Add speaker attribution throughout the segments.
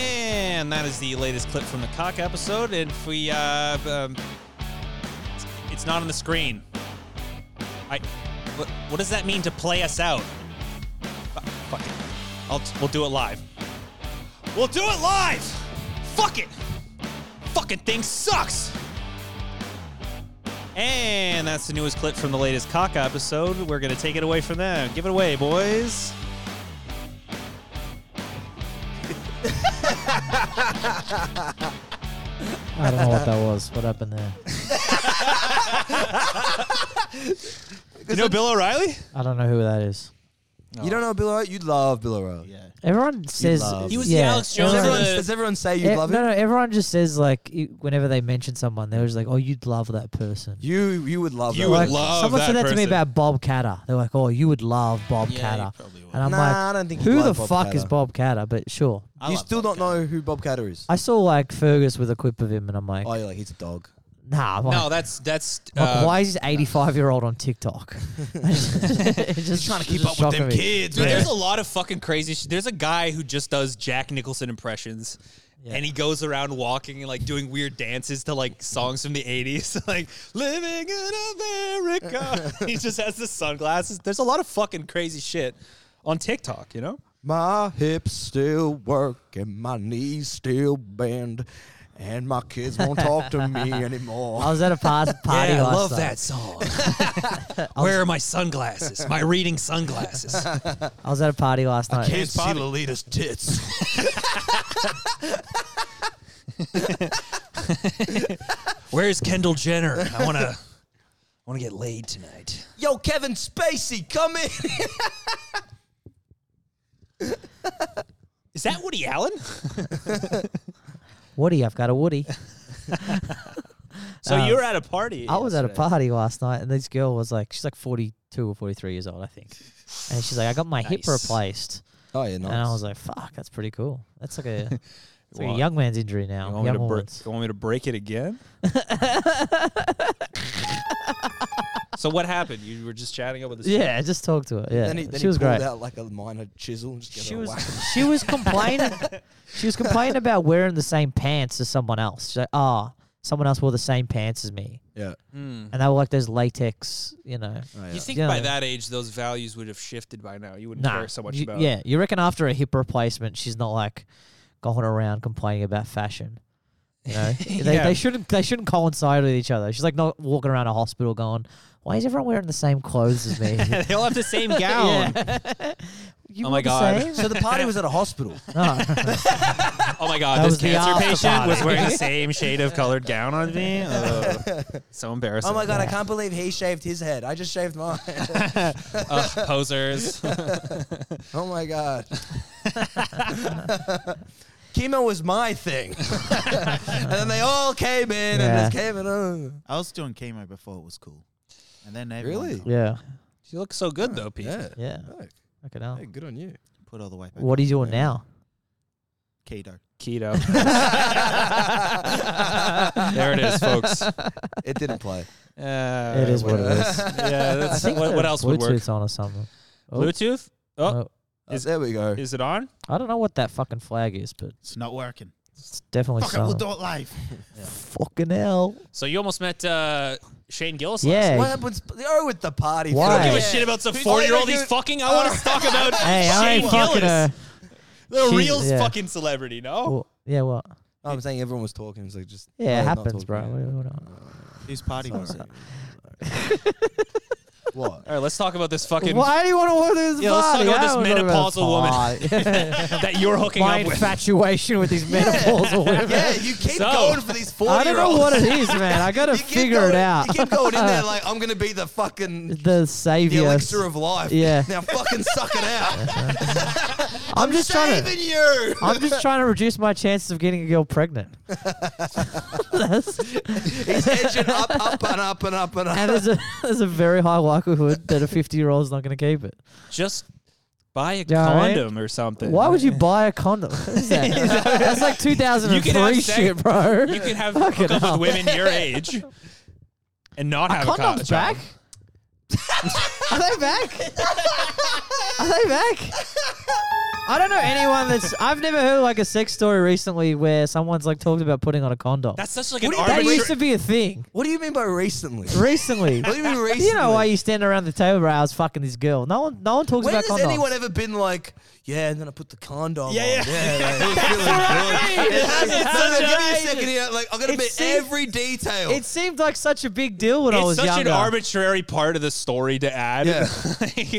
Speaker 1: And that is the latest clip from the cock episode. And if we, uh, um, it's- it's not on the screen. I, what, what does that mean to play us out? Fu- Fuck it. I'll, we'll do it live. We'll do it live! Fuck it! Fucking thing sucks! And that's the newest clip from the latest cock episode. We're gonna take it away from them. Give it away, boys.
Speaker 2: I don't know what that was. What happened there?
Speaker 1: You know Bill O'Reilly?
Speaker 2: I don't know who that is.
Speaker 3: You don't know Bill O'Reilly? You'd love Bill O'Reilly. Yeah.
Speaker 2: Everyone says
Speaker 3: love-
Speaker 1: He was the
Speaker 2: yeah,
Speaker 1: Alex Jones
Speaker 3: Does,
Speaker 1: Remember
Speaker 2: everyone-
Speaker 3: everyone,
Speaker 1: the-
Speaker 3: does everyone say you'd
Speaker 2: e-
Speaker 3: love
Speaker 2: no,
Speaker 3: it?
Speaker 2: no. Everyone just says like e- whenever they mention someone, they're just like, "Oh, you'd love that person."
Speaker 3: You you would love
Speaker 1: You
Speaker 3: that.
Speaker 1: would
Speaker 2: like,
Speaker 1: love
Speaker 2: someone said
Speaker 1: that
Speaker 2: that to me
Speaker 1: person.
Speaker 2: about Bob Catter. They're like, "Oh, you would love Bob
Speaker 4: Yeah,
Speaker 2: Catter,"
Speaker 4: you probably would.
Speaker 2: and I'm
Speaker 3: Nah,
Speaker 2: like,
Speaker 3: I don't think
Speaker 2: "Who
Speaker 3: you'd
Speaker 2: the
Speaker 3: like Bob
Speaker 2: fuck is
Speaker 3: Catter."
Speaker 2: Bob Catter?" But sure,
Speaker 4: I
Speaker 3: you
Speaker 4: love
Speaker 3: still
Speaker 4: Bob
Speaker 3: don't know who Bob Catter is.
Speaker 2: I saw like Fergus with a quip of him, and I'm like,
Speaker 3: Oh, you're like, he's a dog.
Speaker 2: "Nah, I'm like,
Speaker 1: No, that's that's.
Speaker 2: I'm like,
Speaker 1: uh,
Speaker 2: why is this 85 year old on TikTok? He's just trying to keep up with them kids.
Speaker 1: Dude, there's a lot of fucking crazy shit. There's a guy who just does Jack Nicholson impressions. And he goes around walking and like doing weird dances to like songs from the 80s, like living in America. he just has the sunglasses. There's a lot of fucking crazy shit on TikTok, you know?
Speaker 3: My hips still work and my knees still bend, and my kids won't talk to me anymore.
Speaker 2: I was at a par- party
Speaker 1: yeah, I
Speaker 2: last
Speaker 1: love
Speaker 2: night.
Speaker 1: that song. Where are my sunglasses? My reading sunglasses.
Speaker 2: I was at a party last night.
Speaker 1: can't- It's Bobby.
Speaker 3: Lolita's tits.
Speaker 1: Where's Kendall Jenner? I want to I want to get laid tonight.
Speaker 3: Yo, Kevin Spacey, come in.
Speaker 1: Is that Woody Allen?
Speaker 2: Woody, I've got a Woody.
Speaker 1: So
Speaker 2: Um,
Speaker 1: you were at a party.
Speaker 2: I was at a
Speaker 1: yesterday.
Speaker 2: party last night, and this girl was like, she's like 42 or 43 years old, I think. And she's like, I got my hip
Speaker 1: Nice.
Speaker 2: replaced.
Speaker 3: Oh, yeah, nice.
Speaker 2: And I was like, fuck, that's pretty cool. That's like a, it's like a
Speaker 1: What?
Speaker 2: young man's injury now.
Speaker 1: You want, me
Speaker 2: young
Speaker 1: to break,
Speaker 2: woman's.
Speaker 1: you want me to break it again? so what happened? You were just chatting over this.
Speaker 2: Yeah, just talk to her. Yeah,
Speaker 3: then he, then
Speaker 2: she
Speaker 3: he
Speaker 2: was
Speaker 3: pulled
Speaker 2: great.
Speaker 3: out like a minor chisel and just gave
Speaker 2: She
Speaker 3: her a
Speaker 2: was
Speaker 3: whack.
Speaker 2: she was complaining. she was complaining about wearing the same pants as someone else. She's like, oh, someone else wore the same pants as me,
Speaker 3: Yeah.
Speaker 2: and they were like those latex, you know.
Speaker 3: Oh, yeah.
Speaker 1: You think
Speaker 2: Yeah.
Speaker 1: by that age those values would have shifted by now? You wouldn't
Speaker 2: Nah,
Speaker 1: care so much
Speaker 2: you-
Speaker 1: about.
Speaker 2: yeah. You reckon after a hip replacement, she's not like going around complaining about fashion. You know, they,
Speaker 1: Yeah.
Speaker 2: they shouldn't they shouldn't coincide with each other. She's like not walking around a hospital going, "Why is everyone wearing the same clothes as me?"
Speaker 1: they all have the same
Speaker 2: Yeah.
Speaker 1: gown.
Speaker 2: You
Speaker 1: Oh
Speaker 2: wore
Speaker 1: my
Speaker 2: the
Speaker 1: God.
Speaker 2: same?
Speaker 3: So the party was at a hospital.
Speaker 2: No.
Speaker 1: Oh my
Speaker 2: That
Speaker 1: god, this
Speaker 2: was the
Speaker 1: cancer
Speaker 2: after
Speaker 1: patient was
Speaker 2: party.
Speaker 1: wearing the same shade of colored gown on me. Oh, so embarrassing.
Speaker 3: Oh my god, I can't believe he shaved his head. I just shaved mine.
Speaker 1: Ugh, posers.
Speaker 3: oh my god. Chemo was my thing. and then they all came in
Speaker 2: Yeah.
Speaker 3: and just came in. uh.
Speaker 4: I was doing chemo before it was cool, and then everyone
Speaker 3: Really?
Speaker 4: got
Speaker 2: yeah,
Speaker 1: you look so good though, Pete.
Speaker 3: Yeah.
Speaker 2: yeah.
Speaker 3: Oh,
Speaker 2: Fucking hell.
Speaker 3: hey, good on you.
Speaker 4: put all the way back.
Speaker 2: What are you doing now?
Speaker 4: Keto.
Speaker 1: Keto. there it is, folks. Uh,
Speaker 3: It didn't play.
Speaker 2: It is what it is.
Speaker 1: Yeah, that's, what, what else
Speaker 2: Bluetooth's
Speaker 1: would work?
Speaker 2: on or something. Oh.
Speaker 1: Bluetooth? Oh,
Speaker 2: Oh,
Speaker 1: Is-
Speaker 3: there we go.
Speaker 1: Is it on?
Speaker 2: I don't know what that fucking flag is, but
Speaker 4: It's not working.
Speaker 2: it's definitely
Speaker 4: Fuck it, we'll
Speaker 2: something.
Speaker 4: do it live.
Speaker 2: Fucking hell.
Speaker 1: So you almost met uh, Shane Gillis. last
Speaker 2: Yeah.
Speaker 3: What happens? Oh, with the party.
Speaker 2: Why?
Speaker 1: I don't
Speaker 2: Yeah.
Speaker 1: give a shit about some
Speaker 3: Who's-
Speaker 1: four year old
Speaker 3: Oh,
Speaker 1: he's
Speaker 3: dude.
Speaker 1: fucking. I want to talk about
Speaker 2: Hey, I
Speaker 1: Shane
Speaker 2: ain't fucking
Speaker 1: Gillis.
Speaker 2: a.
Speaker 1: Uh, The
Speaker 2: she's-
Speaker 1: real
Speaker 2: yeah.
Speaker 1: fucking celebrity, no?
Speaker 2: Well, yeah, what?
Speaker 3: No, I'm saying everyone was talking. It's like just
Speaker 2: Yeah, it
Speaker 3: oh, not
Speaker 2: happens,
Speaker 3: talking.
Speaker 2: bro. What- what-
Speaker 4: Whose party was it?
Speaker 2: Sorry.
Speaker 3: What?
Speaker 1: All right, let's talk about this fucking
Speaker 2: Why do you want to work this
Speaker 1: Yeah, let's talk
Speaker 2: body?
Speaker 1: about
Speaker 2: I
Speaker 1: this
Speaker 2: don't wanna talk about
Speaker 1: menopausal
Speaker 2: the body.
Speaker 1: that you're hooking
Speaker 2: My
Speaker 1: up with.
Speaker 2: infatuation with these menopausal women.
Speaker 3: Yeah, you keep
Speaker 1: So-
Speaker 3: going for these 40
Speaker 2: I don't know what it is, man. I gotta
Speaker 3: You keep
Speaker 2: figure
Speaker 3: going-
Speaker 2: it out.
Speaker 3: You keep going in there like I'm gonna be the fucking
Speaker 2: the
Speaker 3: the
Speaker 2: savior.
Speaker 3: elixir of life.
Speaker 2: Yeah.
Speaker 3: Now fucking suck it out.
Speaker 2: I'm just trying to.
Speaker 3: Saving you.
Speaker 2: I'm just trying to reduce my chances of getting a girl pregnant. That's-
Speaker 3: He's edging up, up and up and up and up.
Speaker 2: and there's a there's a very high likelihood that a 50 year old's not going to keep it.
Speaker 1: Just buy a
Speaker 2: Yeah, right?
Speaker 1: condom or something.
Speaker 2: Why would you buy a condom? What is that? That's like
Speaker 1: You can
Speaker 2: 2003
Speaker 1: have sex-
Speaker 2: shit, bro.
Speaker 1: You can have
Speaker 2: Fucking
Speaker 1: hookups
Speaker 2: hell.
Speaker 1: with women your age and not have a condom.
Speaker 2: Condoms back? Are they back? Are they back? I don't know anyone that's. I've never heard like a sex story recently where someone's like talked about putting on a condom.
Speaker 1: That's such like
Speaker 3: What
Speaker 1: an
Speaker 3: do you-
Speaker 2: that
Speaker 1: arbitrary.
Speaker 2: used to be a thing
Speaker 3: What do you mean by recently?
Speaker 2: recently.
Speaker 3: What do you mean recently?
Speaker 2: you know why you stand around the table? Right, I was fucking this girl. No one, no one talks
Speaker 3: When
Speaker 2: about
Speaker 3: has
Speaker 2: condoms.
Speaker 3: anyone ever been like, yeah, and then I put the condom
Speaker 1: Yeah,
Speaker 3: on.
Speaker 1: yeah.
Speaker 3: yeah like, feeling good.
Speaker 2: That's
Speaker 3: It's like,
Speaker 2: what
Speaker 3: no,
Speaker 2: I
Speaker 3: no, give me a
Speaker 2: mean.
Speaker 3: second here. Like, I'm gonna
Speaker 2: It
Speaker 3: admit
Speaker 2: seems-
Speaker 3: every detail.
Speaker 2: it seemed like such a big deal when I
Speaker 1: it's
Speaker 2: was
Speaker 1: such an
Speaker 2: younger.
Speaker 1: arbitrary part of the story to add.
Speaker 3: Yeah.
Speaker 1: Why would
Speaker 3: Like,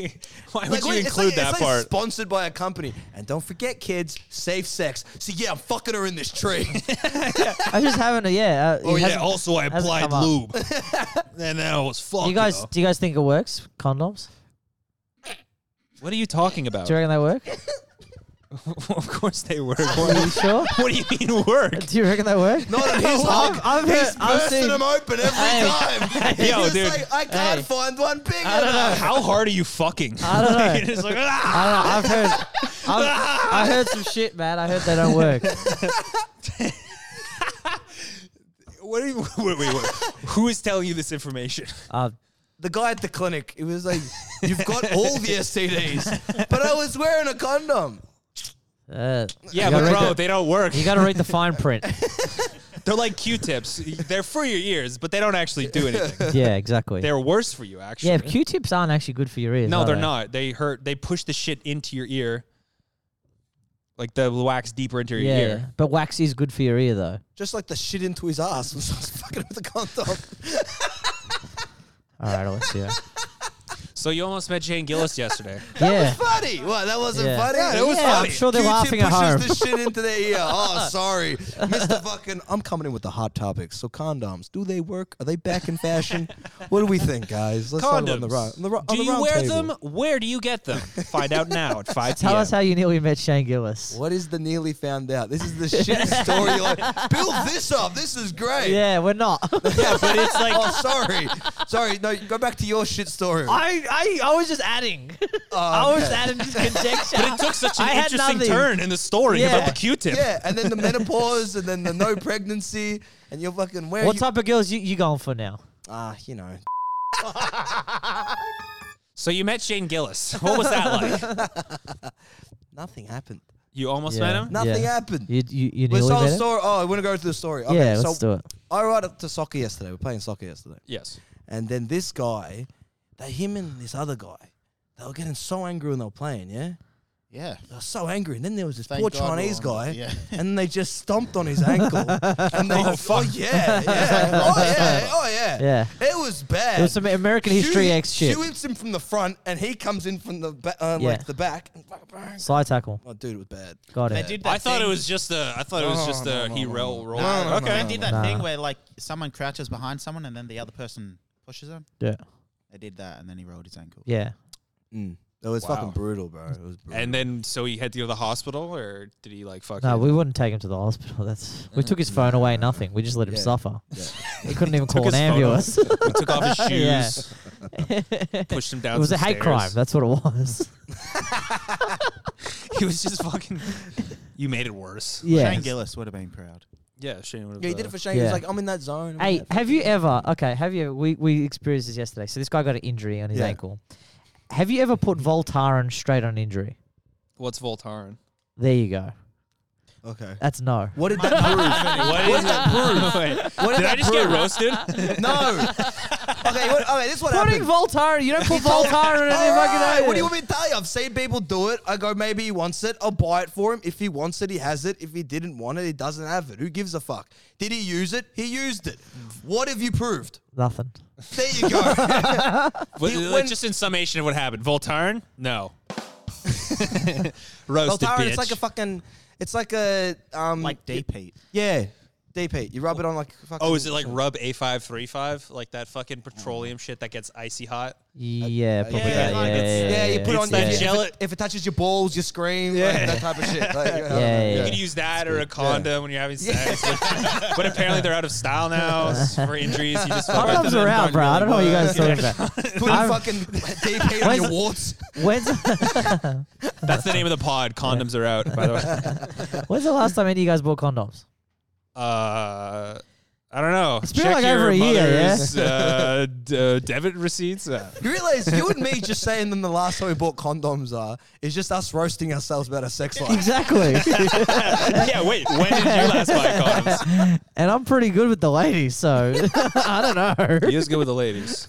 Speaker 1: you
Speaker 3: wait, it's
Speaker 1: include
Speaker 3: like-
Speaker 1: that
Speaker 3: it's like
Speaker 1: part?
Speaker 3: Sponsored by a company, and don't forget, kids, safe sex. So yeah, I'm fucking her in this tree.
Speaker 2: I just haven't. Yeah. Uh,
Speaker 1: oh
Speaker 2: it
Speaker 1: yeah.
Speaker 2: hasn't-
Speaker 1: Also, I
Speaker 2: hasn't
Speaker 1: applied
Speaker 2: come up.
Speaker 1: lube, and then I was fucked.
Speaker 2: you guys,
Speaker 1: know.
Speaker 2: do you guys think it works? Condoms?
Speaker 1: what are you talking about?
Speaker 2: Do you reckon they work?
Speaker 1: of course they work.
Speaker 2: Are
Speaker 1: What,
Speaker 2: you sure?
Speaker 1: what do you mean work?
Speaker 2: Do you reckon they work?
Speaker 3: Not on his
Speaker 2: I've,
Speaker 3: hog.
Speaker 2: I've, heard,
Speaker 3: He's
Speaker 2: I've
Speaker 3: bursting
Speaker 2: seen.
Speaker 3: them open every
Speaker 2: Hey.
Speaker 3: time.
Speaker 1: Yo,
Speaker 3: He's
Speaker 1: dude.
Speaker 3: like, I can't
Speaker 2: Hey.
Speaker 3: find one big
Speaker 2: I don't know.
Speaker 3: enough.
Speaker 1: How hard are you fucking?
Speaker 2: I don't know.
Speaker 1: Like, it's like, ah!
Speaker 2: I don't know. I've heard. I've, I heard some shit, man. I heard they don't work.
Speaker 1: What are you, wait, wait, wait. Who is telling you this information?
Speaker 2: Uh,
Speaker 3: The guy at the clinic, it was like, you've got all the STDs, but I was wearing a condom.
Speaker 2: uh,
Speaker 1: Yeah,
Speaker 2: you gotta
Speaker 1: but
Speaker 2: read
Speaker 1: bro,
Speaker 2: the-
Speaker 1: they don't work.
Speaker 2: you got to read the fine print.
Speaker 1: They're like Q-tips. They're for your ears, but they don't actually do anything.
Speaker 2: Yeah, exactly.
Speaker 1: They're worse for you, actually.
Speaker 2: yeah, Q-tips aren't actually good for your ears.
Speaker 1: no,
Speaker 2: are
Speaker 1: they're
Speaker 2: they?
Speaker 1: not. They hurt. They push the shit into your ear, like the wax deeper into your
Speaker 2: Yeah, yeah,
Speaker 1: ear.
Speaker 2: but wax is good for your ear though.
Speaker 3: Just like the shit into his ass was fucking with the condom.
Speaker 2: All right, let's hear. it.
Speaker 1: So you almost met Jane Gillis yesterday.
Speaker 2: yeah,
Speaker 3: Funny. What? That wasn't
Speaker 2: Yeah.
Speaker 3: funny.
Speaker 2: Yeah, it was Yeah, I'm funny. sure they're
Speaker 3: Q-tip
Speaker 2: laughing at
Speaker 3: pushes the shit into their ear. Oh, sorry, Mr. Fucking. I'm coming in with the hot topics. So condoms, do they work? Are they back in fashion? what do we think, guys? Let's start
Speaker 1: Condoms.
Speaker 3: on the round. on the ro- on
Speaker 1: do
Speaker 3: the
Speaker 1: you
Speaker 3: round
Speaker 1: wear
Speaker 3: table.
Speaker 1: them? Where do you get them? Find out now at five
Speaker 2: tell
Speaker 1: p.m.
Speaker 2: us how you nearly met Shane Gillis.
Speaker 3: What is the nearly found out? This is the shit story. You're like, build this up. This is great.
Speaker 2: Yeah, we're not.
Speaker 3: Yeah, but it's like, oh, sorry, sorry. No, go back to your shit story. Um,
Speaker 2: I, I I was just adding. I was adding just conjecture.
Speaker 1: Oh, but it took such an
Speaker 2: I had
Speaker 1: interesting
Speaker 2: nothing.
Speaker 1: turn in the story
Speaker 2: Yeah.
Speaker 1: about the Q-tip.
Speaker 3: yeah, and then the menopause, and then the no pregnancy, and you're fucking where?
Speaker 2: What
Speaker 3: you-
Speaker 2: type of girls you, you going for now?
Speaker 3: Ah, you know.
Speaker 1: So you met Shane Gillis. What was that like?
Speaker 3: Nothing happened.
Speaker 1: You almost
Speaker 2: Yeah.
Speaker 1: met him.
Speaker 3: Nothing
Speaker 2: Yeah.
Speaker 3: happened.
Speaker 2: You you, you
Speaker 3: Let's
Speaker 2: nearly
Speaker 3: tell the
Speaker 2: met him?
Speaker 3: story. Oh, I want to go to the story. Okay,
Speaker 2: Yeah,
Speaker 3: so
Speaker 2: let's do it.
Speaker 3: I rode up to soccer yesterday. We're playing soccer yesterday,
Speaker 1: Yes.
Speaker 3: and then this guy, they him and this other guy, they were getting so angry when they were playing. Yeah,
Speaker 4: Yeah.
Speaker 3: they were so angry, and then there was this
Speaker 4: Thank
Speaker 3: poor
Speaker 4: God we're
Speaker 3: Chinese
Speaker 4: on-
Speaker 3: guy,
Speaker 4: yeah.
Speaker 3: and they just stomped on his ankle. and they, oh,
Speaker 1: fuck.
Speaker 3: yeah, yeah, oh yeah, oh yeah,
Speaker 2: Yeah.
Speaker 3: It was bad.
Speaker 2: It was some American History
Speaker 3: Shoe-
Speaker 2: X shit.
Speaker 3: shoe hits him from the front, and he comes in from the ba- uh,
Speaker 2: Yeah.
Speaker 3: like the back. And bang, bang.
Speaker 2: Slide tackle.
Speaker 3: Oh, dude, it was bad.
Speaker 2: Got
Speaker 4: I
Speaker 2: it.
Speaker 4: did that
Speaker 1: I thought it
Speaker 4: thing-
Speaker 1: was just a. I thought it was
Speaker 3: No,
Speaker 1: just
Speaker 3: no,
Speaker 1: a.
Speaker 3: no,
Speaker 1: He
Speaker 3: no,
Speaker 1: roll
Speaker 3: no.
Speaker 1: roll.
Speaker 3: No, no,
Speaker 1: okay.
Speaker 4: I did that
Speaker 2: Nah.
Speaker 4: thing where like someone crouches behind someone and then the other person pushes them.
Speaker 2: Yeah.
Speaker 4: I did that and then he rolled his ankle.
Speaker 2: Yeah.
Speaker 3: Mm. It was
Speaker 1: Wow.
Speaker 3: fucking brutal, bro. It was brutal.
Speaker 1: And then, so he had to go to the hospital, or did he like fuck?
Speaker 2: No,
Speaker 1: it?
Speaker 2: we wouldn't take him to the hospital. That's we took his phone away. Nothing. We just let him
Speaker 3: Yeah.
Speaker 2: suffer.
Speaker 3: Yeah.
Speaker 2: He couldn't even call
Speaker 1: his
Speaker 2: an
Speaker 1: phone
Speaker 2: ambulance.
Speaker 1: We took off his
Speaker 2: Yeah.
Speaker 1: shoes, pushed him down.
Speaker 2: it was a
Speaker 1: some
Speaker 2: hate
Speaker 1: stairs.
Speaker 2: crime. That's what it was.
Speaker 1: He was just fucking. You made it worse.
Speaker 2: yeah.
Speaker 4: Shane Gillis would have been proud.
Speaker 1: Yeah, Shane would have.
Speaker 3: Yeah, he did it for Shane. He
Speaker 2: Yeah.
Speaker 3: was like, I'm in that zone. I'm in
Speaker 2: Hey,
Speaker 3: that
Speaker 2: have you ever? Okay, have you? We we experienced this yesterday. So this guy got an injury on his
Speaker 3: Yeah.
Speaker 2: ankle. Have you ever put Voltaren straight on injury?
Speaker 1: What's Voltaren?
Speaker 2: There you go. e-
Speaker 3: Okay.
Speaker 2: That's no.
Speaker 3: What did that prove?
Speaker 1: What is that proof?
Speaker 3: What
Speaker 1: did
Speaker 3: did
Speaker 1: I
Speaker 3: that
Speaker 1: just get
Speaker 3: prove?
Speaker 1: roasted?
Speaker 3: no. Okay, what, okay, this is what
Speaker 2: Putting
Speaker 3: happened.
Speaker 2: Voltaren, you don't put Voltaren in
Speaker 3: All
Speaker 2: your fucking
Speaker 3: right,
Speaker 2: ankle.
Speaker 3: what do you want me to tell you? I've seen people do it. I go, maybe he wants it. I'll buy it for him. If he wants it, he has it. If he didn't want it, he doesn't have it. Who gives a fuck? Did he use it? He used it. What have you proved?
Speaker 2: Nothing.
Speaker 3: There you go.
Speaker 1: But,
Speaker 3: He-
Speaker 1: like,
Speaker 3: when-
Speaker 1: just in summation of what happened. Voltaren? No. roasted
Speaker 3: Voltaren,
Speaker 1: bitch.
Speaker 3: it's like a fucking. It's like a um.
Speaker 4: Like deep heat.
Speaker 3: Yeah, DP. You rub it on like. a Fucking,
Speaker 1: Oh, is it like rub A five three five, like that fucking petroleum
Speaker 2: Mm.
Speaker 1: shit that gets icy hot?
Speaker 2: Yeah, probably.
Speaker 1: yeah,
Speaker 2: that.
Speaker 1: like
Speaker 2: yeah,
Speaker 1: it's-
Speaker 2: yeah,
Speaker 3: Yeah, you
Speaker 2: yeah,
Speaker 3: put
Speaker 1: It's
Speaker 3: on
Speaker 1: that
Speaker 3: if, you-
Speaker 1: gel-
Speaker 3: if it, if it touches your balls, you scream. like,
Speaker 1: Yeah.
Speaker 3: that type of shit. Like,
Speaker 2: Yeah,
Speaker 1: You
Speaker 2: yeah,
Speaker 1: could use that or a condom when you're having sex. but apparently they're out of style now for injuries. You just fucking-
Speaker 2: Condoms are out, bro. I don't know what you guys are talking about.
Speaker 3: Putting
Speaker 2: I'm-
Speaker 3: fucking DP on
Speaker 2: When's-
Speaker 3: your warts.
Speaker 2: When's
Speaker 1: That's the name of the pod. Condoms are out, by the way.
Speaker 2: when's the last time any of you guys bought condoms?
Speaker 1: Uh, I don't know.
Speaker 2: been
Speaker 1: Check
Speaker 2: like
Speaker 1: your
Speaker 2: over a year, yeah?
Speaker 1: mother's uh, d- uh, debit receipts. Uh,
Speaker 3: You realize you and me just saying them the last time we bought condoms are is just us roasting ourselves about our sex life.
Speaker 2: Exactly.
Speaker 1: yeah, wait. When did you last buy condoms?
Speaker 2: and I'm pretty good with the ladies, so I don't know.
Speaker 1: He is good with the ladies.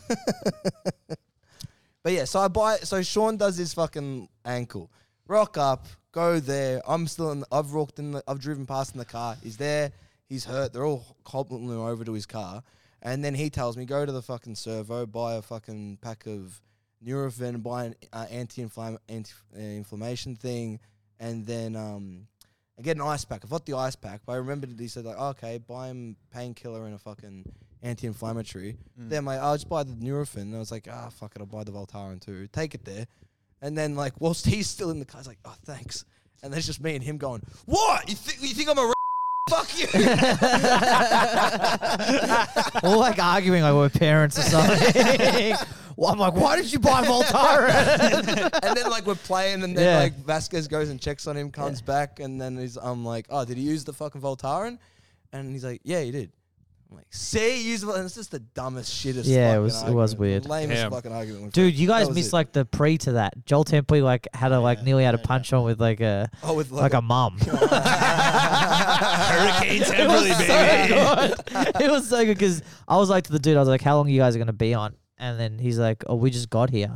Speaker 3: But yeah, so I buy. So Sean does his fucking ankle. Rock up, go there. I'm still in. The, I've walked in. The, I've driven past in the car. He's there. He's hurt. They're all hobbling him over to his car, and then he tells me go to the fucking servo, buy a fucking pack of Nurofen, buy an uh, anti-inflamm- anti-inflammation thing, and then um, I get an ice pack. I bought the ice pack, but I remembered that he said like, "Oh, okay, buy him painkiller and a fucking anti-inflammatory. Then my, I'll just buy the Nurofen. And I was like, ah, fuck it, I'll buy the Voltaren too. Take it there, and then like, whilst he's still in the car, I was like, oh, thanks. And there's just me and him going, what? You think you think I'm a r- fuck you?
Speaker 2: Or like arguing like we're parents or something. well, I'm like, why did you buy Voltaren?
Speaker 3: and then like we're playing, and then
Speaker 2: Yeah.
Speaker 3: like Vasquez goes and checks on him, comes back, and then he's I'm like, oh, did he use the fucking Voltaren? And he's like, yeah, he did. I'm like, see, he used the Vol-" and it's just the dumbest shittest.
Speaker 2: Yeah, it
Speaker 3: fucking
Speaker 2: was- it was
Speaker 3: argument,
Speaker 2: weird.
Speaker 3: The lamest
Speaker 1: Damn.
Speaker 3: fucking argument, we've
Speaker 2: Dude,
Speaker 3: had.
Speaker 2: you
Speaker 3: That
Speaker 2: guys
Speaker 3: was
Speaker 2: missed
Speaker 3: it.
Speaker 2: like the pre to that. Joel Templey like had a like nearly had a punch on with like a
Speaker 3: oh with like,
Speaker 2: like a mum.
Speaker 1: Hurricane Temperley, baby.
Speaker 2: it was so good because I was like to the dude, I was like, "How long are you guys going to be on?" And then he's like, "Oh, we just got here,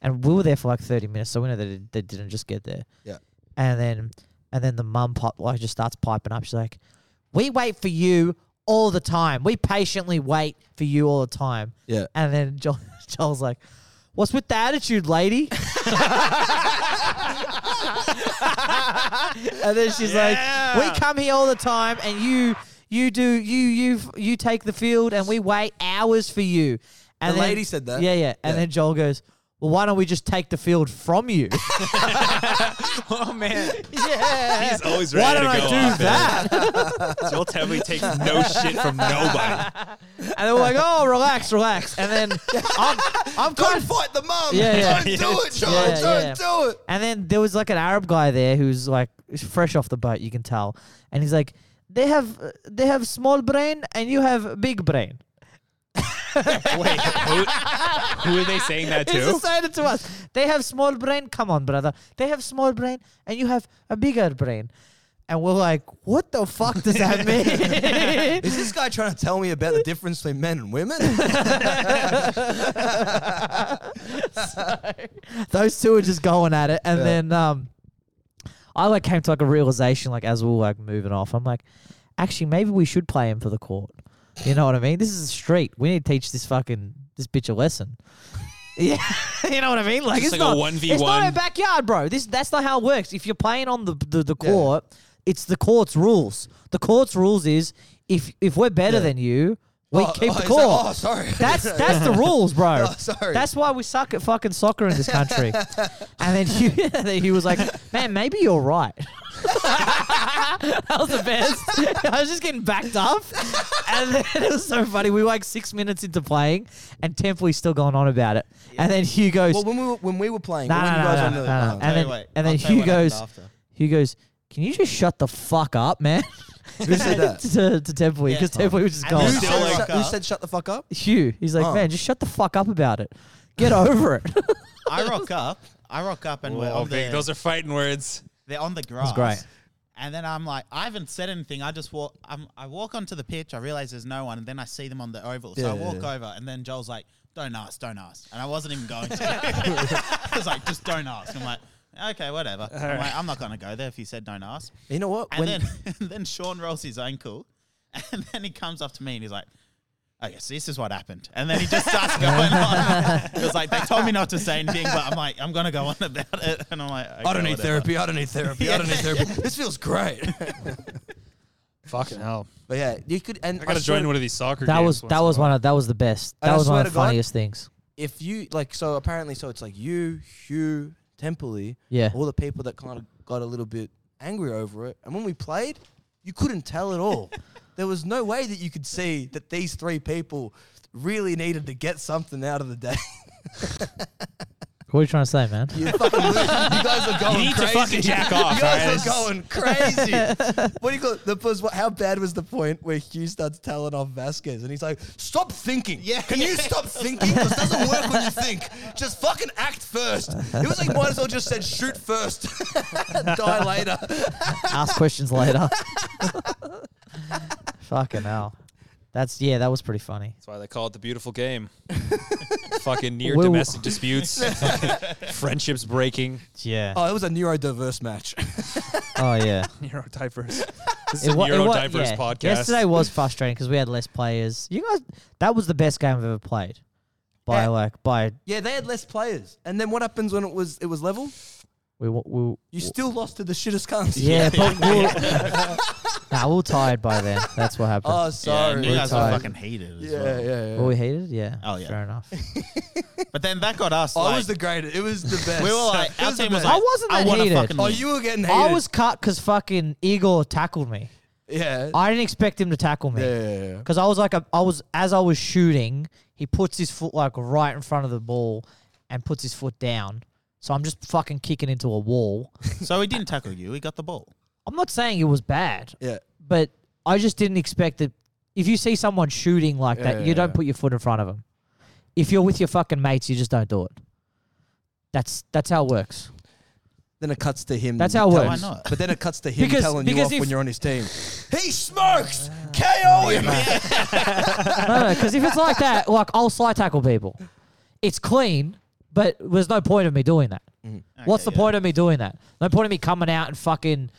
Speaker 2: and we were there for like thirty minutes, so we know that they, they didn't just get there."
Speaker 3: Yeah.
Speaker 2: And then, and then the mum pop like just starts piping up. She's like, "We wait for you all the time. We patiently wait for you all the time."
Speaker 3: Yeah.
Speaker 2: And then Joel, Joel's like, "What's with the attitude, lady?" and then she's
Speaker 1: Yeah.
Speaker 2: like, "We come here all the time, and you, you do, you, you, you take the field, and we wait hours for you." And
Speaker 3: The
Speaker 2: then-
Speaker 3: lady said that.
Speaker 2: Yeah, yeah. And
Speaker 3: Yeah.
Speaker 2: then Joel goes, "Well, why don't we just take the field from you?"
Speaker 1: Oh man,
Speaker 2: yeah.
Speaker 1: he's always ready
Speaker 2: Why don't
Speaker 1: to
Speaker 2: I
Speaker 1: go
Speaker 2: do
Speaker 1: off, man.
Speaker 2: that?
Speaker 1: Joel Temperley takes no shit from nobody.
Speaker 2: and then we're like, "Oh, relax, relax." And then I'm, I'm kind
Speaker 3: don't
Speaker 2: of
Speaker 3: fight the mum.
Speaker 2: Yeah, yeah.
Speaker 3: Don't do it, John.
Speaker 2: Yeah,
Speaker 3: don't do it.
Speaker 2: And then there was like an Arab guy there who's like fresh off the boat, you can tell. And he's like, "They have they have small brain and you have big brain."
Speaker 1: Wait, who, who are they saying that
Speaker 2: He's
Speaker 1: to?
Speaker 2: decided to us. They have small brain. Come on, brother. They have small brain and you have a bigger brain. And we're like, "What the fuck does that mean?"
Speaker 3: Is this guy trying to tell me about the difference between men and women?
Speaker 2: Those two are just going at it, and
Speaker 3: Yeah.
Speaker 2: then um, I like came to like a realization, like as we were like moving off, I'm like, actually, maybe we should play him for the court. You know what I mean? This is a street. We need to teach this fucking this bitch a lesson. yeah, you know what I mean? Like
Speaker 1: Just
Speaker 2: it's
Speaker 1: like a
Speaker 2: not
Speaker 1: 1v1.
Speaker 2: It's not our backyard, bro. This that's not how it works. If you're playing on the the, the court, it's the court's rules. The court's rules is if if we're better than you, we
Speaker 3: Oh,
Speaker 2: keep the
Speaker 3: oh, is that-
Speaker 2: court.
Speaker 3: oh, sorry.
Speaker 2: That's that's the rules, bro.
Speaker 3: Oh, sorry.
Speaker 2: That's why we suck at fucking soccer in this country. and then he, and then he was like, "Man, maybe you're right." that was the best. I was just getting backed up, and then it was so funny. We were like six minutes into playing, and Templey's still going on about it. And then Hugh goes,
Speaker 3: well, when we were, when we were playing,
Speaker 2: "No,
Speaker 3: when
Speaker 2: no,
Speaker 3: you guys
Speaker 2: no,
Speaker 3: were
Speaker 2: no,
Speaker 3: on the-
Speaker 2: no, no."
Speaker 3: oh.
Speaker 2: And
Speaker 4: Tell you
Speaker 2: then
Speaker 4: what-
Speaker 2: and then
Speaker 4: I'll tell you
Speaker 2: Hugh
Speaker 4: what happened
Speaker 2: goes,
Speaker 4: after.
Speaker 2: Hugh goes, "Can you just shut the fuck up, man?"
Speaker 3: Who said that?
Speaker 2: to, to Templey
Speaker 4: Yeah.
Speaker 2: because Templey was just
Speaker 4: And
Speaker 2: going.
Speaker 3: Who
Speaker 4: Who's
Speaker 3: said,
Speaker 4: still like
Speaker 3: shut, who
Speaker 4: up?
Speaker 3: said shut the fuck up?
Speaker 2: Hugh, he's like,
Speaker 3: Oh.
Speaker 2: man, just shut the fuck up about it. Get over it.
Speaker 4: I rock up. I rock up and we're
Speaker 1: Whoa,
Speaker 4: on
Speaker 1: big,
Speaker 4: the,
Speaker 1: those are fighting words.
Speaker 4: they're on the grass.
Speaker 2: great.
Speaker 4: And then I'm like, I haven't said anything. I just walk. I'm, I walk onto the pitch. I realize there's no one, and then I see them on the oval. So I
Speaker 3: Yeah,
Speaker 4: walk
Speaker 3: yeah.
Speaker 4: over, and then Joel's like, "Don't ask, don't ask." And I wasn't even going to. I was like, "Just don't ask." I'm like, "Okay, whatever." I'm like, "I'm not gonna go there if you said don't ask."
Speaker 3: You know what?
Speaker 4: And then and then Sean rolls his ankle, and then he comes up to me and he's like, "Oh yes, this is what happened." And then he just starts going on. It was like they told me not to say anything, but I'm like, I'm gonna go on about it, and I'm like,
Speaker 3: I don't
Speaker 4: "Okay,
Speaker 3: need
Speaker 4: whatever."
Speaker 3: therapy. I don't need therapy. I don't need therapy. This feels great.
Speaker 1: Fucking hell!
Speaker 3: But yeah, you could. And
Speaker 1: I gotta
Speaker 3: swear
Speaker 1: join
Speaker 3: to-
Speaker 1: one of these soccer.
Speaker 2: that
Speaker 1: games
Speaker 2: was
Speaker 1: once
Speaker 2: that
Speaker 1: in a
Speaker 2: was
Speaker 1: while.
Speaker 2: one of that was the best.
Speaker 3: And
Speaker 2: That
Speaker 3: I
Speaker 2: was one
Speaker 3: swear
Speaker 2: of the
Speaker 3: to God-
Speaker 2: funniest things.
Speaker 3: If you like, so apparently, so it's like you, Hugh, Templey,
Speaker 2: Yeah.
Speaker 3: all the people that kind of got a little bit angry over it. And when we played, you couldn't tell at all. there was no way that you could see that these three people really needed to get something out of the day.
Speaker 2: What are you trying to say, man?
Speaker 3: You fucking, lo- you guys are going
Speaker 1: You need to
Speaker 3: crazy.
Speaker 1: fucking jack off, alright?
Speaker 3: You guys
Speaker 1: This
Speaker 3: are going crazy. What do you call the first? How bad was the point where Hugh starts telling off Vasquez, and he's like, "Stop thinking.
Speaker 4: Yeah.
Speaker 3: Can you stop thinking? This doesn't work when you think. Just fucking act first. It was like might as well just said shoot first, die later.
Speaker 2: Ask questions later. Fucking hell. That's yeah, that was pretty funny.
Speaker 1: That's why they call it the beautiful game. Fucking near
Speaker 2: Well-
Speaker 1: domestic disputes, friendships breaking,
Speaker 2: Yeah.
Speaker 3: Oh, it was a neurodiverse match.
Speaker 2: Oh yeah.
Speaker 1: neurodiverse. This is a
Speaker 2: wa- wa-
Speaker 1: neurodiverse
Speaker 2: yeah.
Speaker 1: podcast.
Speaker 2: Yesterday was frustrating because we had less players. You guys, that was the best game I've ever played. By
Speaker 3: Yeah.
Speaker 2: like by
Speaker 3: yeah, they had less players, and then what happens when it was it was level?
Speaker 2: we wa- we.
Speaker 3: You still lost to the shittest cunts.
Speaker 2: Yeah, but we were- nah, we were tired by then. That's what happened.
Speaker 3: Oh,
Speaker 4: Yeah,
Speaker 3: sorry.
Speaker 4: you guys were
Speaker 2: Sorry.
Speaker 4: fucking hated as
Speaker 3: yeah,
Speaker 4: well.
Speaker 3: yeah, yeah.
Speaker 2: were we heated? Yeah.
Speaker 4: Oh, yeah.
Speaker 2: Fair enough.
Speaker 4: But then that got us.
Speaker 3: Oh,
Speaker 4: like,
Speaker 3: it was the greatest. It was the best.
Speaker 4: we were like,
Speaker 3: It
Speaker 4: our
Speaker 3: the
Speaker 4: team was
Speaker 3: best.
Speaker 4: like,
Speaker 2: I wasn't
Speaker 4: I
Speaker 2: that
Speaker 4: wanna
Speaker 2: hated.
Speaker 4: fucking
Speaker 3: oh,
Speaker 4: win.
Speaker 3: you were getting hated.
Speaker 2: I was cut because fucking Igor tackled me.
Speaker 3: yeah.
Speaker 2: I didn't expect him to tackle me.
Speaker 3: yeah, yeah, yeah.
Speaker 2: Because I was like, a, I was as I was shooting, he puts his foot like right in front of the ball, and puts his foot down. So I'm just fucking kicking into a wall.
Speaker 4: So he didn't tackle you. He got the ball.
Speaker 2: I'm not saying it was bad,
Speaker 3: Yeah.
Speaker 2: but I just didn't expect that. If you see someone shooting like that,
Speaker 3: Yeah,
Speaker 2: you don't
Speaker 3: yeah.
Speaker 2: put your foot in front of them. If you're with your fucking mates, you just don't do it. That's that's how it works.
Speaker 3: Then it cuts to him.
Speaker 2: That's how it
Speaker 3: telling-
Speaker 2: works.
Speaker 4: Why not?
Speaker 3: But then it cuts to him
Speaker 2: Because-
Speaker 3: telling
Speaker 2: because
Speaker 3: you off
Speaker 2: if-
Speaker 3: when you're on his team. He smokes. KO him.
Speaker 2: no, no, because if it's like that, like I'll slide tackle people. It's clean, but there's no point of me doing that.
Speaker 3: Mm-hmm.
Speaker 2: What's the
Speaker 4: Okay, yeah.
Speaker 2: point of me doing that? No point of me coming out and fucking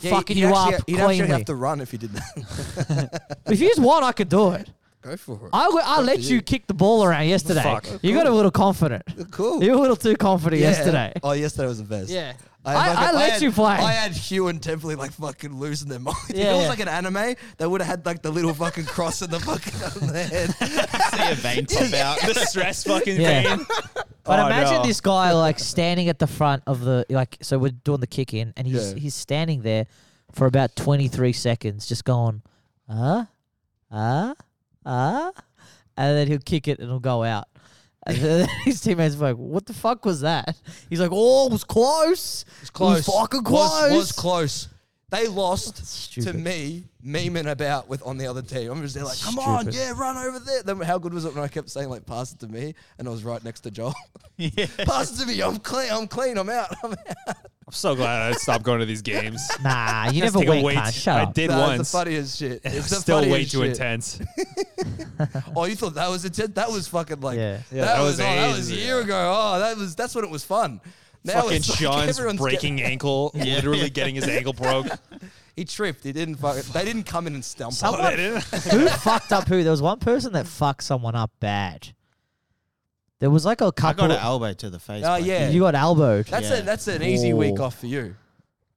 Speaker 3: Yeah,
Speaker 2: fucking
Speaker 3: he'd
Speaker 2: you
Speaker 3: actually,
Speaker 2: up
Speaker 3: He'd
Speaker 2: cleanly.
Speaker 3: actually have to run if he did that.
Speaker 2: If you just want, I can do it.
Speaker 3: Go for it.
Speaker 2: I, w- I let you kick the ball around yesterday.
Speaker 1: Fuck.
Speaker 2: You got a little confident.
Speaker 3: Cool.
Speaker 2: You were a little too confident
Speaker 3: Yeah.
Speaker 2: yesterday.
Speaker 3: Oh, yesterday was the best.
Speaker 2: Yeah.
Speaker 3: had
Speaker 2: I- I let
Speaker 3: had-
Speaker 2: you play.
Speaker 3: I had Hugh and Templey like fucking losing their mind.
Speaker 2: Yeah,
Speaker 3: if it was
Speaker 2: yeah.
Speaker 3: like an anime, they would have had like the little fucking cross in the fucking on their head.
Speaker 4: See a vein pop out.
Speaker 1: the stress fucking
Speaker 2: Yeah.
Speaker 1: game.
Speaker 2: But
Speaker 1: Oh,
Speaker 2: imagine
Speaker 1: no.
Speaker 2: this guy like standing at the front of the like. So we're doing the kick in, and he's
Speaker 3: Yeah.
Speaker 2: he's standing there for about twenty three seconds, just going, ah, ah, ah, and then he'll kick it and it'll go out. And then his teammates were like, "What the fuck was that?" He's like, "Oh, it was close. It was
Speaker 3: close.
Speaker 2: fucking close.
Speaker 3: Was, was close. They lost to
Speaker 2: Stupid.
Speaker 3: me, memeing about with on the other team. I'm just there like, come on,
Speaker 2: Stupid.
Speaker 3: yeah, run over there. Then how good was it when I kept saying like, pass it to me, and I was right next to Joel. pass it to me. I'm clean. I'm clean. I'm out. I'm out.
Speaker 1: I'm so glad I stopped going to these games.
Speaker 2: Nah, you never
Speaker 1: Take a
Speaker 2: went.
Speaker 1: wait.
Speaker 2: Can't. Shut
Speaker 1: I
Speaker 2: up.
Speaker 1: did
Speaker 3: Nah,
Speaker 1: once.
Speaker 3: It's the funniest shit.
Speaker 1: It
Speaker 3: It's
Speaker 1: was
Speaker 3: the
Speaker 1: still way
Speaker 3: funniest
Speaker 1: too
Speaker 3: shit.
Speaker 1: intense.
Speaker 3: Oh, you thought that was intense? That was fucking like
Speaker 2: Yeah.
Speaker 1: Yeah,
Speaker 3: that,
Speaker 1: that
Speaker 3: was,
Speaker 1: was
Speaker 3: oh, that was a
Speaker 1: ages
Speaker 3: year ago. Oh, that was that's when it was fun. Now
Speaker 1: fucking
Speaker 3: it's like
Speaker 1: Sean's
Speaker 3: everyone's
Speaker 1: breaking ankle,
Speaker 4: Yeah.
Speaker 1: literally getting his ankle broke.
Speaker 3: Getting, he tripped. He didn't fucking. They didn't come in and stump.
Speaker 1: Oh,
Speaker 3: Someone,
Speaker 1: that is-
Speaker 2: who fucked up who? There was one person that fucked someone up bad. There was like a
Speaker 4: I
Speaker 2: couple.
Speaker 4: got an elbow to the face.
Speaker 3: Oh
Speaker 4: but-
Speaker 3: yeah,
Speaker 2: You got elbowed.
Speaker 3: That's
Speaker 4: Yeah.
Speaker 3: a that's an easy week
Speaker 2: Oh.
Speaker 3: off for you.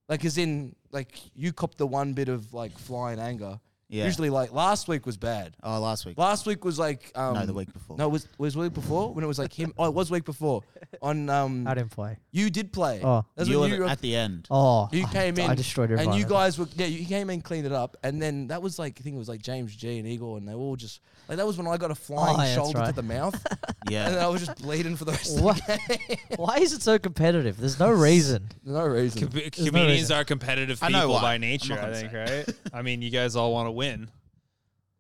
Speaker 3: Like as in like you copped the one bit of like flying anger.
Speaker 4: Yeah.
Speaker 3: Usually like last week was bad.
Speaker 4: Oh, last week.
Speaker 3: Last week was like um,
Speaker 4: No, the week before.
Speaker 3: No, it was was week before when it was like him. Oh, it was week before. On
Speaker 2: I
Speaker 3: um,
Speaker 2: didn't play.
Speaker 3: you did play.
Speaker 2: Oh.
Speaker 3: That's
Speaker 4: you
Speaker 3: when
Speaker 4: were
Speaker 3: you,
Speaker 4: at the end.
Speaker 2: Oh,
Speaker 3: you
Speaker 2: I-
Speaker 3: came in.
Speaker 2: I destroyed
Speaker 3: and
Speaker 2: everyone.
Speaker 3: you guys were yeah. You came in, cleaned it up, and then that was like I think it was like James G and Eagle, and they all just like that was when I got a flying
Speaker 2: Oh, yeah, that's
Speaker 3: shoulder to
Speaker 2: right.
Speaker 3: the mouth, and then
Speaker 4: Yeah.
Speaker 3: I was just bleeding for the rest
Speaker 2: Wha-
Speaker 3: of the game.
Speaker 2: Why is it so competitive? There's no reason.
Speaker 3: no reason.
Speaker 1: Com-
Speaker 2: no
Speaker 1: comedians
Speaker 2: reason.
Speaker 1: are competitive
Speaker 4: I know
Speaker 1: people
Speaker 4: why.
Speaker 1: by
Speaker 4: I'm not
Speaker 1: nature, I
Speaker 4: gonna
Speaker 1: think, right? I mean, you guys all want to win,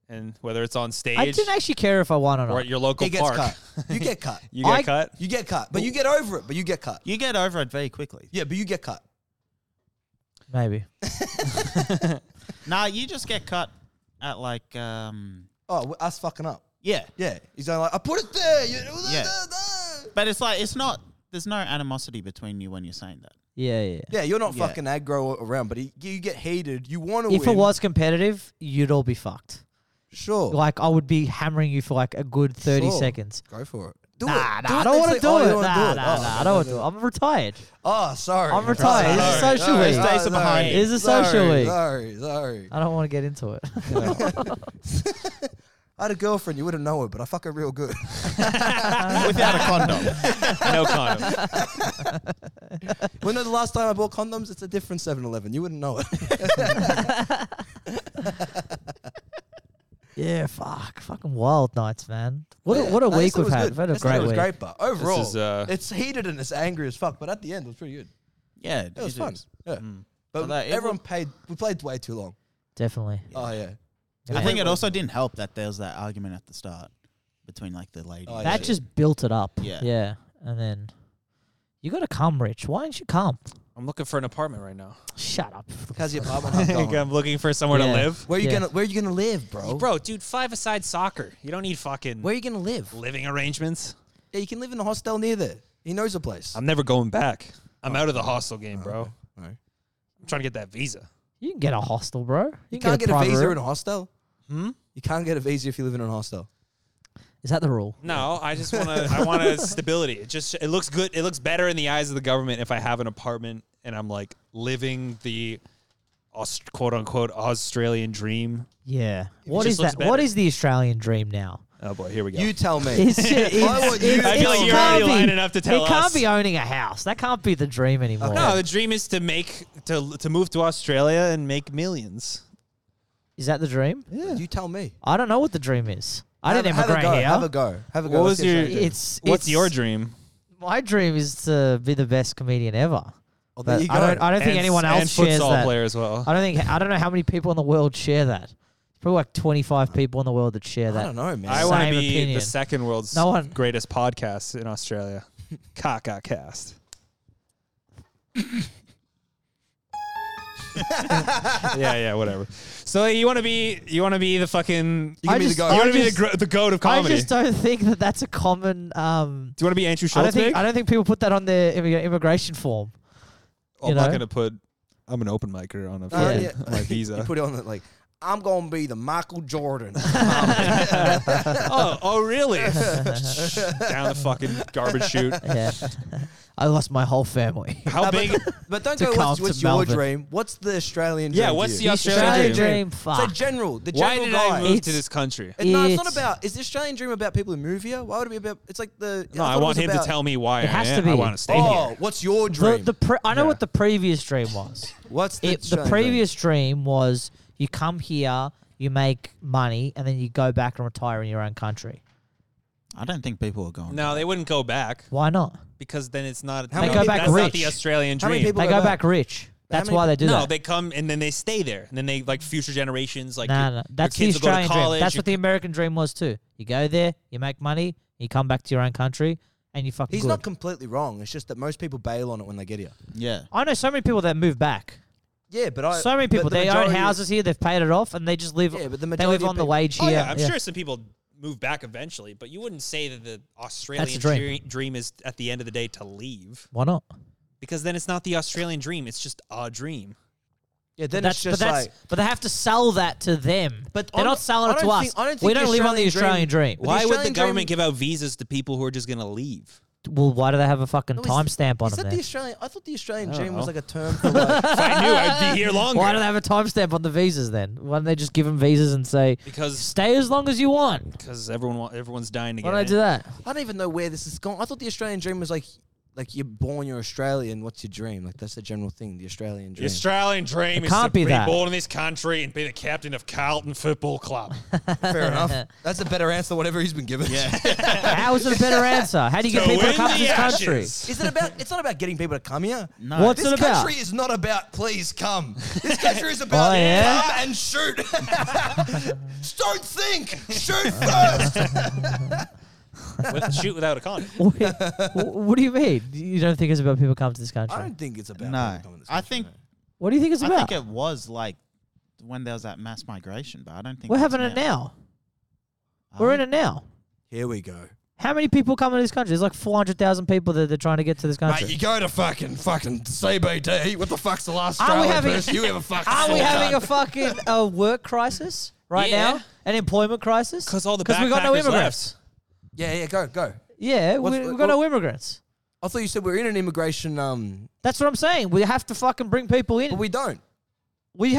Speaker 1: and whether it's on
Speaker 2: I
Speaker 1: stage
Speaker 2: didn't actually care if I won or
Speaker 1: or
Speaker 2: not.
Speaker 1: at your local
Speaker 3: He gets
Speaker 1: park,
Speaker 3: cut. You get cut.
Speaker 1: you get
Speaker 2: I-
Speaker 1: cut.
Speaker 3: You get cut, but you get over it. But you get cut.
Speaker 4: You get over it very quickly.
Speaker 3: Yeah, but you get cut.
Speaker 2: Maybe.
Speaker 4: Nah, you just get cut at like, um,
Speaker 3: Oh, w- us fucking up.
Speaker 4: yeah.
Speaker 3: Yeah, he's like, I put it there. You
Speaker 4: Yeah.
Speaker 3: yeah.
Speaker 4: But it's like, it's not, there's no animosity between you when you're saying that.
Speaker 2: Yeah, yeah.
Speaker 3: yeah, you're not
Speaker 4: Yeah.
Speaker 3: fucking aggro around, but he, you get heated. You want to
Speaker 2: If
Speaker 3: win.
Speaker 2: it was competitive, you'd all be fucked.
Speaker 3: sure,
Speaker 2: Like I would be hammering you for like a good thirty
Speaker 3: Sure.
Speaker 2: seconds.
Speaker 3: go for it. Do
Speaker 2: nah,
Speaker 3: it.
Speaker 2: nah, I don't want to
Speaker 3: next
Speaker 2: do
Speaker 3: week.
Speaker 2: it.
Speaker 3: Oh, you wanna
Speaker 2: Nah,
Speaker 3: do it.
Speaker 2: nah,
Speaker 3: Oh,
Speaker 2: nah, I
Speaker 3: okay,
Speaker 2: don't want
Speaker 3: okay.
Speaker 2: to. I'm retired.
Speaker 3: Oh, sorry.
Speaker 2: I'm retired. This is
Speaker 3: Sorry,
Speaker 2: social
Speaker 3: sorry,
Speaker 2: week.
Speaker 3: sorry,
Speaker 4: Stays behind
Speaker 3: sorry,
Speaker 4: you.
Speaker 2: This is social
Speaker 3: sorry,
Speaker 2: week.
Speaker 3: Sorry, sorry.
Speaker 2: I don't want to get into it.
Speaker 3: I had a girlfriend. You wouldn't know her, but I fuck her real good.
Speaker 4: Without a condom.
Speaker 1: no condom.
Speaker 3: when was the last time I bought condoms? It's a different 7-Eleven. You wouldn't know it.
Speaker 2: Yeah, fuck, fucking wild nights, man. What a, what a
Speaker 3: No,
Speaker 2: week
Speaker 3: yesterday
Speaker 2: we've
Speaker 3: was
Speaker 2: had.
Speaker 3: good.
Speaker 2: We've had a
Speaker 3: Yesterday
Speaker 2: great
Speaker 3: was
Speaker 2: week.
Speaker 3: great, but overall,
Speaker 1: is, uh,
Speaker 3: it's heated and it's angry as fuck. But at the end, it was pretty good.
Speaker 4: Yeah,
Speaker 3: It was
Speaker 4: is.
Speaker 3: fun. Yeah. But
Speaker 4: Although it
Speaker 3: everyone paid. We played way too long.
Speaker 2: Definitely.
Speaker 3: Oh yeah.
Speaker 4: I
Speaker 2: Yeah.
Speaker 4: think it also didn't help that there was that argument at the start between like the lady.
Speaker 3: Oh, yeah.
Speaker 2: That just built it up.
Speaker 4: Yeah.
Speaker 2: Yeah. And then you gotta come, Rich. Why didn't you come?
Speaker 1: I'm looking for an apartment right now.
Speaker 2: Shut up.
Speaker 3: Because your apartment hub
Speaker 1: Like,
Speaker 3: going.
Speaker 1: I'm looking for somewhere
Speaker 2: Yeah.
Speaker 1: to live.
Speaker 3: Where you
Speaker 2: Yeah.
Speaker 3: gonna Where you gonna live, bro?
Speaker 1: Bro, dude, five aside soccer. You don't need fucking
Speaker 3: Where you gonna live?
Speaker 1: living arrangements.
Speaker 3: Yeah, you can live in a hostel near there. He knows a place.
Speaker 1: I'm never going back. I'm out of the hostel game, bro.
Speaker 3: No.
Speaker 1: I'm trying to get that visa.
Speaker 2: You can get a hostel, bro. You,
Speaker 3: You can't get a
Speaker 2: private
Speaker 3: visa
Speaker 2: room.
Speaker 3: in a hostel.
Speaker 1: Hmm?
Speaker 3: You can't get a visa if you live in a hostel.
Speaker 2: Is that the rule?
Speaker 1: No, I just want to. I want to stability. It just it looks good. It looks better in the eyes of the government if I have an apartment and I'm like living the Aus- quote unquote Australian dream.
Speaker 2: Yeah. What
Speaker 1: just
Speaker 2: is
Speaker 1: looks
Speaker 2: that? What
Speaker 1: better.
Speaker 2: is the Australian dream now?
Speaker 1: Oh boy, here we go.
Speaker 3: You tell me.
Speaker 2: It's, it's,
Speaker 3: want you
Speaker 2: it's-
Speaker 3: to
Speaker 1: I feel
Speaker 2: it's
Speaker 1: like you're
Speaker 2: can't
Speaker 1: already
Speaker 2: be-
Speaker 1: lying enough to tell
Speaker 2: It can't
Speaker 1: us.
Speaker 2: be owning a house. That can't be the dream anymore.
Speaker 1: no, the dream is to make to to move to Australia and make millions.
Speaker 2: Is that the dream?
Speaker 3: You tell me.
Speaker 2: I don't know what the dream is. I
Speaker 3: have,
Speaker 2: didn't
Speaker 3: have a
Speaker 2: immigrate
Speaker 3: go.
Speaker 2: here.
Speaker 3: Have a go. Have a go.
Speaker 1: What
Speaker 3: Let's
Speaker 1: was
Speaker 3: see
Speaker 1: your-
Speaker 3: Australia.
Speaker 2: it's
Speaker 1: What's
Speaker 2: it's-
Speaker 1: your dream?
Speaker 2: My dream is to be the best comedian ever.
Speaker 3: Oh, there
Speaker 2: But
Speaker 3: you go.
Speaker 2: I don't. I don't think
Speaker 1: And-
Speaker 2: anyone else
Speaker 1: and
Speaker 2: shares
Speaker 1: futsal
Speaker 2: that.
Speaker 1: player as well.
Speaker 2: I don't think. I don't know how many people in the world share that. It's probably like twenty-five people in the world that share
Speaker 3: I
Speaker 2: that.
Speaker 3: don't know, man.
Speaker 1: I want to
Speaker 2: Same
Speaker 1: be
Speaker 2: opinion.
Speaker 1: the second world's
Speaker 2: No one-
Speaker 1: greatest podcast in Australia. Kaka Cast. yeah, yeah, whatever. So you want to be you want to be the fucking you
Speaker 3: give
Speaker 2: I
Speaker 3: me the
Speaker 2: just-
Speaker 3: go.
Speaker 2: I
Speaker 1: want to be the
Speaker 2: just-
Speaker 1: gro- the goat of
Speaker 2: I
Speaker 1: comedy.
Speaker 2: just don't think that that's a common. Um,
Speaker 1: Do you want to be Andrew
Speaker 2: I don't
Speaker 1: Schultz?
Speaker 2: think.
Speaker 1: Mick?
Speaker 2: I don't think people put that on their immig- immigration form.
Speaker 1: Oh,
Speaker 2: you
Speaker 1: I'm not
Speaker 2: know?
Speaker 1: gonna put. I'm an open micer on a
Speaker 3: Uh,
Speaker 1: fucking
Speaker 3: yeah.
Speaker 1: on my
Speaker 3: You
Speaker 1: visa.
Speaker 3: put it on the like. I'm gonna be the Michael Jordan.
Speaker 1: oh, oh, really? Down the fucking garbage chute.
Speaker 2: Yeah. I lost my whole family.
Speaker 1: How big?
Speaker 3: but don't
Speaker 2: To
Speaker 3: go.
Speaker 2: come
Speaker 3: What's,
Speaker 2: to
Speaker 3: what's your
Speaker 2: Melbourne.
Speaker 3: dream? What's the Australian?
Speaker 1: Yeah,
Speaker 3: dream to
Speaker 1: what's the
Speaker 3: you?
Speaker 1: Australian
Speaker 2: Australian
Speaker 1: dream?
Speaker 2: dream. Fuck.
Speaker 3: It's a general. The
Speaker 1: Why
Speaker 3: general
Speaker 1: did
Speaker 3: guy.
Speaker 1: I move to
Speaker 2: It's-
Speaker 1: this country?
Speaker 3: It- no, it's not
Speaker 2: It's-
Speaker 3: about. Is the Australian dream about people who move here? Why would it be about? It's like the.
Speaker 1: No, I,
Speaker 3: thought
Speaker 1: want
Speaker 3: it was
Speaker 1: him
Speaker 3: about-
Speaker 1: to tell me why
Speaker 2: It
Speaker 1: I
Speaker 2: has
Speaker 1: am.
Speaker 2: to be.
Speaker 1: I want to stay here.
Speaker 3: Oh, what's your
Speaker 2: The,
Speaker 3: dream?
Speaker 2: the pre- I know
Speaker 1: Yeah.
Speaker 2: what the previous dream was.
Speaker 3: what's the,
Speaker 2: It, the
Speaker 3: Australian
Speaker 2: previous dream was you come here, you make money, and then you go back and retire in your own country.
Speaker 4: I don't think people are going.
Speaker 1: No, they wouldn't go back
Speaker 2: Why not?
Speaker 1: because then it's not. no,
Speaker 3: How many people-
Speaker 1: that's
Speaker 2: They go
Speaker 1: not
Speaker 2: back
Speaker 1: the
Speaker 2: rich.
Speaker 1: Australian
Speaker 3: How
Speaker 1: dream.
Speaker 3: many people
Speaker 2: They
Speaker 3: go
Speaker 2: go
Speaker 3: back?
Speaker 2: back rich. That's
Speaker 3: many
Speaker 2: why they do
Speaker 1: no,
Speaker 2: that.
Speaker 1: they come and then they stay there, and then they like future generations, like
Speaker 2: nah,
Speaker 1: your,
Speaker 2: nah. That's
Speaker 1: your
Speaker 2: the
Speaker 1: kids will go to
Speaker 2: Australian
Speaker 1: college.
Speaker 2: dream. That's
Speaker 1: your-
Speaker 2: what the American dream was too. You go there, you make money, you come back to your own country, and you fucking
Speaker 3: He's
Speaker 2: good.
Speaker 3: not completely wrong. It's just that most people bail on it when they get here.
Speaker 4: Yeah.
Speaker 2: I know so many people that move back.
Speaker 3: Yeah, but I.
Speaker 2: So many
Speaker 3: but
Speaker 2: people.
Speaker 3: the
Speaker 2: they
Speaker 3: majority-
Speaker 2: own houses here. They've paid it off, and they just live.
Speaker 3: Yeah, but the
Speaker 2: they
Speaker 3: majority
Speaker 2: live
Speaker 3: of
Speaker 2: on the
Speaker 3: people-
Speaker 2: wage
Speaker 1: oh
Speaker 2: here.
Speaker 1: yeah, I'm sure some people move back eventually, but you wouldn't say that the Australian
Speaker 2: dream.
Speaker 1: dream. dream is at the end of the day to leave
Speaker 2: Why not?
Speaker 1: because then it's not the Australian dream; it's just a dream.
Speaker 3: Yeah, then
Speaker 2: that's,
Speaker 3: it's just
Speaker 2: but, that's
Speaker 3: like.
Speaker 2: but they have to sell that to them.
Speaker 3: But
Speaker 2: they're
Speaker 3: I'm-
Speaker 2: not selling
Speaker 3: I
Speaker 2: it to
Speaker 3: don't
Speaker 2: us.
Speaker 3: think- I don't
Speaker 2: we
Speaker 3: think
Speaker 2: don't
Speaker 3: the
Speaker 2: live on the Australian
Speaker 3: Australian
Speaker 2: dream.
Speaker 3: But
Speaker 1: Why would the
Speaker 3: Australian dream-
Speaker 1: government give out visas to people who are just going to leave?
Speaker 2: Well, why do they have a fucking
Speaker 3: No, is-
Speaker 2: timestamp on
Speaker 3: Is
Speaker 2: them?
Speaker 3: that
Speaker 2: there?
Speaker 3: the Australian? I thought the Australian
Speaker 1: I don't
Speaker 3: dream was
Speaker 1: know.
Speaker 3: like a term for like.
Speaker 1: if I knew, I'd be here longer.
Speaker 2: why do they have a timestamp on the visas then? Why don't they just give them visas and say
Speaker 1: because
Speaker 2: stay as long as you want?
Speaker 1: because everyone wa- everyone's dying to
Speaker 2: Why
Speaker 1: get
Speaker 2: don't they
Speaker 1: in.
Speaker 2: do that?
Speaker 3: I don't even know where this is going. I thought the Australian dream was like, like you're born, you're Australian. What's your dream? Like that's the general thing. The Australian
Speaker 1: The
Speaker 3: dream.
Speaker 1: Australian dream
Speaker 2: It
Speaker 1: is to
Speaker 2: can't be
Speaker 1: be,
Speaker 2: that.
Speaker 1: born in this country and be the captain of Carlton Football Club.
Speaker 3: Fair enough. That's a better answer than whatever he's been given.
Speaker 4: Yeah.
Speaker 2: How is it a better answer? How do you get
Speaker 1: To
Speaker 2: people to
Speaker 1: win
Speaker 2: come to
Speaker 1: the
Speaker 2: this country?
Speaker 1: ashes.
Speaker 3: Is it about? It's not about getting people to come here.
Speaker 4: No.
Speaker 2: What's
Speaker 3: this
Speaker 2: it about?
Speaker 3: country is not about please come. This country is about
Speaker 2: Oh, yeah?
Speaker 3: come and shoot. Don't think, shoot first.
Speaker 1: With- shoot without a condom.
Speaker 2: Wh- what do you mean? You don't think it's about people come to this country?
Speaker 3: I don't think it's about.
Speaker 4: No.
Speaker 3: people coming to this
Speaker 4: I
Speaker 3: country,
Speaker 4: think
Speaker 3: mate.
Speaker 2: What do you think it's
Speaker 4: I
Speaker 2: about?
Speaker 4: think it was like when there was that mass migration, but I don't think
Speaker 2: We're
Speaker 4: that's
Speaker 2: having it now.
Speaker 4: Are
Speaker 2: We're
Speaker 4: we?
Speaker 2: in it now.
Speaker 3: Here we go.
Speaker 2: How many people come into this country? There's like 400,000 people that they're trying to get to this country.
Speaker 3: Mate, you go to fucking fucking CBD. What the fuck's the last
Speaker 2: Are we
Speaker 3: Australian
Speaker 2: having-
Speaker 3: person you ever fucking
Speaker 2: Are we
Speaker 3: saw,
Speaker 2: having a
Speaker 3: cunt?
Speaker 2: fucking uh, work crisis right
Speaker 1: Yeah.
Speaker 2: now? An employment crisis?
Speaker 1: 'Cause all the
Speaker 2: we got no
Speaker 1: backpackers
Speaker 2: immigrants.
Speaker 3: Yeah, yeah, go, go.
Speaker 2: Yeah,
Speaker 3: What's-
Speaker 2: we, we've
Speaker 3: what-
Speaker 2: got no immigrants.
Speaker 3: I thought you said we are in an immigration. Um,
Speaker 2: That's what I'm saying. We have to fucking bring people in.
Speaker 3: but
Speaker 2: We,
Speaker 3: we don't.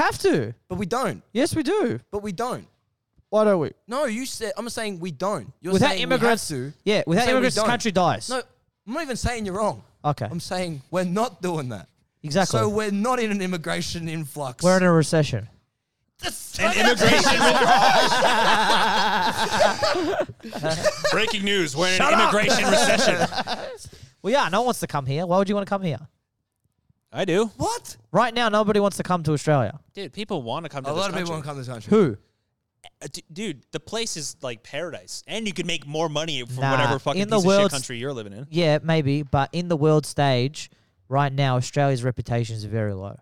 Speaker 2: have to.
Speaker 3: But we don't.
Speaker 2: Yes, we do.
Speaker 3: But we don't.
Speaker 2: Why don't we?
Speaker 3: No, you said I'm saying we don't. You're
Speaker 2: Without
Speaker 3: saying
Speaker 2: immigrants,
Speaker 3: we have to.
Speaker 2: yeah, without
Speaker 3: saying we
Speaker 2: immigrants, this
Speaker 3: don't.
Speaker 2: country dies.
Speaker 3: No, I'm not even saying you're wrong.
Speaker 2: Okay,
Speaker 3: I'm saying we're not doing that.
Speaker 2: exactly.
Speaker 3: So we're not in an immigration influx.
Speaker 2: We're in a recession.
Speaker 1: and immigration
Speaker 5: Breaking news: We're in
Speaker 1: Shut
Speaker 5: an
Speaker 1: up.
Speaker 5: immigration recession.
Speaker 2: Well, yeah, no one wants to come here. Why would you want to come here?
Speaker 1: I do,
Speaker 3: What?
Speaker 2: Right now, nobody wants to come to Australia.
Speaker 1: dude. People want to come to
Speaker 3: A
Speaker 1: this
Speaker 3: lot of people
Speaker 1: country.
Speaker 3: want to come to this country.
Speaker 2: Who?
Speaker 1: Uh, d- dude, the place is like paradise, and you could make more money from
Speaker 2: Nah,
Speaker 1: whatever fucking
Speaker 2: in the
Speaker 1: piece of shit
Speaker 2: world's-
Speaker 1: country you're living in.
Speaker 2: Yeah, maybe, but in the world stage, right now, Australia's reputation is very low.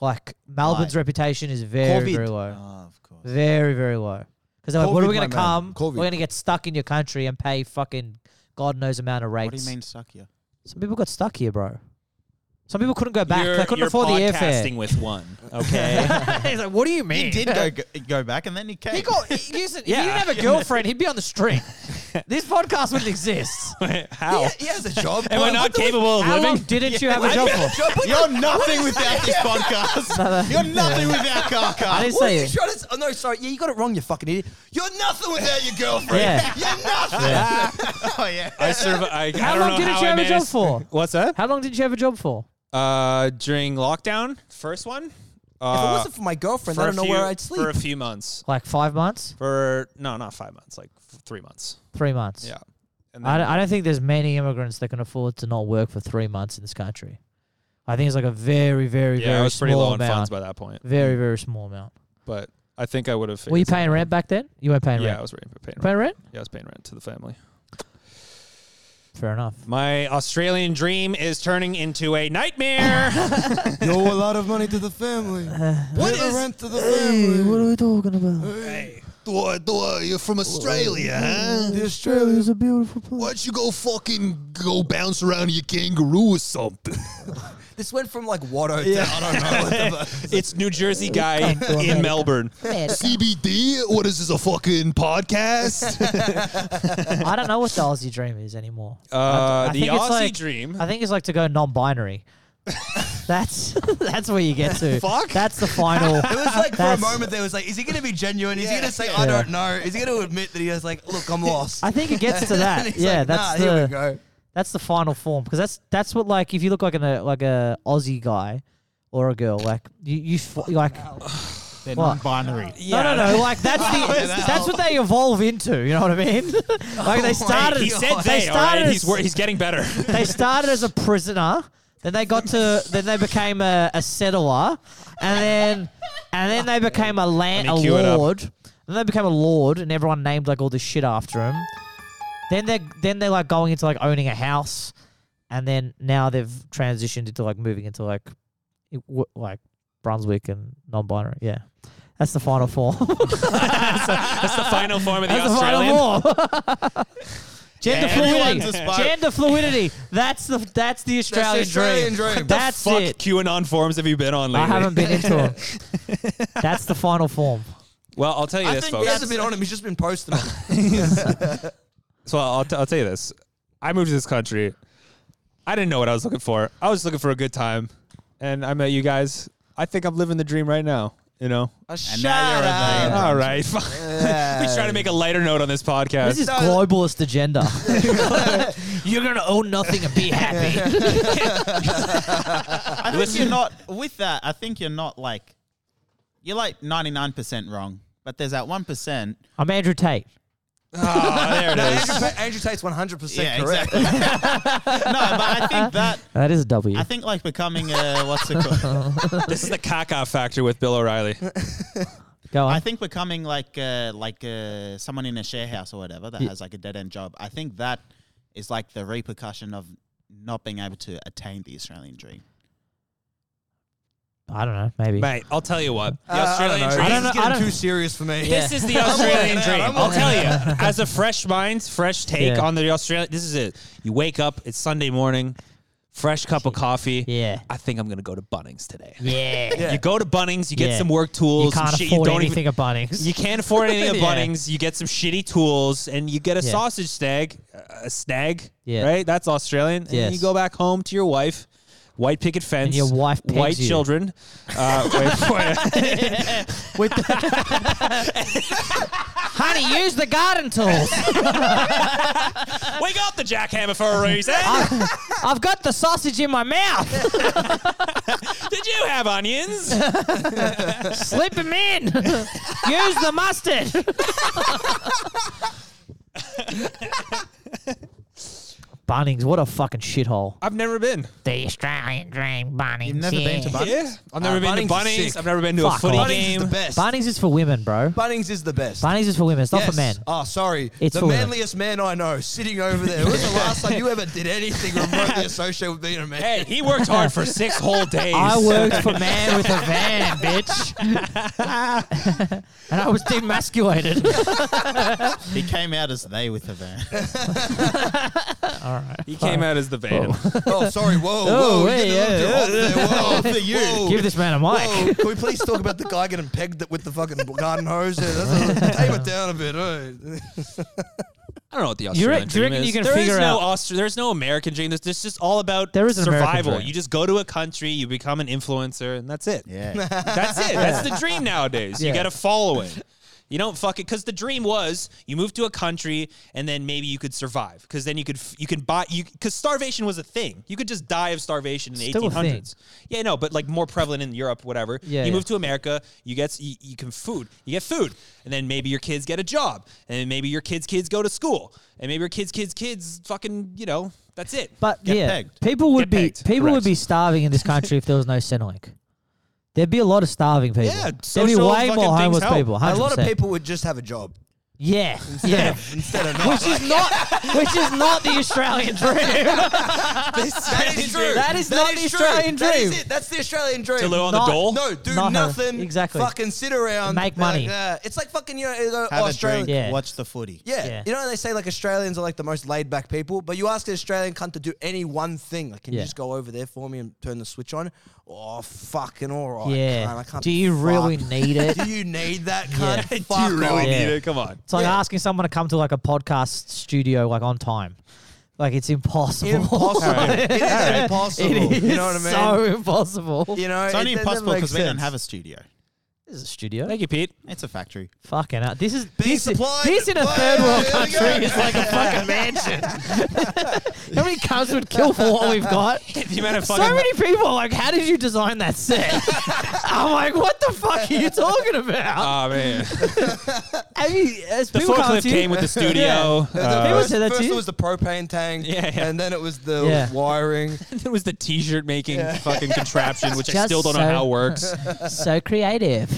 Speaker 2: Like Melbourne's reputation is very,
Speaker 3: COVID.
Speaker 2: very low,
Speaker 4: Oh, of course.
Speaker 2: very, very low. Because they're like, what are
Speaker 3: COVID,
Speaker 2: we going
Speaker 3: my
Speaker 2: to
Speaker 3: man.
Speaker 2: come?
Speaker 3: COVID.
Speaker 2: We're going to get stuck in your country and pay fucking god knows amount of rates.
Speaker 4: What do you mean stuck here?
Speaker 2: Some people got stuck here, bro. Some people couldn't go back.
Speaker 1: You're,
Speaker 2: they couldn't
Speaker 1: you're
Speaker 2: afford the
Speaker 1: podcasting
Speaker 2: airfare.
Speaker 1: with one, okay?
Speaker 2: He's like, what do you mean?
Speaker 4: He did go, go go back, and then he came.
Speaker 2: He got. He, listen,
Speaker 1: Yeah.
Speaker 2: If he didn't have a girlfriend, he'd be on the street. this podcast wouldn't exist.
Speaker 1: How?
Speaker 3: He has a job.
Speaker 1: Am I not capable of
Speaker 2: How long
Speaker 1: living?
Speaker 2: didn't you have a job for?
Speaker 4: You're nothing without this podcast. You're nothing without car
Speaker 2: I
Speaker 4: car.
Speaker 2: didn't
Speaker 3: What are
Speaker 2: say
Speaker 3: you
Speaker 2: it.
Speaker 3: trying to s- Oh, no, sorry. Yeah, you got it wrong, you fucking idiot. You're nothing without your girlfriend.
Speaker 2: Yeah.
Speaker 3: You're nothing.
Speaker 4: Oh yeah.
Speaker 1: I serve. I, I don't
Speaker 2: How
Speaker 1: know
Speaker 2: long
Speaker 1: how
Speaker 2: didn't you
Speaker 1: I
Speaker 2: have a job
Speaker 1: managed-
Speaker 2: for?
Speaker 1: What's that?
Speaker 2: How long did you have a job for?
Speaker 1: Uh, during lockdown, first one.
Speaker 3: If it
Speaker 1: Uh,
Speaker 3: wasn't for my girlfriend,
Speaker 1: for a
Speaker 3: I don't know
Speaker 1: few-
Speaker 3: where I'd sleep.
Speaker 1: for a few months.
Speaker 2: Like five months,
Speaker 1: For no, not five months, like f- three months.
Speaker 2: three months.
Speaker 1: Yeah. And
Speaker 2: I
Speaker 1: then,
Speaker 2: don't, I don't think there's many immigrants that can afford to not work for three months in this country. I think it's like a very, very,
Speaker 1: yeah,
Speaker 2: very
Speaker 1: I was
Speaker 2: small
Speaker 1: pretty low on
Speaker 2: amount.
Speaker 1: funds by that point,
Speaker 2: very, very small amount.
Speaker 1: but I think I would have.
Speaker 2: Were you paying rent back then? You weren't paying
Speaker 1: Yeah, I
Speaker 2: rent.
Speaker 1: was paying rent.
Speaker 2: Paying rent?
Speaker 1: Yeah, I was paying rent to the family.
Speaker 2: Fair enough.
Speaker 1: My Australian dream is turning into a nightmare.
Speaker 3: You owe a lot of money to the family.
Speaker 2: Uh,
Speaker 3: what Pay the rent to the family.
Speaker 2: are we talking about?
Speaker 5: Dora, Dora, you're from Australia, huh?
Speaker 3: the Australians.
Speaker 2: a beautiful place.
Speaker 5: Why don't you go fucking go bounce around your kangaroo or something?
Speaker 3: This went from like Watto yeah. to I don't know. What the fuck.
Speaker 1: it's New Jersey guy in Melbourne.
Speaker 5: CBD? What is this, a fucking podcast?
Speaker 2: I don't know what the Aussie dream is anymore.
Speaker 1: Uh,
Speaker 2: I
Speaker 1: the
Speaker 2: think it's
Speaker 1: Aussie
Speaker 2: like-
Speaker 1: dream.
Speaker 2: I think it's like to go non-binary. that's that's where you get to.
Speaker 1: Fuck.
Speaker 2: That's the final.
Speaker 3: It was like for a
Speaker 2: That's-
Speaker 3: moment there was like, is he going to be genuine? Is he going to say,
Speaker 2: Yeah.
Speaker 3: I don't know? Is he going to admit that he was like, look, I'm lost?
Speaker 2: I think it gets to
Speaker 3: And
Speaker 2: that.
Speaker 3: he's
Speaker 2: yeah,
Speaker 3: like,
Speaker 2: that's
Speaker 3: nah,
Speaker 2: the
Speaker 3: here we go.
Speaker 2: that's the final form because that's that's what like if you look like an uh, like a Aussie guy or a girl like you you f- like
Speaker 4: They're
Speaker 2: What?
Speaker 4: non-binary.
Speaker 2: no no no like that's the that's what they evolve into. You know what I mean? like
Speaker 3: Oh
Speaker 2: they started.
Speaker 1: He said
Speaker 2: they
Speaker 1: they. All right,
Speaker 2: started
Speaker 1: he's wor- he's getting better.
Speaker 2: they started as a prisoner. Then they got to. Then they became a, a settler, and then and then they became a land a
Speaker 1: Let me cue it up.
Speaker 2: lord. Then they became a lord, and everyone named like all this shit after him. Then they then they're like going into like owning a house, and then now they've transitioned into like moving into like it w- like Brunswick and non-binary. Yeah, that's the final form.
Speaker 1: That's the final form of the
Speaker 2: That's the
Speaker 1: Australian.
Speaker 2: final form. Gender
Speaker 4: Everyone's
Speaker 2: fluidity.
Speaker 4: a spy.
Speaker 2: Gender fluidity. That's the that's the Australian,
Speaker 3: Australian
Speaker 2: dream.
Speaker 3: dream. What the
Speaker 2: That's
Speaker 1: Fuck
Speaker 2: it.
Speaker 1: QAnon forums have you been on
Speaker 2: I
Speaker 1: lately?
Speaker 2: haven't been into them. that's the final form.
Speaker 1: Well, I'll tell you
Speaker 3: I
Speaker 1: this,
Speaker 3: think
Speaker 1: folks.
Speaker 3: he hasn't been on him. He's just been posting him.
Speaker 1: So I'll, t- I'll tell you this. I moved to this country. I didn't know what I was looking for. I was looking for a good time. And I met you guys. I think I'm living the dream right now, you know?
Speaker 3: Oh,
Speaker 4: And now you're a man.
Speaker 1: All right. fine. we try to make a lighter note on this podcast.
Speaker 2: This is globalist agenda. You're gonna own nothing and be happy.
Speaker 4: I think you're not with that. I think you're not like you're like 99% wrong, but there's that 1%.
Speaker 2: I'm Andrew Tate.
Speaker 1: oh, there it is.
Speaker 3: Andrew, Ta- Andrew Tate's 100%
Speaker 4: Yeah,
Speaker 3: correct.
Speaker 4: exactly. no, but I think that
Speaker 2: That is a W.
Speaker 4: I think like becoming a what's it called?
Speaker 1: This is the caca factor with Bill O'Reilly.
Speaker 2: Go on.
Speaker 4: I think becoming like uh, like uh, someone in a share house or whatever that has like a dead end job. I think that is like the repercussion of not being able to attain the Australian dream.
Speaker 2: I don't know. Maybe.
Speaker 1: Mate, I'll tell you what. The
Speaker 3: Uh, I don't
Speaker 1: Australian
Speaker 3: know.
Speaker 1: dream.
Speaker 2: I don't
Speaker 3: This is
Speaker 2: know- I
Speaker 3: getting
Speaker 2: don't-
Speaker 3: too serious for me.
Speaker 1: This is the Australian
Speaker 3: out,
Speaker 1: dream.
Speaker 3: I'm
Speaker 1: I'll
Speaker 3: walking
Speaker 1: tell you, as a fresh mind, fresh take
Speaker 2: Yeah.
Speaker 1: on the Australian. This is it. You wake up. It's Sunday morning. Fresh cup of coffee.
Speaker 2: Yeah.
Speaker 1: I think I'm gonna go to Bunnings today.
Speaker 2: Yeah.
Speaker 1: You go to Bunnings. You get
Speaker 2: Yeah.
Speaker 1: some work
Speaker 2: You
Speaker 1: tools. some
Speaker 2: can't
Speaker 1: shit
Speaker 2: afford
Speaker 1: you don't
Speaker 2: anything
Speaker 1: even.
Speaker 2: at Bunnings.
Speaker 1: You can't afford anything at
Speaker 2: Yeah.
Speaker 1: Bunnings. You get some shitty tools, and you get a
Speaker 2: Yeah.
Speaker 1: sausage stag, a snag,
Speaker 2: Yeah.
Speaker 1: right? That's Australian. And
Speaker 2: Yes.
Speaker 1: you go back home to your wife, white picket fence,
Speaker 2: your wife pegs
Speaker 1: white
Speaker 2: you.
Speaker 1: children. Uh, wait for it.
Speaker 2: With the Honey, use the garden tools.
Speaker 1: We got the jackhammer for a reason.
Speaker 2: I've got the sausage in my mouth.
Speaker 1: Did you have onions?
Speaker 2: Slip him in. Use the mustard. Bunnings, what a fucking shithole.
Speaker 1: I've never been.
Speaker 2: The Australian dream, Bunnings.
Speaker 4: You've never been to Bunnings?
Speaker 1: Yeah, I've never
Speaker 3: Uh,
Speaker 1: been to
Speaker 3: Bunnings is
Speaker 1: Bunnies.
Speaker 3: sick.
Speaker 1: I've never been to a
Speaker 2: Fuck
Speaker 1: footy
Speaker 2: off.
Speaker 3: Bunnings
Speaker 1: game.
Speaker 3: is the best.
Speaker 2: Bunnings is for women, bro.
Speaker 3: Bunnings is the best.
Speaker 2: Bunnings is for women. It's not for men.
Speaker 3: Oh, sorry.
Speaker 2: It's
Speaker 3: the
Speaker 2: for women.
Speaker 3: manliest man I know sitting over there. When was the last time you ever did anything remotely associated with being a man?
Speaker 1: Hey, he worked hard for six whole days.
Speaker 2: I worked for man with a van, bitch. and I was demasculated.
Speaker 4: He came out as they with a van.
Speaker 1: He came out as the van.
Speaker 3: Oh, sorry. Whoa,
Speaker 2: Oh,
Speaker 3: whoa.
Speaker 2: hey,
Speaker 3: you getting a
Speaker 2: yeah,
Speaker 3: little too hot there. Whoa,
Speaker 4: For you.
Speaker 3: Whoa.
Speaker 2: Give this man a mic.
Speaker 3: Whoa, can we please talk about the guy getting pegged with the fucking garden hose? Yeah, That's a, tame it down a bit. eh?
Speaker 1: I don't know what the
Speaker 2: You re-
Speaker 1: Australian
Speaker 2: do you
Speaker 1: dream
Speaker 2: reckon
Speaker 1: is.
Speaker 2: you can
Speaker 1: There is
Speaker 2: figure
Speaker 1: no
Speaker 2: out-
Speaker 1: Austra- there's no American dream. This this is just all about
Speaker 2: There is an American
Speaker 1: survival.
Speaker 2: dream.
Speaker 1: You just go to a country, you become an influencer, and that's it.
Speaker 4: Yeah.
Speaker 1: That's it. That's the dream nowadays. You
Speaker 2: Yeah.
Speaker 1: got to follow it. You don't fuck it because the dream was you move to a country and then maybe you could survive because then you could f- you can buy you because starvation was a thing. You could just die of starvation in the
Speaker 2: Still a
Speaker 1: eighteen
Speaker 2: thing.
Speaker 1: hundreds. Yeah, no, but like more prevalent in Europe, whatever.
Speaker 2: Yeah,
Speaker 1: you
Speaker 2: yeah.
Speaker 1: move to America, you get s- you, you can food, you get food, and then maybe your kids get a job, and then maybe your kids' kids go to school, and maybe your kids' kids' kids fucking you know that's it.
Speaker 2: But
Speaker 4: Get
Speaker 2: yeah,
Speaker 4: pegged.
Speaker 2: people would
Speaker 1: Get
Speaker 2: be
Speaker 1: pegged,
Speaker 2: people
Speaker 1: correct.
Speaker 2: would be starving in this country if there was no Centrelink. There'd be a lot of starving people.
Speaker 1: Yeah,
Speaker 2: There'd be
Speaker 1: social
Speaker 2: way
Speaker 1: fucking
Speaker 2: more
Speaker 1: things
Speaker 2: homeless
Speaker 1: help.
Speaker 2: people. 100%.
Speaker 3: A lot of people would just have a job.
Speaker 2: Yeah, yeah.
Speaker 3: Instead of
Speaker 2: Which is
Speaker 3: not.
Speaker 2: not, which is not the Australian dream.
Speaker 3: that is true.
Speaker 2: That is not the
Speaker 3: true.
Speaker 2: Australian
Speaker 3: That is
Speaker 2: dream.
Speaker 3: it. That's the Australian dream.
Speaker 1: To live on
Speaker 2: Not-
Speaker 1: the dole.
Speaker 3: No, do
Speaker 2: No,
Speaker 3: nothing.
Speaker 2: exactly.
Speaker 3: Fucking sit around.
Speaker 2: Make
Speaker 3: be like,
Speaker 2: money.
Speaker 3: "Ah." it's like fucking you know, uh,
Speaker 4: Have a
Speaker 3: Australian.
Speaker 4: drink.
Speaker 2: Yeah.
Speaker 4: Watch the footy.
Speaker 3: Yeah.
Speaker 2: Yeah.
Speaker 3: you know how they say like Australians are like the most laid back people, but you ask an Australian cunt to do any one thing, like can
Speaker 2: Yeah.
Speaker 3: you just go over there for me and turn the switch on? Oh, fucking all right. cunt, I
Speaker 2: yeah.
Speaker 3: can't
Speaker 2: Do
Speaker 3: be
Speaker 2: you really
Speaker 3: fucked.
Speaker 2: need it?
Speaker 3: Do you need that cunt?
Speaker 2: Yeah.
Speaker 3: Fuck
Speaker 1: you really
Speaker 3: off.
Speaker 2: Yeah.
Speaker 1: need it. Come on.
Speaker 2: It's like
Speaker 3: Yeah.
Speaker 2: asking someone to come to like a podcast studio like on time. Like it's impossible.
Speaker 3: Impossible. It is impossible.
Speaker 2: It
Speaker 3: you know what I
Speaker 2: is
Speaker 3: mean?
Speaker 2: So impossible.
Speaker 3: you know,
Speaker 4: It's
Speaker 3: it-
Speaker 4: only
Speaker 3: that doesn't
Speaker 4: impossible
Speaker 3: make
Speaker 4: because we don't
Speaker 3: sense.
Speaker 4: have a studio.
Speaker 2: This is a studio.
Speaker 1: Thank you, Pete.
Speaker 4: It's a factory.
Speaker 2: Fucking hell. This is
Speaker 3: Being
Speaker 2: this,
Speaker 3: supplied
Speaker 2: this in a
Speaker 3: by-
Speaker 2: third world
Speaker 3: Here we go.
Speaker 2: country is like a fucking mansion. how many cunts would kill for what we've got?
Speaker 1: The amount of
Speaker 2: So
Speaker 1: fucking
Speaker 2: many people are like, how did you design that set? I'm like, what the fuck are you talking about?
Speaker 3: Uh,
Speaker 1: Oh man.
Speaker 2: Have you, as
Speaker 1: The
Speaker 2: people come
Speaker 1: forklift
Speaker 2: to you-
Speaker 1: came with the studio.
Speaker 3: The
Speaker 1: Uh,
Speaker 2: People
Speaker 3: first,
Speaker 2: say that to
Speaker 3: first
Speaker 2: you?
Speaker 3: it was the propane tank,
Speaker 1: Yeah, yeah.
Speaker 3: and then it was the
Speaker 2: Yeah.
Speaker 3: wiring.
Speaker 1: it was the T-shirt making fucking contraption, which I
Speaker 2: Just
Speaker 1: still don't
Speaker 2: so-
Speaker 1: know how it works.
Speaker 2: so creative.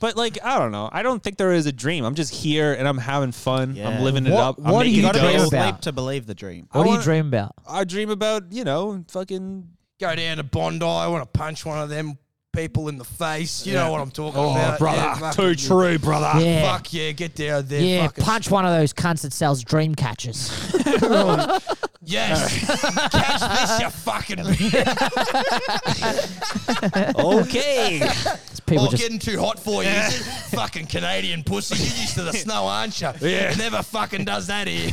Speaker 1: But like, I don't know. I don't think there is a dream. I'm just here and I'm having fun.
Speaker 4: Yeah.
Speaker 1: I'm living it
Speaker 2: What-
Speaker 1: up. I'm
Speaker 2: what do you
Speaker 1: making
Speaker 2: gotta be
Speaker 1: dough.
Speaker 2: about?
Speaker 4: Sleep to believe the dream.
Speaker 2: What do you
Speaker 1: wanna-
Speaker 2: dream about?
Speaker 1: I dream about you know fucking.
Speaker 3: Go down to Bondi. I want to punch one of them people in the face. You know what I'm talking
Speaker 1: Oh,
Speaker 3: about,
Speaker 1: brother,
Speaker 3: Yeah, fucking-
Speaker 1: too true, brother.
Speaker 2: Yeah.
Speaker 3: Ah, Fuck yeah, get down there.
Speaker 2: yeah,
Speaker 3: fucking-
Speaker 2: punch one of those cunts that sells dream catchers.
Speaker 3: Yes, catch this, you fucking.
Speaker 1: Okay.
Speaker 2: It's people
Speaker 3: All
Speaker 2: just
Speaker 3: getting too hot for you, is it? fucking Canadian pussy. You're used to the snow, aren't you?
Speaker 1: Yeah.
Speaker 3: never fucking does that here.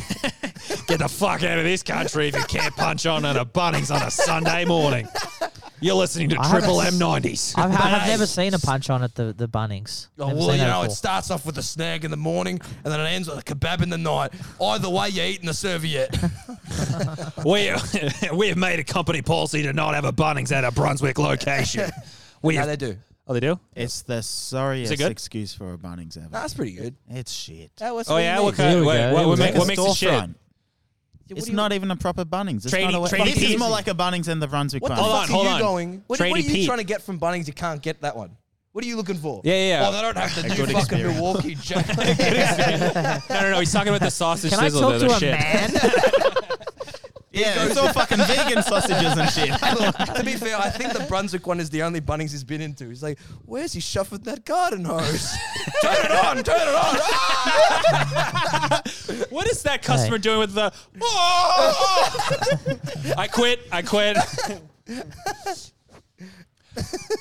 Speaker 1: Get the fuck out of this country if you can't punch on at a Bunnings on a Sunday morning. You're listening to
Speaker 2: I haven't
Speaker 1: Triple
Speaker 2: s-
Speaker 1: M90s.
Speaker 2: I've, I've
Speaker 3: Nice.
Speaker 2: never seen a punch on at the, the Bunnings.
Speaker 3: Oh,
Speaker 2: Never
Speaker 3: well,
Speaker 2: seen
Speaker 3: you
Speaker 2: that
Speaker 3: know, it
Speaker 2: before.
Speaker 3: starts off with a snag in the morning and then it ends with a kebab in the night. Either way, you're eating a serviette.
Speaker 1: we we have made a company policy to not have a Bunnings at a Brunswick location. We have,
Speaker 3: do.
Speaker 1: oh, they do.
Speaker 4: It's the sorriest
Speaker 1: good?
Speaker 4: excuse for a Bunnings ever.
Speaker 3: That's pretty good.
Speaker 4: It's shit.
Speaker 3: That was
Speaker 1: Oh yeah, what
Speaker 2: There
Speaker 1: kind?
Speaker 2: we
Speaker 1: Wait,
Speaker 2: go.
Speaker 1: what,
Speaker 2: There we
Speaker 1: what,
Speaker 2: go.
Speaker 1: make, what makes it shit?
Speaker 4: Storefront. It's not even a proper Bunnings. It's
Speaker 1: Tradie-
Speaker 4: not a,
Speaker 1: tradie
Speaker 4: this
Speaker 1: pieces.
Speaker 4: is more like a Bunnings than the Brunswick
Speaker 3: What the
Speaker 1: Hold
Speaker 4: Bunnings.
Speaker 3: fuck
Speaker 1: on, hold
Speaker 3: are you
Speaker 1: on.
Speaker 3: going? What, what are
Speaker 1: Trady
Speaker 3: you
Speaker 1: Pete.
Speaker 3: trying to get from Bunnings? You can't get that one. What are you looking for?
Speaker 1: Yeah, yeah, yeah.
Speaker 3: Oh, they don't have the
Speaker 1: good
Speaker 3: new fucking
Speaker 1: experience.
Speaker 3: Milwaukee Jack.
Speaker 1: No, no, no. He's talking about the sausage
Speaker 2: Can I
Speaker 1: sizzle.
Speaker 2: talk
Speaker 1: though,
Speaker 2: to
Speaker 1: the
Speaker 2: a
Speaker 1: shit.
Speaker 2: man?
Speaker 4: Yeah, it's all fucking vegan sausages and shit.
Speaker 3: Look, to be fair, I think the Brunswick one is the only Bunnings he's been into. He's like, where's he shuffled that garden hose? turn it on, turn it on.
Speaker 1: What is that customer
Speaker 2: Hey.
Speaker 1: doing with the? Oh, I quit. I quit.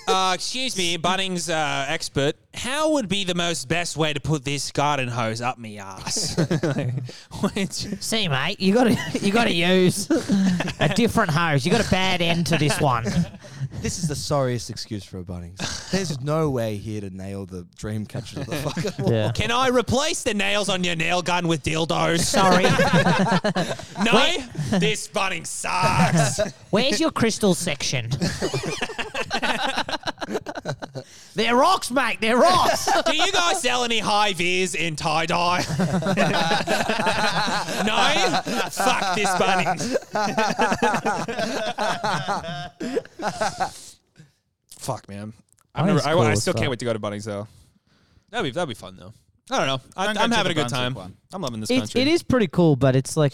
Speaker 1: Uh, excuse me, Bunnings uh, expert. How would be the most best way to put this garden hose up me ass? Which-
Speaker 2: See, mate, you gotta you gotta use a different hose. You got a bad end to this one.
Speaker 3: This is the sorriest excuse for a Bunnings. There's no way here to nail the dream catcher of the fucking wall.
Speaker 2: Yeah.
Speaker 1: Can I replace the nails on your nail gun with dildos?
Speaker 2: Sorry.
Speaker 1: No, this Bunnings sucks.
Speaker 2: Where's your crystal section? They're rocks, mate. They're rocks.
Speaker 1: Do you guys sell any high vis in tie dye? no? Fuck this bunny. Fuck, man. I'm
Speaker 2: Bunny's
Speaker 1: never, I, I
Speaker 2: cool as
Speaker 1: still can't
Speaker 2: fuck.
Speaker 1: wait to go to Bunny's, though. That'd be, that'd be fun, though. I don't know. I,
Speaker 4: Don't go
Speaker 1: I'm
Speaker 4: to
Speaker 1: having
Speaker 4: the
Speaker 1: a good
Speaker 4: Brunswick
Speaker 1: time.
Speaker 4: one.
Speaker 1: I'm loving this
Speaker 2: it's,
Speaker 1: country.
Speaker 2: it is pretty cool, but it's like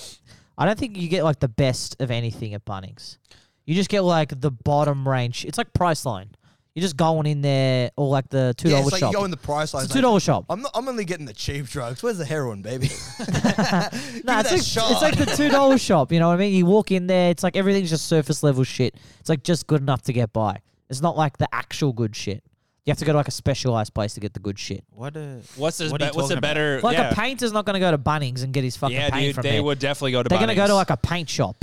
Speaker 2: I don't think you get like the best of anything at Bunnings. You just get like the bottom range. It's like Priceline. You're just going in there, or like the two
Speaker 3: Yeah,
Speaker 2: dollar
Speaker 3: it's like
Speaker 2: shop.
Speaker 3: you go in the price line.
Speaker 2: it's a
Speaker 3: it's
Speaker 2: two
Speaker 3: like,
Speaker 2: dollar shop.
Speaker 3: I'm not, I'm only getting the cheap drugs. Where's the heroin, baby?
Speaker 2: No,
Speaker 3: that
Speaker 2: it's like,
Speaker 3: shot.
Speaker 2: it's like the two dollar shop. You know what I mean? You walk in there, it's like everything's just surface level shit. It's like just good enough to get by. It's not like the actual good shit. You have to go to like a specialized place to get the good shit.
Speaker 4: What a
Speaker 1: What's a,
Speaker 4: What are you
Speaker 1: what's a
Speaker 4: talking about?
Speaker 1: better.
Speaker 2: Like
Speaker 1: yeah,
Speaker 2: a painter's not going to go to Bunnings and get his fucking
Speaker 1: yeah
Speaker 2: paint
Speaker 1: dude,
Speaker 2: from
Speaker 1: they
Speaker 2: there.
Speaker 1: would definitely go to
Speaker 2: They're
Speaker 1: Bunnings.
Speaker 2: going to go to like a paint shop,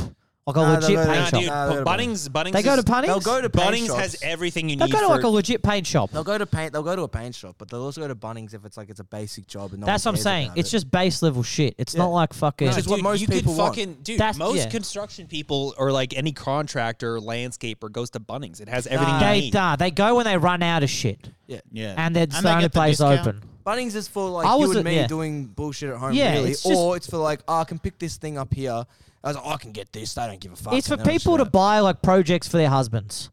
Speaker 2: like a
Speaker 3: Nah,
Speaker 2: legit
Speaker 3: they'll go to-
Speaker 2: paint
Speaker 1: Nah, dude,
Speaker 2: shop.
Speaker 3: Nah, they'll go to
Speaker 1: Bunnings, Bunnings,
Speaker 2: They go to
Speaker 1: is-
Speaker 2: Bunnings.
Speaker 3: They'll go to paint
Speaker 1: Bunnings
Speaker 3: shops.
Speaker 1: has everything you
Speaker 2: They'll
Speaker 1: need.
Speaker 2: go to
Speaker 1: for-
Speaker 2: like a legit paint shop.
Speaker 3: They'll go to paint. They'll go to a paint shop, but they'll also go to Bunnings if it's like it's a basic job. And no
Speaker 2: That's
Speaker 3: one
Speaker 2: what I'm
Speaker 3: cares
Speaker 2: saying.
Speaker 3: about
Speaker 2: It's
Speaker 3: it.
Speaker 2: just base level shit. It's not like fucking.
Speaker 3: Which is what
Speaker 1: Dude,
Speaker 3: most
Speaker 1: you
Speaker 3: people
Speaker 1: could
Speaker 3: want.
Speaker 1: fucking dude.
Speaker 2: That's-
Speaker 1: most
Speaker 2: yeah.
Speaker 1: construction people or like any contractor, landscaper goes to Bunnings. It has everything you
Speaker 2: they
Speaker 1: need.
Speaker 2: nah, they go when they run out of shit,
Speaker 3: yeah.
Speaker 4: yeah.
Speaker 2: and they're just
Speaker 4: they
Speaker 2: the only
Speaker 4: get the
Speaker 2: place
Speaker 4: discount.
Speaker 2: open.
Speaker 3: Bunnings is for like
Speaker 2: I
Speaker 3: you
Speaker 2: was
Speaker 3: and
Speaker 2: a-
Speaker 3: me
Speaker 2: yeah.
Speaker 3: doing bullshit at home,
Speaker 2: Yeah,
Speaker 3: really,
Speaker 2: it's just-
Speaker 3: or it's for like oh, I can pick this thing up here. I was like, oh, I can get this. I don't give a fuck.
Speaker 2: It's for
Speaker 3: and then I'll
Speaker 2: people to
Speaker 3: shut up.
Speaker 2: buy like projects for their husbands.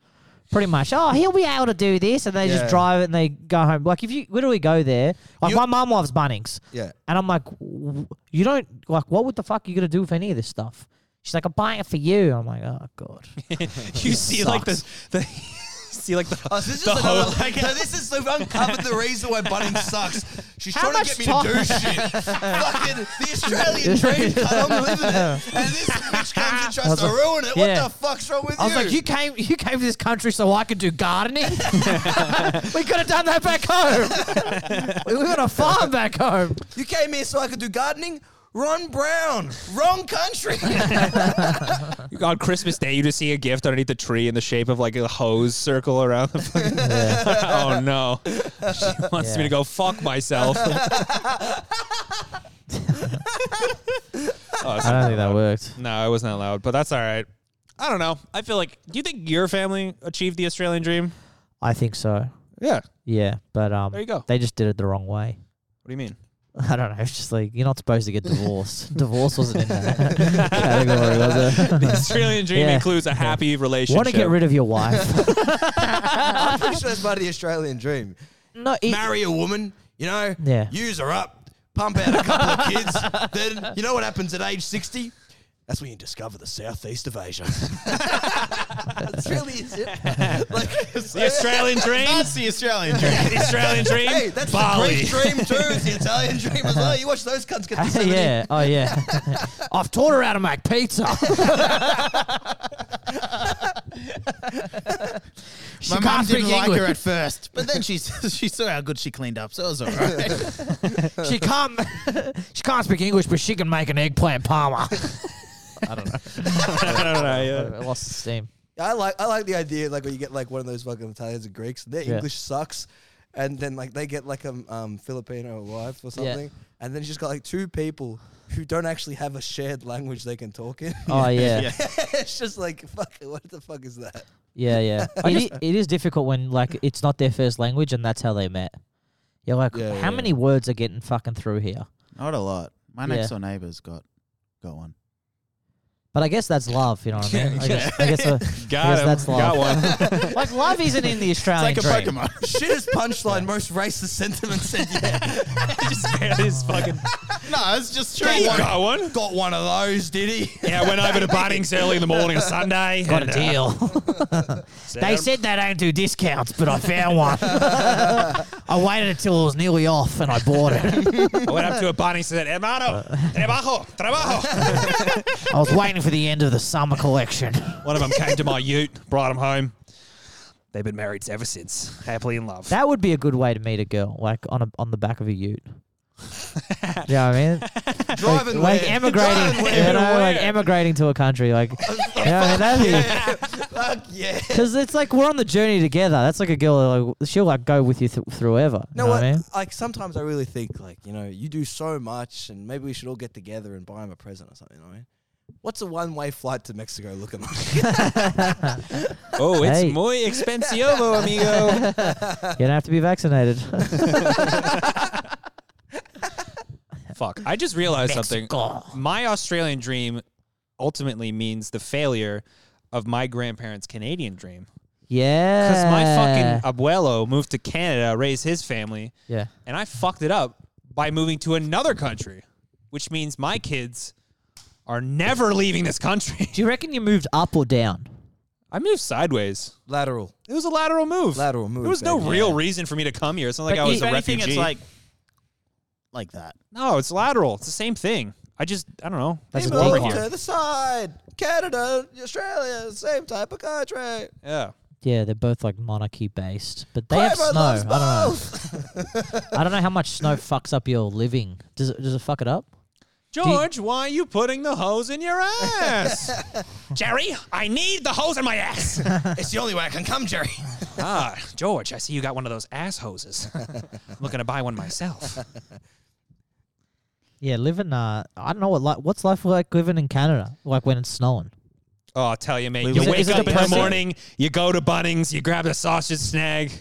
Speaker 2: Pretty much. Oh, he'll be able to do this, and they
Speaker 3: Yeah.
Speaker 2: just drive it and they go home. Like if you literally go there, like
Speaker 3: You-
Speaker 2: my mum loves Bunnings,
Speaker 3: Yeah.
Speaker 2: and I'm like, "W- you don't like what would the fuck are you gonna do with any of this stuff? She's like, I'm buying it for you. I'm like, oh god.
Speaker 1: you see like the, the see like the,
Speaker 3: Oh, so this is
Speaker 1: the
Speaker 3: another,
Speaker 1: whole,
Speaker 3: so this is they've uncovered the reason why Bunnings sucks. She's
Speaker 2: How
Speaker 3: trying to
Speaker 2: much
Speaker 3: get me to do shit. Fucking the Australian dream, cut, I'm living it, and this bitch comes and tries to
Speaker 2: like-
Speaker 3: ruin it. What
Speaker 2: yeah.
Speaker 3: the fuck's wrong with
Speaker 2: I
Speaker 3: you?
Speaker 2: was like, you came, you came to this country so I could do gardening. we could have done that back home. we we got a farm back home.
Speaker 3: You came here so I could do gardening. Ron Brown, wrong country.
Speaker 1: on Christmas Day you just see a gift underneath the tree in the shape of like a hose circle around the fucking, Oh no. She wants me
Speaker 2: Yeah.
Speaker 1: to go fuck myself. oh,
Speaker 2: I don't think that worked.
Speaker 1: No, it wasn't that loud, but that's all right. I don't know. I feel like. Do you think your family achieved the Australian dream?
Speaker 2: I think so.
Speaker 1: Yeah. What
Speaker 2: Yeah, but um,
Speaker 1: There you go.
Speaker 2: They just did it the wrong way.
Speaker 1: do you mean?
Speaker 2: I don't know. It's just like you're not supposed to get divorced. Divorce wasn't in that category, was it?
Speaker 1: The Australian dream
Speaker 2: Yeah.
Speaker 1: includes a happy relationship.
Speaker 2: Want to get rid of your wife?
Speaker 3: I'm pretty sure that's part of the Australian dream.
Speaker 2: no, it,
Speaker 3: Marry a woman, you know,
Speaker 2: Yeah.
Speaker 3: use her up, pump out a couple of kids. Then you know what happens at age 60? That's when you discover the southeast of Asia. That's really is it. Like,
Speaker 1: the Australian dream.
Speaker 4: That's the Australian dream.
Speaker 1: the Australian dream.
Speaker 3: hey, that's
Speaker 1: Bali.
Speaker 3: the Greek dream too. It's the Italian dream as well. You watch those cunts get the 70.
Speaker 2: yeah. Oh yeah. I've taught her how to make pizza. she
Speaker 4: My mum
Speaker 2: can't speak
Speaker 4: didn't like her
Speaker 2: English.
Speaker 4: at first, but then she she saw how good she cleaned up, so it was all right.
Speaker 2: she can't. she can't speak English, but she can make an eggplant parma. I don't know.
Speaker 1: I don't know.
Speaker 2: I lost the steam.
Speaker 3: I like I like the idea like when you get like one of those fucking Italians and Greeks, their
Speaker 2: Yeah.
Speaker 3: English sucks, and then like they get like a um, Filipino wife or
Speaker 2: Yeah.
Speaker 3: something, and then you just got like two people who don't actually have a shared language they can talk in.
Speaker 2: Oh yeah.
Speaker 4: Yeah.
Speaker 3: it's just like fuck. What the fuck is that?
Speaker 2: Yeah, yeah. it, i- it is difficult when like it's not their first language and that's how they met. You're like,
Speaker 3: Yeah,
Speaker 2: how
Speaker 3: yeah.
Speaker 2: many words are getting fucking through here?
Speaker 4: Not a lot. My
Speaker 2: Yeah.
Speaker 4: next door neighbor's got got one.
Speaker 2: But I guess that's love, you know what I mean? I guess, I guess, uh,
Speaker 1: Yeah.
Speaker 2: I
Speaker 1: Got
Speaker 2: guess
Speaker 1: him.
Speaker 2: that's
Speaker 1: Got
Speaker 2: love.
Speaker 1: one.
Speaker 2: like love isn't in the Australian
Speaker 4: It's like a
Speaker 2: dream.
Speaker 4: Pokemon.
Speaker 3: Shittest punchline. Most racist sentiment said yeah.
Speaker 1: just barely just fucking.
Speaker 4: no, it's just true.
Speaker 1: Got one. Got one.
Speaker 3: got one of those, did he?
Speaker 1: Yeah, I went over to Bunnings early in the morning on Sunday.
Speaker 2: Got a
Speaker 1: and, uh,
Speaker 2: deal. they said they don't do discounts, but I found one. I waited until it was nearly off and I bought it.
Speaker 1: I went up to a Bunnings and said, "Hermano, trabajo, trabajo."
Speaker 2: I was waiting for the end of the summer collection.
Speaker 1: One of them came to my ute, brought him home. They've been married ever since, happily in love.
Speaker 2: That would be a good way to meet a girl, like on a, on the back of a ute. you know what I mean?
Speaker 3: Driving
Speaker 2: like
Speaker 3: where?
Speaker 2: emigrating,
Speaker 3: Driving
Speaker 2: you
Speaker 3: where?
Speaker 2: know, like
Speaker 1: Where?
Speaker 2: emigrating to a country, like, you know, I mean, that'd be
Speaker 3: Fuck yeah.
Speaker 2: because it's like we're on the journey together. That's like a girl, like she'll like go with you th- through ever.
Speaker 3: No,
Speaker 2: you know
Speaker 3: what?
Speaker 2: what I mean?
Speaker 3: Like sometimes I really think like you know you do so much, and maybe we should all get together and buy him a present or something. You know what I mean? What's a one way flight to Mexico looking like?
Speaker 1: Oh, it's
Speaker 2: Hey.
Speaker 1: muy expensivo, amigo.
Speaker 2: You don't have to be vaccinated.
Speaker 1: Fuck. I just realized something. My Australian dream ultimately means the failure of my grandparents' Canadian dream.
Speaker 2: yeah.
Speaker 1: Because my
Speaker 4: Uh.
Speaker 1: fucking abuelo moved to Canada, raised his family,
Speaker 2: Yeah.
Speaker 1: and I fucked it up by moving to another country, which means my kids are never leaving this country.
Speaker 2: Do you reckon you moved up or down?
Speaker 1: I moved sideways.
Speaker 3: Lateral.
Speaker 1: It was a lateral move.
Speaker 3: Lateral move,
Speaker 1: There was no
Speaker 3: baby.
Speaker 1: real reason for me to come here. It's not like I was
Speaker 4: if
Speaker 1: a
Speaker 4: anything,
Speaker 1: refugee.
Speaker 4: it's like like that.
Speaker 1: no, it's lateral. It's the same thing. I just I don't know.
Speaker 2: That's
Speaker 1: Came
Speaker 2: a big
Speaker 1: over
Speaker 2: one.
Speaker 1: here.
Speaker 3: To the side. Canada, Australia, same type of country.
Speaker 1: Yeah.
Speaker 2: Yeah, they're both like monarchy based, but they have
Speaker 3: Kramer
Speaker 2: snow. I
Speaker 3: loves
Speaker 2: don't know.
Speaker 3: both.
Speaker 2: I don't know how much snow fucks up your living. Does it? Does it fuck it up?
Speaker 1: George, why are you putting the hose in your ass? Jerry, I need the hose in my ass.
Speaker 3: It's the only way I can come, Jerry.
Speaker 1: ah, George, I see you got one of those ass hoses. I'm looking to buy one myself.
Speaker 2: Yeah, living. Uh, I don't know what li- what's life like living in Canada, like when it's snowing.
Speaker 1: Oh, I'll tell you, mate.
Speaker 4: Is
Speaker 1: You
Speaker 4: it-
Speaker 1: wake
Speaker 2: is it
Speaker 1: up in the
Speaker 2: depressing?
Speaker 1: morning, you go to Bunnings, you grab a sausage snag.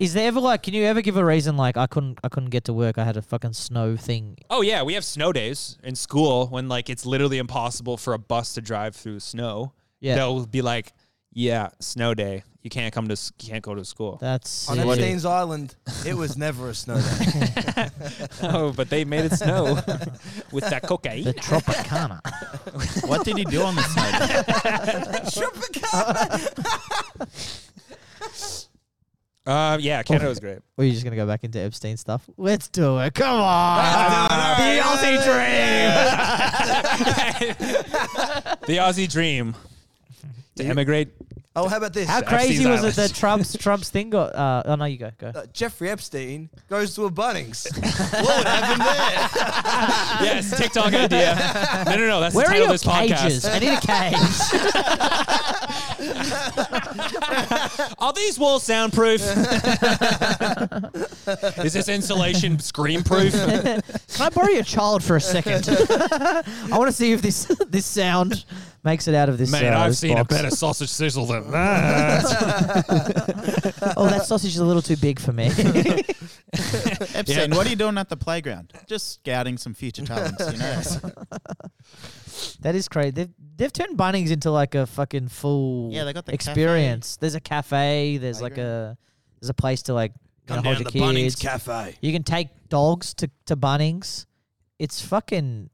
Speaker 2: Is there ever like? Can you ever give a reason like I couldn't? I couldn't get to work. I had a fucking snow thing.
Speaker 1: Oh yeah, we have snow days in school when like it's literally impossible for a bus to drive through snow.
Speaker 2: Yeah.
Speaker 1: They'll be like, "Yeah, snow day. You can't come to s- you can't go to school."
Speaker 2: That's
Speaker 3: On
Speaker 2: sick.
Speaker 3: Epstein's Island, it was never a snow day.
Speaker 1: oh, but they made it snow with that cocaine.
Speaker 2: the Tropicana.
Speaker 4: What did he do on the side?
Speaker 1: Uh, yeah, Canada was great.
Speaker 2: or are you just gonna go back into Epstein stuff? Let's do it. Come
Speaker 1: Ah,
Speaker 2: on.
Speaker 1: the Aussie dream. the Aussie dream to emigrate.
Speaker 3: Oh, how about this?
Speaker 2: How
Speaker 1: Epstein's
Speaker 2: crazy was it
Speaker 1: Island.
Speaker 2: that Trump's Trump's thing got? Uh, oh no, you go go.
Speaker 3: Uh, Jeffrey Epstein goes to a Bunnings.
Speaker 1: Yes, TikTok idea. No, no, no. That's
Speaker 2: Where
Speaker 1: the
Speaker 2: are
Speaker 1: title of
Speaker 2: your
Speaker 1: this
Speaker 2: cages?
Speaker 1: podcast.
Speaker 2: I need a cage.
Speaker 1: Are these walls soundproof? Is this insulation screamproof?
Speaker 2: Can I borrow your child for a second? I want to see if this this sound makes it out of this.
Speaker 1: Man,
Speaker 2: uh,
Speaker 1: I've
Speaker 2: this
Speaker 1: seen
Speaker 2: box.
Speaker 1: a better sausage sizzle than that.
Speaker 2: Oh, that sausage is a little too big for me.
Speaker 4: Epstein, what are you doing at the playground? Just scouting some future talents, you know?
Speaker 2: that is crazy. They've, they've turned Bunnings into like a fucking full
Speaker 4: Yeah, they got the
Speaker 2: experience. There's a cafe. There's like a there's a place to like you know, hold your kids.
Speaker 3: Cafe.
Speaker 2: you can take dogs to to Bunnings. It's fucking.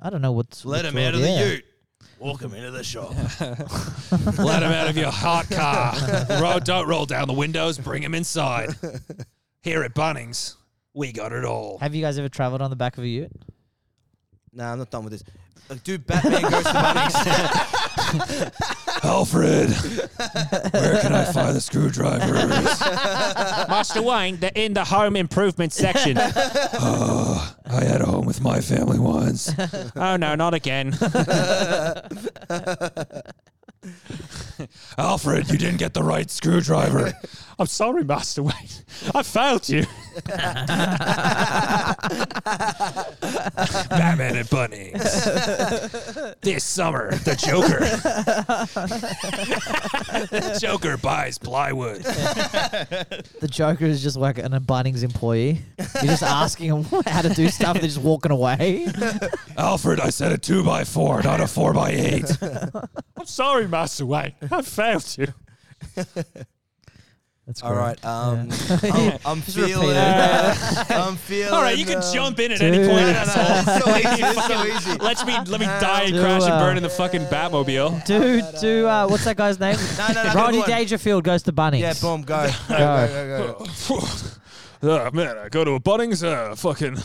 Speaker 2: I don't know what's
Speaker 3: Let
Speaker 2: what's
Speaker 3: him out
Speaker 2: wrong,
Speaker 3: of the
Speaker 2: yeah.
Speaker 3: ute. Walk him into the shop.
Speaker 1: Let him out of your hot car. Ro- don't roll down the windows. Bring him inside. Here at Bunnings, we got it all.
Speaker 2: Have you guys ever traveled on the back of a ute?
Speaker 3: nah, I'm not done with this. Like, dude, Batman goes to Bunnings.
Speaker 1: Alfred, where can I find the screwdrivers? Master Wayne, they're in the home improvement section.
Speaker 5: Uh, I had a home with my family once.
Speaker 1: Oh no, not again.
Speaker 5: Alfred, you didn't get the right screwdriver.
Speaker 1: I'm sorry, Master Wayne. I failed you.
Speaker 5: Batman and Bunnings.
Speaker 1: This summer, the Joker.
Speaker 5: Joker buys plywood.
Speaker 2: The Joker is just like an a Bunnings employee. You're just asking him how to do stuff. They're just walking away.
Speaker 5: Alfred, I said a 2 by 4 not a 4 by 8
Speaker 1: I'm sorry, Master Wayne. I failed you.
Speaker 2: That's
Speaker 3: All right. Um, I'm, I'm feeling. uh,
Speaker 2: repeat it.
Speaker 3: I'm feeling.
Speaker 1: All right, you can
Speaker 3: uh,
Speaker 1: jump in at
Speaker 2: Dude.
Speaker 1: any point.
Speaker 2: No, no, no.
Speaker 1: asshole.
Speaker 3: So easy, it's so easy.
Speaker 1: Let me let me die and
Speaker 2: Do,
Speaker 1: crash and
Speaker 2: uh,
Speaker 1: burn in the fucking Batmobile.
Speaker 2: Dude, do uh, what's that guy's name?
Speaker 3: No, no, no. good
Speaker 2: Rodney
Speaker 3: one.
Speaker 2: Dangerfield goes to Bunnings.
Speaker 3: Yeah, boom, go. Go,
Speaker 2: Go.
Speaker 3: go, go, go.
Speaker 5: Oh man, I go to a Bunnings, uh, fucking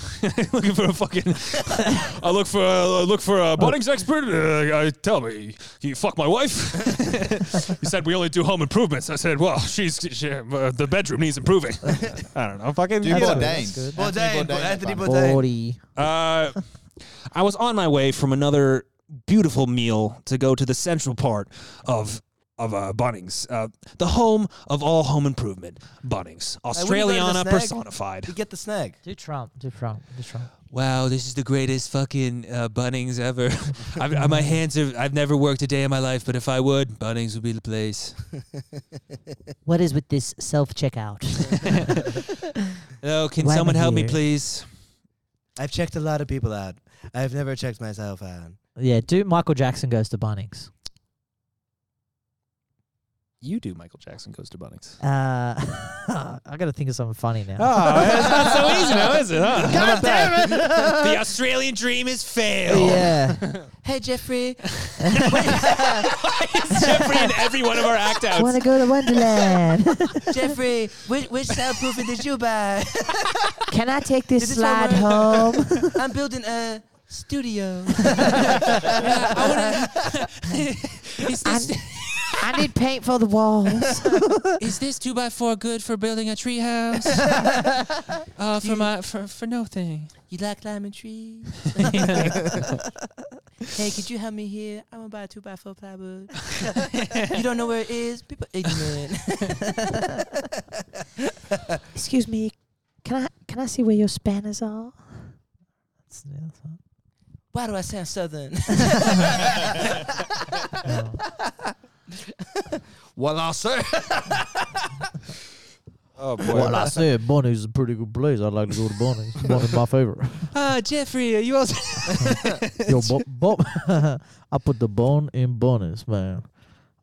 Speaker 5: looking for a fucking. I look for uh, look for a Bunnings expert. Uh, I tell me, you fuck my wife. he said we only do home improvements. I said, well, she's she, uh, the bedroom needs improving. I don't know, fucking.
Speaker 4: Do
Speaker 2: That's
Speaker 4: more
Speaker 2: good, that's
Speaker 4: Danes.
Speaker 2: good.
Speaker 3: Bourdain, Bourdain, Anthony Bourdain.
Speaker 2: Forty.
Speaker 1: Uh, I was on my way from another beautiful meal to go to the central part of of uh, Bunnings, uh, the home of all home improvement, Bunnings, Australiana
Speaker 3: snag?
Speaker 1: personified.
Speaker 3: You get the snag.
Speaker 2: Do Trump. Do Trump. Do Trump.
Speaker 1: Wow, this is the greatest fucking uh, Bunnings ever. I've, I, my hands are. I've never worked a day in my life, but if I would, Bunnings would be the place.
Speaker 2: What is with this self checkout?
Speaker 1: Hello, Oh, can
Speaker 2: Why am
Speaker 1: someone
Speaker 2: I
Speaker 1: help me,
Speaker 2: here?
Speaker 1: please?
Speaker 3: I've checked a lot of people out. I've never checked myself out.
Speaker 2: yeah, do Michael Jackson goes to Bunnings?
Speaker 1: You do. Michael Jackson goes to Bunnings.
Speaker 2: Uh, I got to think of something funny now.
Speaker 1: Oh, it's not so easy now, is it?
Speaker 3: God damn it!
Speaker 1: The Australian dream is failed.
Speaker 2: yeah.
Speaker 3: hey Jeffrey,
Speaker 1: It's Jeffrey in every one of our act outs.
Speaker 2: Want to go to Wonderland?
Speaker 3: Jeffrey, which, which soundproofing did you buy?
Speaker 2: Can I take this
Speaker 3: Is this
Speaker 2: slide
Speaker 3: over?
Speaker 2: home?
Speaker 3: I'm building a studio.
Speaker 1: Is
Speaker 2: I,
Speaker 1: this,
Speaker 2: I need paint for the walls.
Speaker 1: is this two by four good for building a treehouse? uh, for my for, for nothing.
Speaker 3: You like climbing trees? hey, could you help me here? I'm gonna buy a two by four plywood. you don't know where it is? People ignorant.
Speaker 2: Excuse me. Can I can I see where your spanners are? That's, yeah, that's not-
Speaker 3: Why do I sound southern? well, I say.
Speaker 1: Oh boy.
Speaker 2: Well, I said Bonnie's a pretty good place. I'd like to go to Bonnie's. Bonnie's my favorite.
Speaker 1: Ah, Jeffrey, are you also?
Speaker 2: Yo, bo- bo- I put the bone in Bonnie's, man.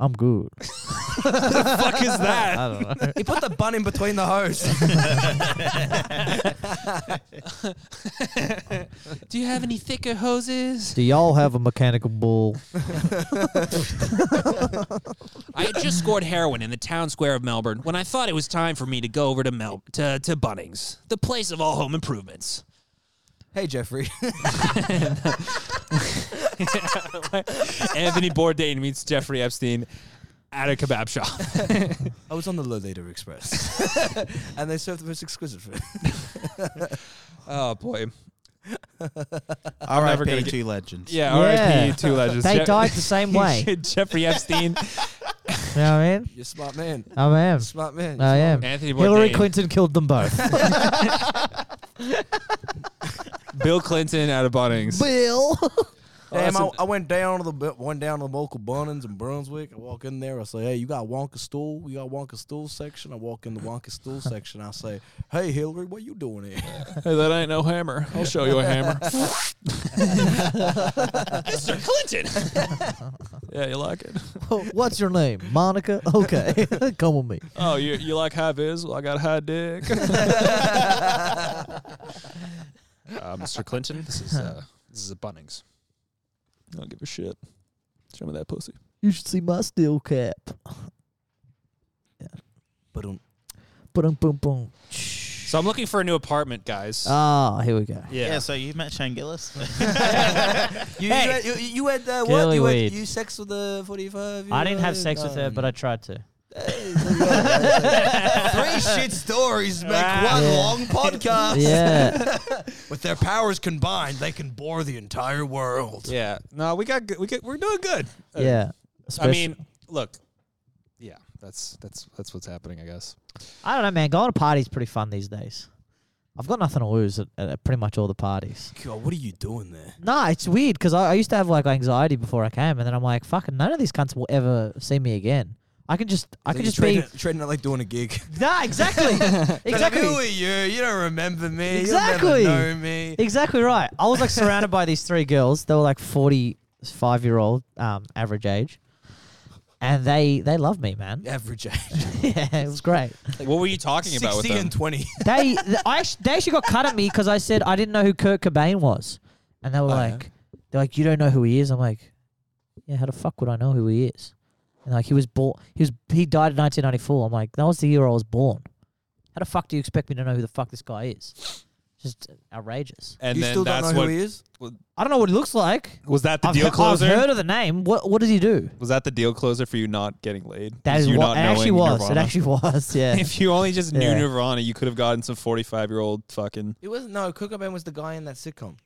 Speaker 2: I'm good.
Speaker 1: fuck is that?
Speaker 2: I don't know.
Speaker 3: He put the bun in between the hoes.
Speaker 1: Do you have any thicker hoses?
Speaker 2: Do y'all have a mechanical bull?
Speaker 1: I had just scored heroin in the town square of Melbourne when I thought it was time for me to go over to Mel to, to Bunnings, the place of all home improvements.
Speaker 3: hey, Jeffrey.
Speaker 1: Anthony Bourdain meets Jeffrey Epstein at a kebab shop.
Speaker 3: I was on the Lolita Express, and they served the most exquisite food.
Speaker 1: Oh boy. never gonna
Speaker 4: R.I.P.
Speaker 1: get-
Speaker 4: two legends.
Speaker 1: Yeah,
Speaker 2: Yeah.
Speaker 1: RIP two legends.
Speaker 2: They
Speaker 1: Je-
Speaker 2: died the same way.
Speaker 1: Jeffrey Epstein,
Speaker 2: You know what I mean?
Speaker 3: You're a smart man.
Speaker 2: I am.
Speaker 3: Smart man.
Speaker 2: I am.
Speaker 1: Anthony Bourdain,
Speaker 2: Hillary Clinton killed them both.
Speaker 1: Bill Clinton out of Bunnings.
Speaker 2: Bill.
Speaker 3: Damn, I,
Speaker 1: Awesome.
Speaker 3: I went down to the bu- went down to the local Bunnings in Brunswick. I walk in there. I say, "Hey, you got Wonka stool? You got Wonka stool section?" I walk in the Wonka stool section. I say, "Hey, Hillary, what you doing here?"
Speaker 1: Hey, that ain't no hammer. I'll show you a hammer. Mr. Clinton. yeah, you like it?
Speaker 2: What's your name? Monica? Okay. Come with me.
Speaker 1: Oh, you you like high vis? Well, I got high dick. uh, Mr. Clinton, this is uh, this is a Bunnings. I don't give a shit. Show me that pussy.
Speaker 2: You should see my steel cap.
Speaker 3: But um,
Speaker 2: Boom, boom, boom.
Speaker 1: So I'm looking for a new apartment, guys.
Speaker 2: Ah, here we go.
Speaker 4: Yeah. so you met Shane Gillis.
Speaker 3: you,
Speaker 1: Hey.
Speaker 3: you had, you, you had uh, what?
Speaker 2: Gilly
Speaker 3: You, had,
Speaker 2: weed.
Speaker 3: you sex with the forty-five?
Speaker 2: I didn't have sex with her, but I tried to.
Speaker 3: uh, Three shit stories make one
Speaker 2: Yeah.
Speaker 3: long podcast.
Speaker 2: Yeah.
Speaker 3: With their powers combined, they can bore the entire world.
Speaker 1: Yeah. No, we got good. We got, we're doing good. Uh,
Speaker 2: yeah.
Speaker 1: I
Speaker 2: Especially-
Speaker 1: mean, look. Yeah, that's that's that's what's happening, I guess.
Speaker 2: I don't know, man. Going to parties pretty fun these days. I've got nothing to lose at, at pretty much all the parties.
Speaker 3: God, what are you doing there?
Speaker 2: Nah, it's weird because I, I used to have like anxiety before I came, and then I'm like, fucking, none of these cunts will ever see me again. I can just, I
Speaker 3: So
Speaker 2: can
Speaker 3: you're
Speaker 2: just be.
Speaker 3: treating, treating it like doing a gig.
Speaker 2: Nah, exactly,
Speaker 3: Who
Speaker 2: exactly.
Speaker 3: are you? You don't remember me.
Speaker 2: Exactly.
Speaker 3: You'll never know me.
Speaker 2: Exactly right. I was like surrounded by these three girls. They were like forty-five year old um, average age, and they they love me, man.
Speaker 3: Average age.
Speaker 2: Yeah, it was great.
Speaker 1: What were you talking about with
Speaker 3: 60
Speaker 1: them?
Speaker 3: and 20.
Speaker 2: They th- I actu- they actually got cut at me because I said I didn't know who Kurt Cobain was, and they were
Speaker 3: yeah.
Speaker 2: like, they're like, you don't know who he is. I'm like, yeah, how the fuck would I know who he is? And like he was born, he was he died in 1994. I'm like, that was the year I was born. How the fuck do you expect me to know who the fuck this guy is? Just outrageous.
Speaker 1: and
Speaker 3: you
Speaker 1: then
Speaker 3: still don't
Speaker 1: that's
Speaker 3: know
Speaker 1: what
Speaker 3: who he is?
Speaker 2: I don't know what he looks like.
Speaker 1: was that the
Speaker 2: I've,
Speaker 1: deal
Speaker 2: he-
Speaker 1: closer?
Speaker 2: I've heard of the name. What what does he do?
Speaker 1: was that the deal closer for you not getting laid?
Speaker 2: That
Speaker 1: Was
Speaker 2: is
Speaker 1: you
Speaker 2: what
Speaker 1: not
Speaker 2: it actually
Speaker 1: knowing
Speaker 2: was. It
Speaker 1: Nirvana?
Speaker 2: actually was. Yeah.
Speaker 1: if you only just knew
Speaker 2: Yeah.
Speaker 1: Nirvana, you could have gotten some forty-five-year-old fucking.
Speaker 3: It wasn't. No, Cook was the guy in that sitcom.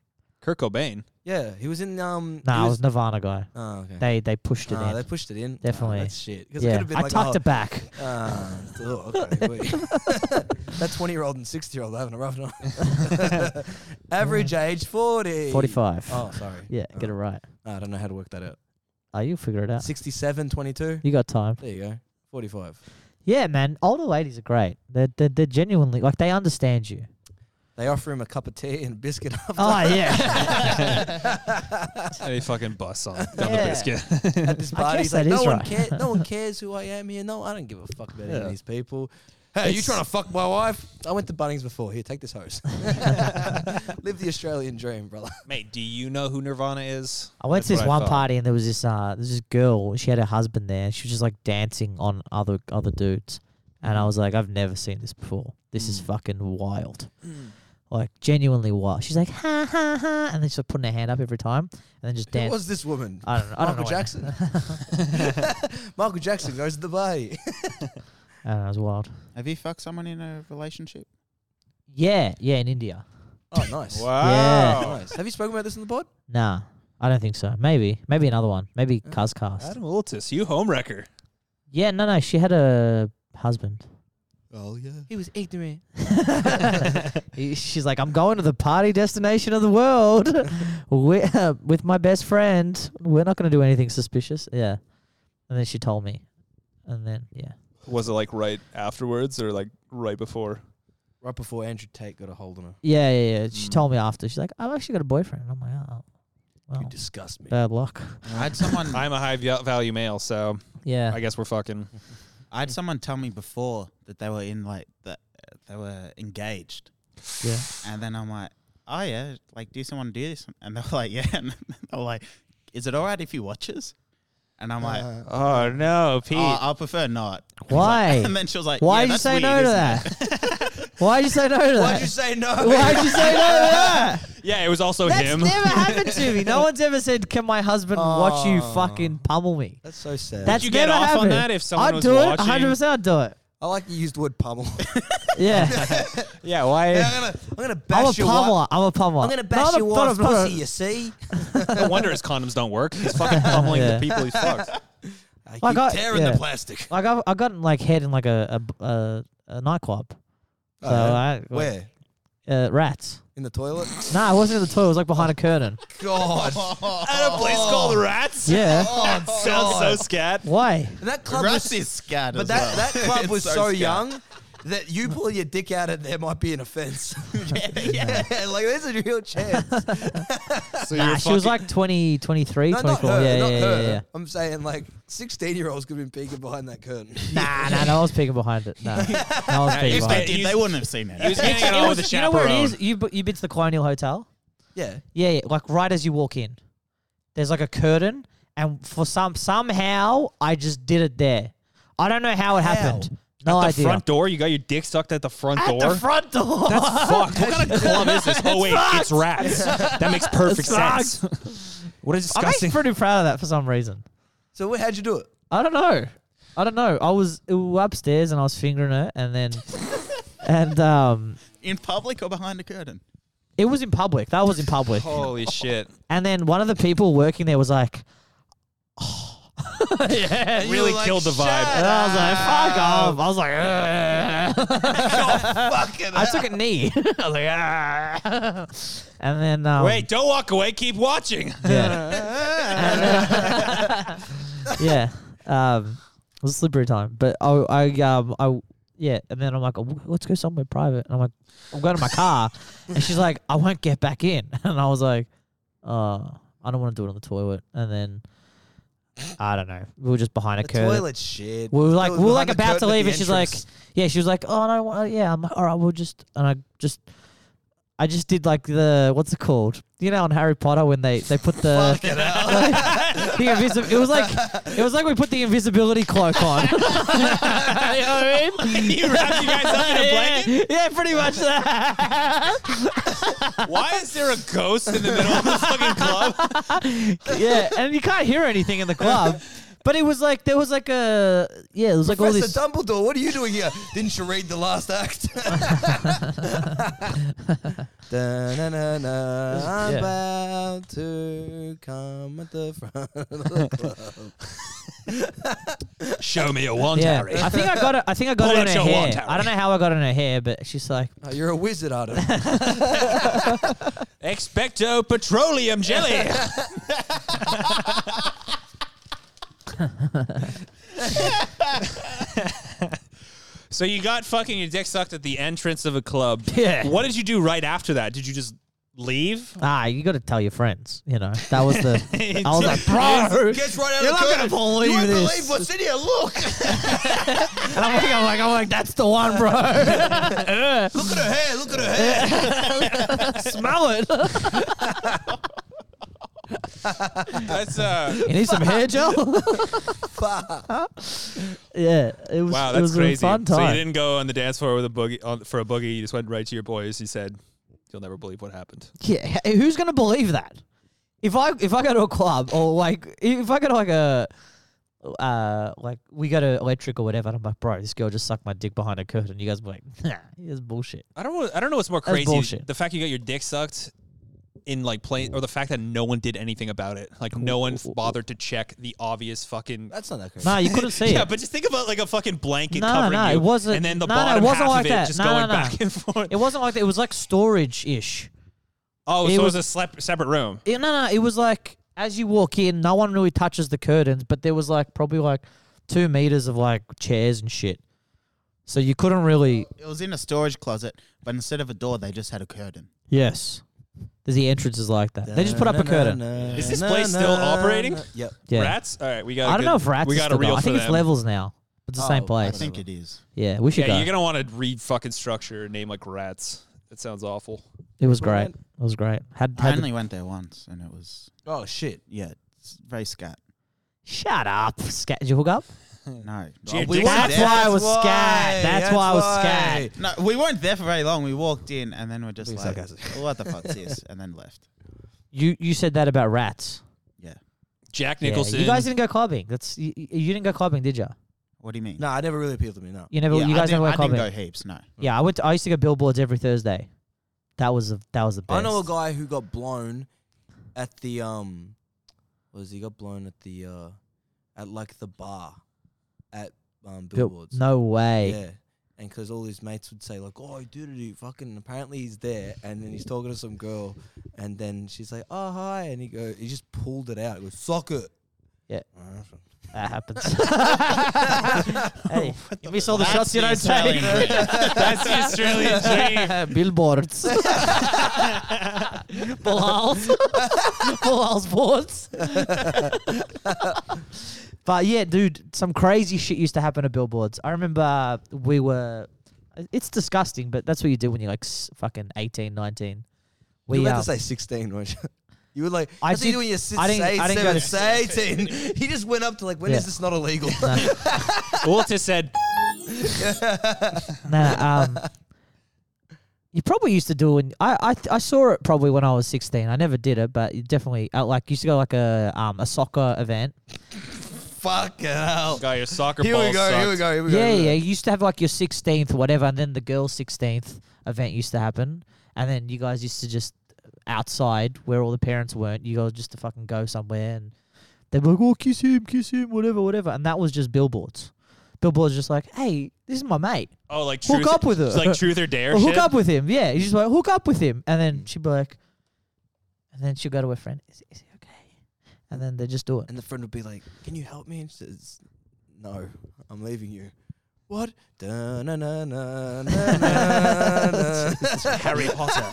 Speaker 1: Kurt Cobain.
Speaker 3: Yeah, he was in um.
Speaker 2: Nah,
Speaker 3: he
Speaker 2: I was Nirvana guy.
Speaker 3: oh, okay.
Speaker 2: They they pushed it
Speaker 3: Ah,
Speaker 2: in.
Speaker 3: they pushed it in. Ah,
Speaker 2: Definitely.
Speaker 3: that's shit. 'Cause it
Speaker 2: yeah,
Speaker 3: could've been
Speaker 2: I
Speaker 3: like,
Speaker 2: tucked
Speaker 3: oh,
Speaker 2: it back.
Speaker 3: Ah, oh, okay. wait. that 20 year old and 60 year old having a rough night. Average age 40.
Speaker 2: Forty-five.
Speaker 3: Oh, sorry.
Speaker 2: Yeah, get it right.
Speaker 3: I don't know how to work that out.
Speaker 2: Oh, you'll figure it out.
Speaker 3: 67, 22.
Speaker 2: You got time.
Speaker 3: There you go. 45.
Speaker 2: Yeah, man. Older ladies are great. They're they're, they're genuinely like they understand you.
Speaker 3: They offer him a cup of tea and a biscuit after.
Speaker 2: Oh yeah.
Speaker 1: And he fucking busts on, on
Speaker 2: Yeah.
Speaker 1: the biscuit.
Speaker 3: at this
Speaker 2: I
Speaker 3: party.
Speaker 2: guess
Speaker 3: He's like,
Speaker 2: that
Speaker 3: no
Speaker 2: is
Speaker 3: one
Speaker 2: right."
Speaker 3: cares. No one cares who I am here. No, I don't give a fuck about any
Speaker 1: Yeah.
Speaker 3: of these people. Hey, you
Speaker 2: It's-
Speaker 3: trying to fuck my wife? I went to Bunnings before. Here, take this hose. Live the Australian dream, brother.
Speaker 1: Mate, do you know who Nirvana is?
Speaker 2: I went to
Speaker 1: That's
Speaker 2: this
Speaker 1: what I
Speaker 2: one
Speaker 1: thought.
Speaker 2: party and there was this uh there's this girl. She had her husband there. and She was just like dancing on other other dudes, and I was like, I've never seen this before. This
Speaker 3: Mm.
Speaker 2: is fucking wild. Like genuinely wild. She's like ha ha ha, and then she's like putting her hand up every time, and then just
Speaker 3: Who
Speaker 2: dance.
Speaker 3: was this woman?
Speaker 2: I don't know. I don't know.
Speaker 3: Michael
Speaker 2: what-
Speaker 3: Jackson. Michael Jackson goes to the
Speaker 2: I
Speaker 3: party.
Speaker 2: don't know. It was wild.
Speaker 4: Have you fucked someone in a relationship?
Speaker 2: Yeah, yeah, in India.
Speaker 3: Oh, nice.
Speaker 1: Wow.
Speaker 3: Nice. Have you spoken about this in the pod?
Speaker 2: Nah, I don't think so. Maybe, maybe another one. Maybe
Speaker 4: Uh,
Speaker 2: Cuz Cast.
Speaker 1: Adam Wiltis, you homewrecker.
Speaker 2: Yeah, no, no. She had a husband.
Speaker 3: Oh yeah.
Speaker 2: He was ignorant. She's like, I'm going to the party destination of the world with, with my best friend. We're not going to do anything suspicious. Yeah. And then she told me. And then, yeah.
Speaker 5: Was it like right afterwards or like right before?
Speaker 3: Right before Andrew Tate got a hold on her.
Speaker 2: Yeah, yeah, yeah.
Speaker 4: Hmm.
Speaker 2: She told me after. She's like, I've actually got a boyfriend. I'm like, oh,
Speaker 3: You
Speaker 2: well,
Speaker 3: disgust me.
Speaker 2: bad luck.
Speaker 4: I had someone.
Speaker 1: I'm a high val- value male, so
Speaker 2: Yeah.
Speaker 1: I guess we're fucking.
Speaker 4: I had someone tell me before that they were in like that uh, they were engaged,
Speaker 2: yeah.
Speaker 4: and then I'm like, oh yeah, like do someone do this? And they were like, yeah, and they were like, is it all right if he watches? And I'm like,
Speaker 3: Uh,
Speaker 1: Oh no, Pete!
Speaker 4: oh, I prefer not. And I was like-
Speaker 2: Why?
Speaker 4: and then she was like,
Speaker 2: Why'd
Speaker 4: yeah,
Speaker 2: you
Speaker 4: that's
Speaker 2: say
Speaker 4: weird,
Speaker 2: no to
Speaker 4: isn't it?"
Speaker 2: that? Why'd you say no to
Speaker 3: Why'd
Speaker 2: that?
Speaker 3: you say no?
Speaker 2: Why'd you say no to that?
Speaker 1: yeah, it was also
Speaker 2: That's
Speaker 1: him.
Speaker 2: never happened to me. No one's ever said, "Can my husband watch you fucking pummel me?"
Speaker 3: That's so sad.
Speaker 2: That's
Speaker 1: you get
Speaker 2: never
Speaker 1: off on
Speaker 2: happened.
Speaker 1: that if someone
Speaker 2: I'd
Speaker 1: was
Speaker 2: do it.
Speaker 1: watching?
Speaker 2: 100 percent, I'd do it.
Speaker 3: I like you used the word pummel.
Speaker 2: Yeah,
Speaker 1: yeah, why?
Speaker 3: I'm gonna, I'm gonna bash
Speaker 2: I'm a
Speaker 3: your wi-
Speaker 2: pummeler. I'm a pummeler.
Speaker 3: I'm gonna bash your
Speaker 2: one.
Speaker 3: wife's pussy. You see?
Speaker 1: No wonder his condoms don't work. He's fucking pummeling
Speaker 2: Yeah.
Speaker 1: the people he fucks.
Speaker 3: I
Speaker 2: Like
Speaker 3: keep
Speaker 2: I-
Speaker 3: tearing
Speaker 2: yeah.
Speaker 3: the plastic.
Speaker 2: Like I've, I got like head in like a a, a, a nightclub. So I
Speaker 3: Where?
Speaker 2: Uh, rats.
Speaker 3: In the toilet?
Speaker 2: Nah, I wasn't in the toilet. It was like behind a curtain.
Speaker 3: God.
Speaker 1: At a place called Rats.
Speaker 2: Oh.
Speaker 1: Oh,
Speaker 2: Yeah.
Speaker 1: Sounds so scat.
Speaker 2: Why?
Speaker 3: And that club
Speaker 4: Russ
Speaker 3: was,
Speaker 4: is scared.
Speaker 3: but
Speaker 4: as
Speaker 3: that,
Speaker 4: well.
Speaker 3: that club
Speaker 4: It's
Speaker 3: was so,
Speaker 4: scared.
Speaker 3: young that you pull your dick out and there might be an offense. yeah, like there's a real chance.
Speaker 1: So
Speaker 2: Nah, she was like 20, 23,
Speaker 3: No, not
Speaker 2: 24.
Speaker 3: her.
Speaker 2: yeah,
Speaker 3: not
Speaker 2: yeah,
Speaker 3: her.
Speaker 2: yeah, yeah.
Speaker 3: I'm saying like 16 year olds could have been peeking behind that curtain.
Speaker 2: Nah, nah, no, I was peeking behind it. Nah, no, I was peeking
Speaker 4: If
Speaker 2: behind
Speaker 4: they
Speaker 2: it.
Speaker 4: did, they wouldn't have seen it.
Speaker 1: He was hanging out with a
Speaker 2: you know where
Speaker 1: chaperone.
Speaker 2: it is? You, bu- you been to the Colonial Hotel?
Speaker 3: yeah.
Speaker 2: Yeah, yeah, like right as you walk in, there's like a curtain, and for some somehow I just did it there. I don't know how it happened. No
Speaker 1: At the
Speaker 2: idea.
Speaker 1: front door? You got your dick sucked at the front
Speaker 2: At
Speaker 1: door?
Speaker 2: the front door.
Speaker 1: That's fucked. What kind of club is this? Oh wait, it's rats. That makes perfect sense. What a
Speaker 2: I'm actually
Speaker 1: disgusting.
Speaker 2: pretty proud of that for some reason.
Speaker 3: So what, how'd you do it?
Speaker 2: I don't know. I don't know. I was it was upstairs and I was fingering it, and then and um,
Speaker 4: in public or behind a curtain.
Speaker 2: it was in public. That was in public.
Speaker 1: Holy shit!
Speaker 2: And then one of the people working there was like, yeah,
Speaker 3: You
Speaker 1: Really
Speaker 3: were like,
Speaker 1: killed the vibe.
Speaker 2: And I was like, fuck off. I was like, I took a knee. I was like, "Ah." and then um,
Speaker 1: Wait, don't walk away. Keep watching.
Speaker 2: yeah, yeah. Um, it was a slippery time, but I, I, um, I, yeah. And then I'm like, "Oh, let's go somewhere private. And I'm like, I'm going to my car, and she's like, I won't get back in. And I was like, uh, I don't want to do it on the toilet. And then I don't know. We were just behind a
Speaker 3: The
Speaker 2: curtain.
Speaker 3: toilet shit.
Speaker 2: We were like, we
Speaker 3: It was
Speaker 2: were like
Speaker 3: behind the
Speaker 2: about to
Speaker 3: curtain at
Speaker 2: leave,
Speaker 3: the
Speaker 2: and she's like,
Speaker 3: entrance.
Speaker 2: yeah, she was like, oh no, uh, yeah, I'm like, all right, we'll just, and I just, I just did like the what's it called? You know, on Harry Potter when they they put the, the invisible. It was like it was like we put the invisibility cloak on. you know what I mean?
Speaker 1: you wrap you guys up in a blanket.
Speaker 2: yeah, yeah, pretty much that.
Speaker 1: Why is there a ghost in the middle of this fucking club?
Speaker 2: yeah, and you can't hear anything in the club. But it was like there was like a yeah, it was like all
Speaker 3: Professor
Speaker 2: this.
Speaker 3: Dumbledore, what are you doing here? Didn't you read the last act? Da-na-na-na, I'm
Speaker 2: Yeah.
Speaker 3: about to come at the front of the club.
Speaker 5: Show me a wand,
Speaker 2: yeah,
Speaker 5: Harry.
Speaker 2: I think I got it. I think I got
Speaker 5: Pull
Speaker 2: it
Speaker 5: out
Speaker 2: in her
Speaker 5: your
Speaker 2: hair.
Speaker 5: wand, Harry.
Speaker 2: I don't know how I got it in her hair, but she's like,
Speaker 3: Oh, you're a wizard, Adam.
Speaker 5: Expecto Petroleum Jelly.
Speaker 1: So you got fucking your dick sucked at the entrance of a club.
Speaker 2: Yeah.
Speaker 1: What did you do right after that? Did you just leave?
Speaker 2: ah, you got to tell your friends. You know, that was the. I was like, bro,
Speaker 3: Gets right out
Speaker 2: You're not
Speaker 3: of the
Speaker 2: gonna
Speaker 3: curtain.
Speaker 2: believe
Speaker 3: You won't
Speaker 2: this.
Speaker 3: believe what's in here. Look,
Speaker 2: And I'm like, I'm like, I'm like, that's the one, bro.
Speaker 3: look at her hair. Look at her hair.
Speaker 2: Smell it. you
Speaker 1: That's uh.
Speaker 2: need some hair gel?
Speaker 3: Fuck.
Speaker 2: yeah, it was.
Speaker 1: Wow,
Speaker 2: it
Speaker 1: that's
Speaker 2: was
Speaker 1: crazy.
Speaker 2: a fun time.
Speaker 1: So you didn't go on the dance floor with a boogie on, for a boogie. You just went right to your boys. You said, "You'll never believe what happened."
Speaker 2: Yeah, h- who's gonna believe that? If I if I go to a club or like if I go to like a uh like we go to electric or whatever, and I'm like, bro, this girl just sucked my dick behind a curtain. You guys be like, nah, it's bullshit.
Speaker 1: I don't. Know, I don't know what's more
Speaker 2: That's
Speaker 1: crazy:
Speaker 2: bullshit.
Speaker 1: the fact you got your dick sucked in like play, or the fact that no one did anything about it. Like no one bothered to check the obvious fucking.
Speaker 3: That's not that crazy.
Speaker 2: Nah, you couldn't see
Speaker 1: Yeah,
Speaker 2: it.
Speaker 1: but just think about like a fucking blanket
Speaker 2: No,
Speaker 1: covering
Speaker 2: no,
Speaker 1: you,
Speaker 2: it wasn't-
Speaker 1: and then the
Speaker 2: no, no, it
Speaker 1: bottom
Speaker 2: wasn't
Speaker 1: half
Speaker 2: like
Speaker 1: of it
Speaker 2: that.
Speaker 1: just
Speaker 2: No,
Speaker 1: going
Speaker 2: no, no.
Speaker 1: back and forth.
Speaker 2: it wasn't like that. It was like storage ish.
Speaker 1: oh,
Speaker 2: it
Speaker 1: so it was
Speaker 2: was-
Speaker 1: a slep- separate room.
Speaker 2: No, no, it was like as you walk in, no one really touches the curtains, but there was like probably like two meters of like chairs and shit. So you couldn't really.
Speaker 4: It was in a storage closet, but instead of a door, they just had a curtain.
Speaker 2: Yes, there's the entrances like that. They just put up a curtain.
Speaker 1: Is this place still operating?
Speaker 3: Yep.
Speaker 2: Yeah.
Speaker 1: Rats. All right, we got.
Speaker 2: I don't know if rats.
Speaker 1: We
Speaker 2: is
Speaker 1: got
Speaker 2: still
Speaker 1: a reel
Speaker 2: gone. I
Speaker 1: for
Speaker 2: think it's
Speaker 1: them.
Speaker 2: levels now. It's the same
Speaker 3: Oh,
Speaker 2: place.
Speaker 4: I think it is.
Speaker 2: yeah, we should
Speaker 1: Yeah,
Speaker 2: go.
Speaker 1: you're gonna want to re fucking structure a name like rats. That sounds awful.
Speaker 2: it was great.
Speaker 3: Right.
Speaker 2: It was great. Had,
Speaker 4: I
Speaker 2: had the-
Speaker 4: only went there once, and it was
Speaker 3: Oh shit.
Speaker 4: yeah, it's very scat.
Speaker 2: shut up. Scat. Did you hook up?
Speaker 4: No,
Speaker 1: Gee,
Speaker 4: we
Speaker 1: dick-
Speaker 4: weren't
Speaker 2: That's
Speaker 4: there.
Speaker 2: why I was scared. That's why I was scared.
Speaker 4: No, we weren't there for very long. We walked in, and then we're just
Speaker 3: Being
Speaker 4: like,
Speaker 3: sarcastic.
Speaker 4: "What the fuck's this?" And then left.
Speaker 2: You you said that about rats.
Speaker 4: Yeah.
Speaker 1: Jack
Speaker 2: Yeah,
Speaker 1: Nicholson.
Speaker 2: You guys didn't go clubbing. That's you, you you didn't go clubbing, did you?
Speaker 4: What do you mean?
Speaker 3: No, it never really appealed to me. No.
Speaker 2: You never. you guys
Speaker 4: I didn't,
Speaker 2: never went
Speaker 4: I
Speaker 2: clubbing.
Speaker 4: didn't go heaps. No.
Speaker 2: Yeah, I went. To, I used to go billboards every Thursday. That was a, that was the best.
Speaker 3: I know a guy who got blown at the um was he got blown at the uh at like the bar at um
Speaker 2: Bill-
Speaker 3: billboards.
Speaker 2: no way.
Speaker 3: Yeah. And because all his mates would say like, "Oh, dude, dude, fucking." Apparently, he's there, and then he's talking to some girl, and then she's like, "Oh, hi," and he go, he just pulled it out. He goes, "Sock it."
Speaker 2: Yeah.
Speaker 3: Alright.
Speaker 2: That happens. hey, if you saw the
Speaker 4: That's
Speaker 2: shots, you
Speaker 4: the
Speaker 2: don't
Speaker 4: Australian
Speaker 2: take.
Speaker 4: dream.
Speaker 1: That's the Australian dream.
Speaker 2: Billboards. Balals. Balals boards. but yeah, dude, some crazy shit used to happen at billboards. I remember we were. It's disgusting, but that's what you do when you're like s- fucking 18, 19.
Speaker 3: you were
Speaker 2: um,
Speaker 3: about to say sixteen, weren't you? You were like,
Speaker 2: I
Speaker 3: "That's what you
Speaker 2: did-
Speaker 3: do when you're six,
Speaker 2: I didn't-
Speaker 3: eight,
Speaker 2: I didn't go
Speaker 3: seven, eighteen." He just went up to like, "When is
Speaker 2: Yeah.
Speaker 3: this not illegal?"
Speaker 1: Walter said,
Speaker 2: Nah, um, you probably used to do when I, I th- I saw it probably when I was sixteen. I never did it, but you definitely I, like used to go like a um a soccer event.
Speaker 3: Fucking hell.
Speaker 1: "Guy, your soccer
Speaker 3: Oh. Here
Speaker 1: ball
Speaker 3: we go.
Speaker 1: sucked."
Speaker 3: Here we go. Here we go.
Speaker 2: Yeah,
Speaker 3: here we
Speaker 2: yeah.
Speaker 3: go.
Speaker 2: Oh, You used to have like your sixteenth, whatever, and then the girls' sixteenth event used to happen, and then you guys used to just outside where all the parents weren't. You guys just to fucking go somewhere and they'd be like, "Oh, kiss him, kiss him, whatever, whatever," and that was just billboards. Billboards just like, "Hey, this is my mate."
Speaker 1: Oh, like
Speaker 2: Hook
Speaker 1: truth,
Speaker 2: up with her.
Speaker 1: it's like truth or dare.
Speaker 2: Or hook
Speaker 1: shit?
Speaker 2: up with him. Yeah, you just like hook up with him, and then she'd be like, and then she'd go to her friend. Is, is he okay? And then they just do it.
Speaker 3: And the friend would be like, "Can you help me?" And she says, "No, I'm leaving you." What? Da-na-na-na-na-na-na.
Speaker 1: Harry Potter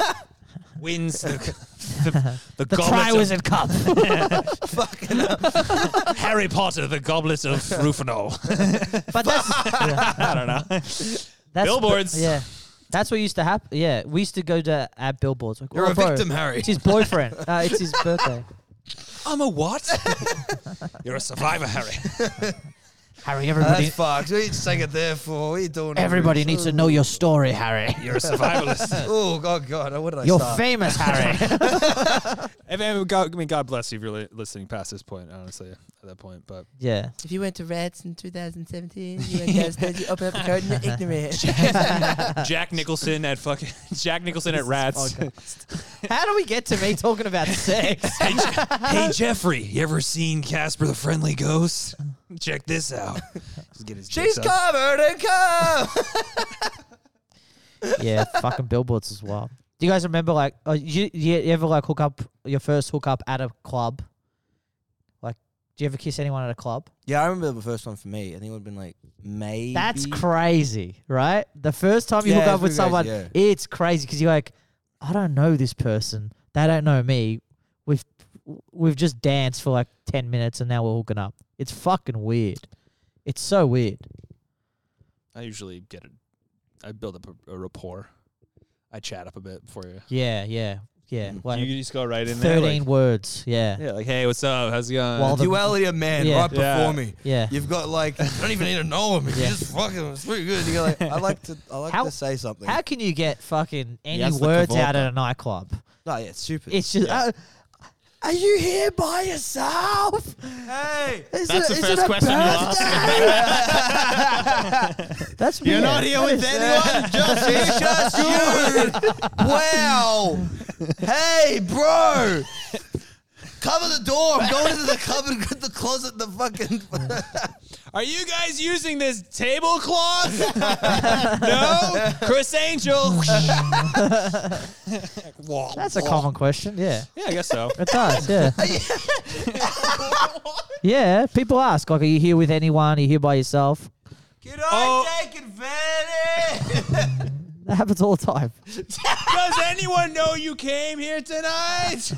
Speaker 1: wins the the, the,
Speaker 2: The
Speaker 1: goblet of-
Speaker 2: Triwizard Cup.
Speaker 1: Harry Potter, the goblet of Rufino.
Speaker 2: but that's yeah,
Speaker 1: I don't know.
Speaker 2: that's
Speaker 1: Billboards.
Speaker 2: Yeah, that's what used to happen. Yeah, we used to go to at billboards. Like,
Speaker 3: You're
Speaker 2: "Oh,
Speaker 3: a
Speaker 2: bro,
Speaker 3: victim, Harry.
Speaker 2: It's his boyfriend. uh, it's his birthday.
Speaker 1: I'm a what? You're a survivor, Harry.
Speaker 2: Harry,
Speaker 3: That's
Speaker 2: everybody,
Speaker 3: fucked. What are you saying it there for? What are you doing?
Speaker 2: everybody needs to know your story, Harry.
Speaker 1: You're a survivalist.
Speaker 3: Oh, God, God. What did I
Speaker 2: You're
Speaker 3: start?
Speaker 2: famous, Harry.
Speaker 5: I mean, God, I mean, God bless you for li- listening past this point, honestly, at that point. But
Speaker 2: yeah.
Speaker 6: If you went to Reds in 2017, you went downstairs, you open up the curtain, you're ignorant.
Speaker 1: Jack Nicholson at fucking Jack Nicholson at Rats.
Speaker 2: How do we get to me talking about sex?
Speaker 1: hey, Je- hey, Jeffrey, you ever seen Casper the Friendly Ghost? Check this out. Just get his
Speaker 3: She's
Speaker 1: dicks up.
Speaker 3: covered in cum.
Speaker 2: yeah, fucking billboards as well. Do you guys remember like uh, you, you ever like hook up your first hook up at a club? Like, do you ever kiss anyone at a club?
Speaker 3: Yeah, I remember the first one for me. I think it would have been like May.
Speaker 2: That's crazy, right? The first time you hook
Speaker 3: Yeah,
Speaker 2: up with
Speaker 3: it's pretty
Speaker 2: someone,
Speaker 3: crazy,
Speaker 2: it's crazy because you're like, I don't know this person. They don't know me. We've we've just danced for like ten minutes and now we're hooking up. It's fucking weird. It's so weird.
Speaker 5: I usually get it. I build up a, a rapport. I chat up a bit before you.
Speaker 2: Yeah, yeah, yeah.
Speaker 3: Mm.
Speaker 2: Like
Speaker 5: you just go right in there.
Speaker 2: thirteen words. Yeah,
Speaker 5: Like, yeah, like hey, what's up? How's it going?
Speaker 2: While the-
Speaker 3: Duality of man
Speaker 2: Yeah.
Speaker 3: right before
Speaker 5: Yeah.
Speaker 3: me.
Speaker 2: yeah.
Speaker 3: You've got like I don't even need to know him. He's
Speaker 2: Yeah.
Speaker 3: just fucking it's pretty good. You go like I like to I like
Speaker 2: How-
Speaker 3: to say something.
Speaker 2: How can you get fucking any
Speaker 4: has the
Speaker 2: words
Speaker 4: Kavorka.
Speaker 2: out at a nightclub?
Speaker 3: no, yeah, it's stupid.
Speaker 2: It's just.
Speaker 4: Yeah.
Speaker 2: Uh, are you here by yourself?
Speaker 3: hey,
Speaker 2: Is
Speaker 4: That's
Speaker 2: it- is
Speaker 4: the
Speaker 2: it
Speaker 4: first
Speaker 2: a
Speaker 4: question you ask.
Speaker 2: That's
Speaker 4: You're
Speaker 2: weird.
Speaker 4: not here
Speaker 2: That is-
Speaker 4: with anyone. Just
Speaker 3: it's just you. wow. Hey, bro. Cover the door. I'm going into the cupboard, get the closet, the fucking.
Speaker 1: Are you guys using this tablecloth? no, Chris Angel.
Speaker 2: That's a common question. Yeah,
Speaker 1: yeah, I guess so.
Speaker 2: it does. Yeah. yeah, people ask like, "Are you here with anyone? Are you here by yourself?"
Speaker 3: Can
Speaker 1: Oh.
Speaker 3: take advantage?
Speaker 2: That happens all the time.
Speaker 1: Does anyone know you came here tonight?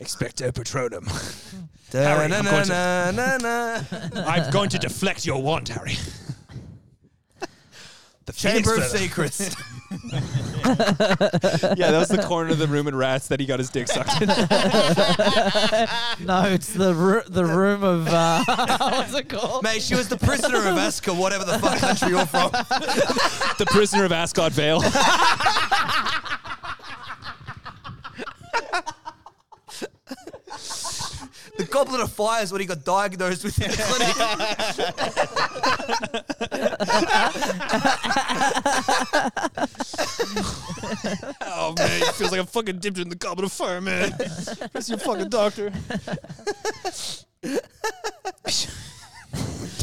Speaker 5: Expecto Patronum.
Speaker 1: Harry, I'm going to-
Speaker 3: Da-na-na-na-na-na.
Speaker 1: I'm going to deflect your wand, Harry. The
Speaker 3: Chamber of
Speaker 1: Phoenix Feather.
Speaker 3: Secrets.
Speaker 5: yeah, that was the corner of the room in Rats that he got his dick sucked in.
Speaker 2: No, it's the ru- the room of uh, what's it called?
Speaker 3: Mate, she was the prisoner of Asker, whatever the fuck country you're from.
Speaker 5: the prisoner of Ascot Vale.
Speaker 3: The Goblet of Fire is what he got diagnosed with in the clinic.
Speaker 5: oh man, it feels like I'm fucking dipped in the goblet of fire, man. That's your fucking doctor.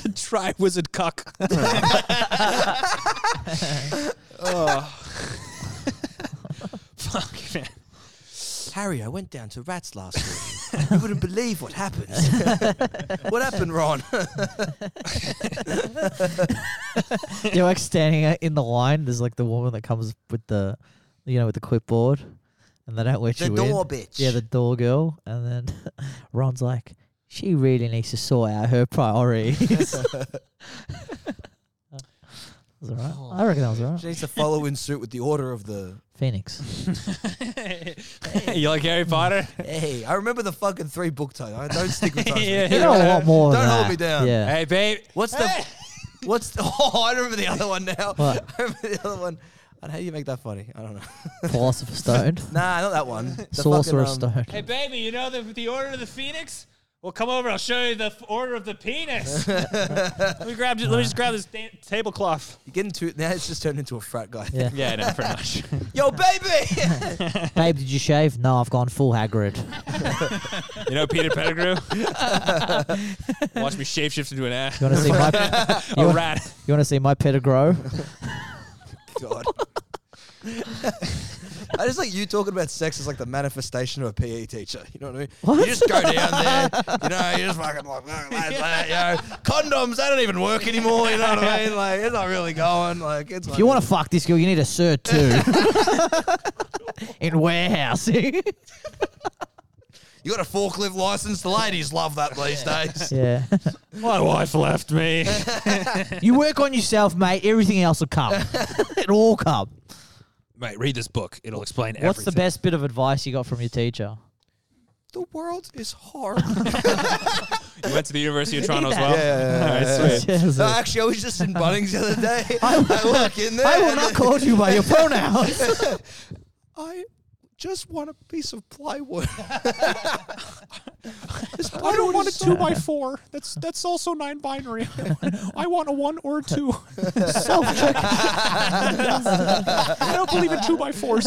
Speaker 5: the tri wizard cock. oh. Fuck man.
Speaker 3: Harry, I went down to rats last week. you wouldn't believe what happened. what happened, Ron?
Speaker 2: You're like standing out in the line. There's like the woman that comes with the, you know, with the clipboard, and they don't let
Speaker 3: The
Speaker 2: you in.
Speaker 3: door bitch.
Speaker 2: Yeah, the door girl. And then Ron's like, she really needs to sort out her priorities. was all right. I reckon that was all right.
Speaker 3: she needs to follow in suit with the order of the.
Speaker 2: Phoenix.
Speaker 5: you like Harry Potter?
Speaker 3: Hey, I remember the fucking three book titles. I don't stick with titles.
Speaker 5: Yeah.
Speaker 2: You know a lot more. than
Speaker 3: Don't hold
Speaker 2: that.
Speaker 3: me down.
Speaker 2: Yeah.
Speaker 5: Hey babe.
Speaker 3: What's the? What's the? Oh, I remember the other one now.
Speaker 2: What?
Speaker 3: I remember the other one. And how do you make that funny? I don't know.
Speaker 2: Philosopher's Stone.
Speaker 3: Nah, not that one. The
Speaker 2: Sorcerer's
Speaker 3: fucking, um,
Speaker 2: Stone.
Speaker 1: Hey, baby, you know the, the Order of the Phoenix? Well, come over. I'll show you the f- Order of the Penis. let me grab. Let me just grab this da- tablecloth.
Speaker 3: You're getting too. Now it's just turned into a frat guy.
Speaker 2: Yeah.
Speaker 5: Yeah, no, pretty much.
Speaker 3: Yo, baby.
Speaker 2: Babe, did you shave? No, I've gone full Hagrid.
Speaker 5: You know Peter Pettigrew? Watch me shapeshift into an ass.
Speaker 2: You want to see my
Speaker 5: A rat.
Speaker 2: you want to see my pedigrew?
Speaker 3: God. I just like you talking about sex as like the manifestation of a PE teacher. You know what I mean? You just go down there, you know, you just fucking like, like, like, like, you know, condoms, they don't even work anymore. You know what I mean? Like, it's not really going. Like, it's
Speaker 2: If you want to fuck this girl, you need a cert too. In warehousing.
Speaker 3: you got a forklift license. The ladies love that these days.
Speaker 2: yeah.
Speaker 5: My wife left me.
Speaker 2: You work on yourself, mate. Everything else will come. It'll all come.
Speaker 5: Mate, read this book. It'll explain everything.
Speaker 2: What's the best bit of advice you got from your teacher?
Speaker 3: The world is horrible.
Speaker 1: You went to the University of Toronto as well.
Speaker 3: Yeah, yeah, yeah,
Speaker 1: All right,
Speaker 3: yeah,
Speaker 1: sweet.
Speaker 3: No, actually, I was just in Bunnings the other day. I, walk in there.
Speaker 2: I will
Speaker 3: and
Speaker 2: not
Speaker 3: then-
Speaker 2: call you by your pronouns.
Speaker 3: I just want a piece of plywood. I don't want
Speaker 5: two by four. That's that's also non-binary. I want a one or a two.
Speaker 2: Self check.
Speaker 5: I don't believe in two by fours.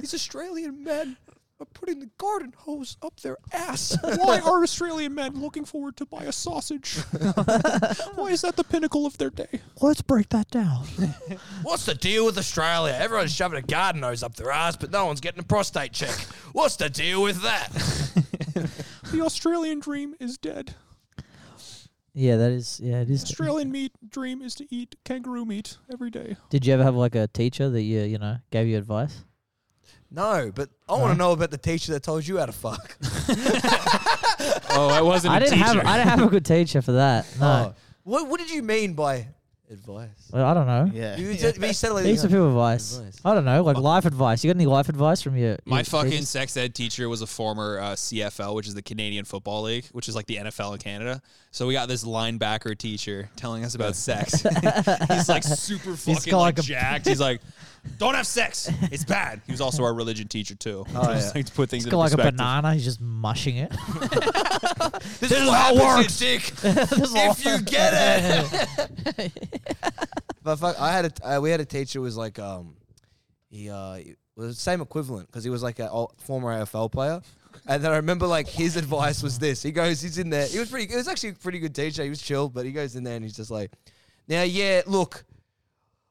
Speaker 3: These Australian men are putting the garden hose up their ass.
Speaker 5: Why are Australian men looking forward to buy a sausage? Why is that the pinnacle of their day?
Speaker 2: Let's break that down.
Speaker 3: What's the deal with Australia? Everyone's shoving a garden hose up their ass, but no one's getting a prostate check. What's the deal with that?
Speaker 5: The Australian dream is dead.
Speaker 2: Yeah, that is. Yeah, it is.
Speaker 5: Australian meat dream is to eat kangaroo meat every day.
Speaker 2: Did you ever have like a teacher that you you know gave you advice?
Speaker 3: No, but I want to know about the teacher that told you how to fuck.
Speaker 1: Oh, I wasn't.
Speaker 2: I
Speaker 1: a
Speaker 2: didn't have
Speaker 1: teacher.
Speaker 2: I didn't have a good teacher for that. No,
Speaker 3: Oh. What, what did you mean by advice?
Speaker 2: Well, I don't know.
Speaker 4: Yeah.
Speaker 3: You,
Speaker 4: yeah.
Speaker 3: said- you said like,
Speaker 2: Heaps of people advice.
Speaker 3: Advice.
Speaker 2: I don't know, like life advice. You got any life advice from your?
Speaker 1: My
Speaker 2: your
Speaker 1: fucking
Speaker 2: teachers?
Speaker 1: sex ed teacher was a former uh, CFL, which is the Canadian Football League, which is like the NFL in Canada. So we got this linebacker teacher telling us about sex. He's like super fucking
Speaker 2: got
Speaker 1: like,
Speaker 2: like a-
Speaker 1: jacked. He's like, "Don't have sex. It's bad." He was also our religion teacher too. So
Speaker 3: Oh,
Speaker 1: just
Speaker 3: yeah.
Speaker 1: like to put things
Speaker 2: He's
Speaker 1: in
Speaker 2: got like a
Speaker 1: perspective.
Speaker 2: banana. He's just mushing it.
Speaker 3: this, is how it works. Dick.
Speaker 2: There's a lot-
Speaker 3: if you get it. but fuck, I had a uh, we had a teacher who was like um he uh he was the same equivalent because he was like a ol- former AFL player. And then I remember like his advice was this. He goes, he's in there. He was pretty. He was actually a pretty good teacher. He was chill, but he goes in there and he's just like, now yeah, look,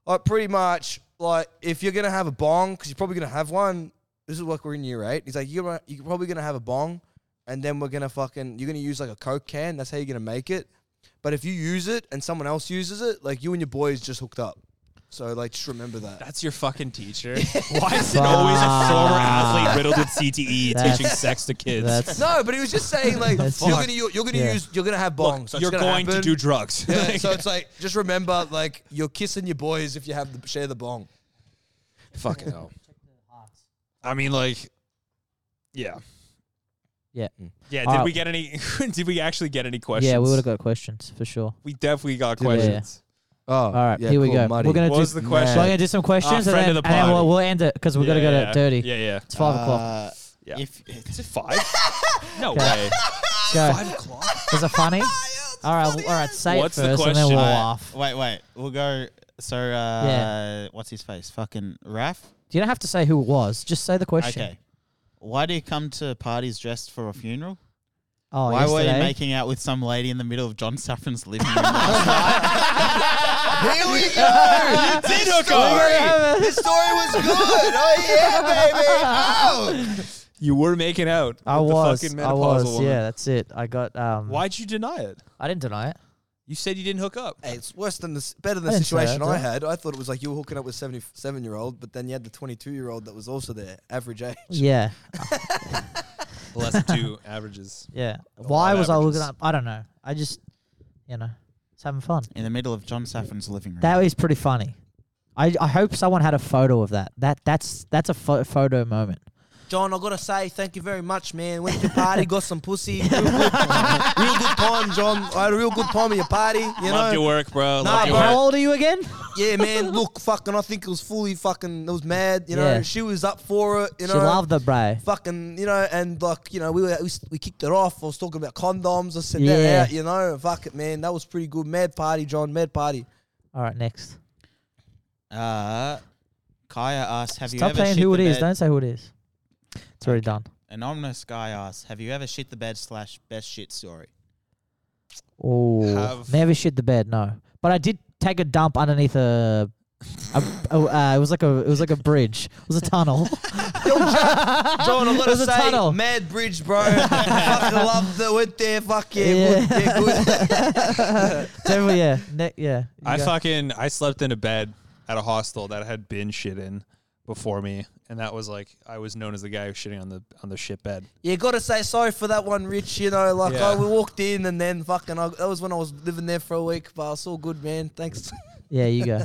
Speaker 3: like pretty much like if you're gonna have a bong, because you're probably gonna have one. This is like we're in year eight. He's like, you're you're probably gonna have a bong, and then we're gonna fucking you're gonna use like a coke can. That's how you're gonna make it. But if you use it and someone else uses it, like you and your boys just hooked up. So like just remember that.
Speaker 1: That's your fucking teacher. Why is it always a former athlete riddled with CTE
Speaker 2: That's-
Speaker 1: teaching E, sex to kids?
Speaker 2: That's
Speaker 3: No, but he was just saying like
Speaker 2: That's
Speaker 3: you're
Speaker 2: fuck.
Speaker 3: gonna u- you're gonna
Speaker 2: Yeah.
Speaker 3: use you're gonna have
Speaker 1: Look,
Speaker 3: bongs. so it's
Speaker 1: you're
Speaker 3: gonna
Speaker 1: going to
Speaker 3: happen.
Speaker 1: do drugs.
Speaker 3: Yeah, so it's like just remember like you're kissing your boys if you have the share the bong. Fucking hell.
Speaker 1: I mean, like, yeah,
Speaker 2: yeah,
Speaker 1: yeah. Did
Speaker 2: All right.
Speaker 1: we get any? did we actually get any questions?
Speaker 2: yeah. We would have got questions for sure.
Speaker 1: We definitely got
Speaker 2: Yeah.
Speaker 1: questions.
Speaker 3: Oh,
Speaker 2: All right, here we go. We're gonna
Speaker 1: What
Speaker 2: do.
Speaker 1: was the question?
Speaker 2: so I'm gonna do some questions and
Speaker 1: friend
Speaker 2: then,
Speaker 1: of the
Speaker 2: and then
Speaker 1: pod.
Speaker 2: we'll, we'll end it because we're
Speaker 1: Yeah,
Speaker 2: gonna go to
Speaker 1: yeah.
Speaker 2: dirty.
Speaker 1: Yeah, yeah.
Speaker 2: It's five o'clock.
Speaker 4: Uh,
Speaker 1: Yeah.
Speaker 4: If
Speaker 1: Is it five? no
Speaker 2: Okay.
Speaker 1: way.
Speaker 2: Go.
Speaker 1: Five o'clock.
Speaker 2: Is it funny? all right, all right. Say
Speaker 1: What's
Speaker 2: it
Speaker 1: the
Speaker 2: first, and then
Speaker 1: question?
Speaker 2: we'll
Speaker 1: All right.
Speaker 2: laugh.
Speaker 4: wait, wait, we'll go. So, uh,
Speaker 2: Yeah.
Speaker 4: what's his face? Fucking Raf.
Speaker 2: You don't have to say who it was. Just say the question.
Speaker 4: Okay. Why do you come to parties dressed for a funeral?
Speaker 2: Oh,
Speaker 4: Why were
Speaker 2: yesterday?
Speaker 4: you making out with some lady in the middle of John Saffron's living room? last
Speaker 3: Here we go. you did hook up. The story was good. Oh yeah, baby. Oh.
Speaker 1: You were making out.
Speaker 2: I
Speaker 1: with
Speaker 2: was.
Speaker 1: The fucking
Speaker 2: I
Speaker 1: menopausal
Speaker 2: was.
Speaker 1: Woman.
Speaker 2: Yeah, that's it. I got. Um,
Speaker 1: Why'd you deny it?
Speaker 2: I didn't deny it.
Speaker 1: You said you didn't hook up.
Speaker 3: Hey, it's worse than this. Better than
Speaker 2: I
Speaker 3: the
Speaker 2: didn't say
Speaker 3: situation
Speaker 2: that,
Speaker 3: I
Speaker 2: did
Speaker 3: had. I thought it was like you were hooking up with seventy-seven year old, but then you had the twenty-two year old that was also there, average age.
Speaker 2: Yeah,
Speaker 1: Less than two averages.
Speaker 2: yeah.
Speaker 1: lot
Speaker 2: Why
Speaker 1: of
Speaker 2: was I looking
Speaker 1: averages.
Speaker 2: up? I don't know. I just, you know, it's having fun.
Speaker 4: night? in the middle of John Saffron's living room.
Speaker 2: That is pretty funny. I, I hope someone had a photo of that. That that's that's a pho- photo moment.
Speaker 3: John, I gotta say, thank you very much, man. Went to your party, got some pussy. Real good, real good time, John. I had a real good time at your party. You
Speaker 1: Love
Speaker 3: know,
Speaker 1: your work, bro.
Speaker 3: Nah,
Speaker 1: Love your
Speaker 3: bro.
Speaker 2: How
Speaker 1: work.
Speaker 2: old are you again?
Speaker 3: yeah, man. Look, fucking, I think it was fully fucking. It was mad. You know,
Speaker 2: Yeah.
Speaker 3: she was up for it. You know,
Speaker 2: she loved the bro.
Speaker 3: fucking, you know, and like, you know, we were, we, s- we kicked it off. I was talking about condoms. I said
Speaker 2: Yeah.
Speaker 3: that out, you know. and Fuck it, man. That was pretty good. Mad party, John. Mad party.
Speaker 2: All right, next.
Speaker 4: Uh, Kaya asks, "Have you
Speaker 2: Stop
Speaker 4: ever
Speaker 2: saying
Speaker 4: shit
Speaker 2: who it
Speaker 4: the
Speaker 2: is.
Speaker 4: bed?
Speaker 2: Don't say who it is. It's already done.
Speaker 4: Anonymous guy asks, "Have you ever shit the bed slash best shit story?"
Speaker 2: Oh,
Speaker 1: Have-
Speaker 2: never shit the bed. No, but I did take a dump underneath a. a, a uh, it was like a it was like a bridge. It was a tunnel.
Speaker 3: John, I gotta
Speaker 2: There's a
Speaker 3: say,
Speaker 2: tunnel.
Speaker 3: Mad Bridge, bro. fucking love that. Went there. Fuck yeah. Good,
Speaker 2: Yeah.
Speaker 3: yeah, good.
Speaker 2: Definitely, yeah, ne- yeah. You
Speaker 1: I
Speaker 2: go.
Speaker 1: fucking I slept in a bed at a hostel that had been shit in before me, and that was like I was known as the guy who's shitting on the on the shit bed.
Speaker 3: You gotta say sorry for that one, Rich. You know, like
Speaker 1: Yeah.
Speaker 3: I, we walked in and then fucking, I, that was when I was living there for a week, but it's all good, man. Thanks.
Speaker 2: Yeah, you go.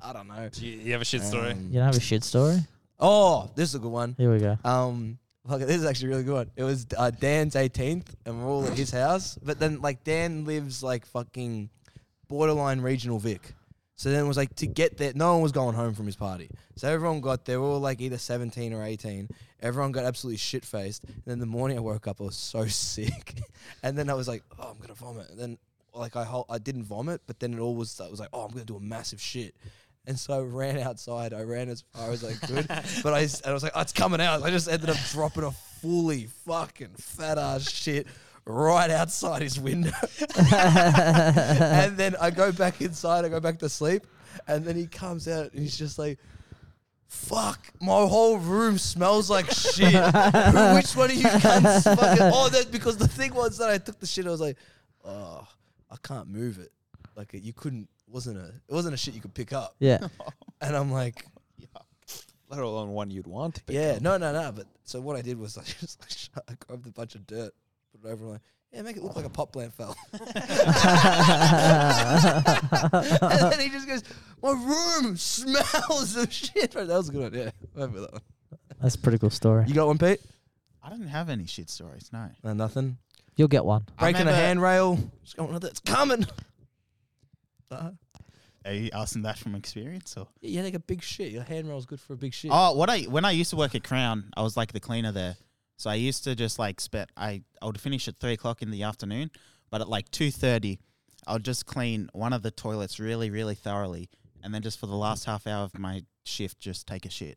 Speaker 3: I don't know.
Speaker 1: Do you, you have a shit story?
Speaker 3: Um,
Speaker 2: You don't have a shit story.
Speaker 3: oh, this is a good one.
Speaker 2: Here we go.
Speaker 3: Um, Fuck, this is actually really good. It was uh, Dan's 18th, and we're all at his house. But then, like, Dan lives like fucking borderline regional Vic. So then it was like to get there, no one was going home from his party. So everyone got there, we were all like either 17 or 18. Everyone got absolutely shit faced. And then the morning I woke up, I was so sick. and then I was like, oh, I'm gonna vomit. And then like I hol- I didn't vomit, but then it all was I was like, oh, I'm gonna do a massive shit. And so I ran outside. I ran as far as I could, but I, s- and I was like, oh, "It's coming out." I just ended up dropping a fully fucking fat ass shit right outside his window. and then I go back inside. I go back to sleep, and then he comes out and he's just like, "Fuck, my whole room smells like shit." Who- Which one of you cunts? Fucking, oh, that because the thing was that I took the shit. I was like, "Oh, I can't move it. Like you couldn't." Wasn't a it wasn't a shit you could pick up.
Speaker 2: Yeah.
Speaker 3: And I'm like,
Speaker 1: Let alone one you'd want. To pick
Speaker 3: yeah,
Speaker 1: up.
Speaker 3: no, no, no. But so what I did was I just like, sh- I grabbed a bunch of dirt, put it over, and like, yeah, make it look like a pot plant fell. and then he just goes, my room smells of shit. Right, that was a good one. Yeah, remember that one.
Speaker 2: That's a pretty cool story.
Speaker 3: You got one, Pete?
Speaker 4: I didn't have any shit stories. No.
Speaker 3: No, nothing.
Speaker 2: You'll get one.
Speaker 4: I
Speaker 3: Breaking a
Speaker 4: remember-
Speaker 3: handrail. Just going, it's coming. Uh-huh.
Speaker 4: Are you asking that from experience or?
Speaker 3: Yeah, like a big shit. Your handrail's good for a big shit.
Speaker 4: Oh, what I when I used to work at Crown, I was like the cleaner there. So I used to just like spit. I I would finish at three o'clock in the afternoon, but at like two thirty, I would just clean one of the toilets really, really thoroughly, and then just for the last half hour of my shift, just take a shit.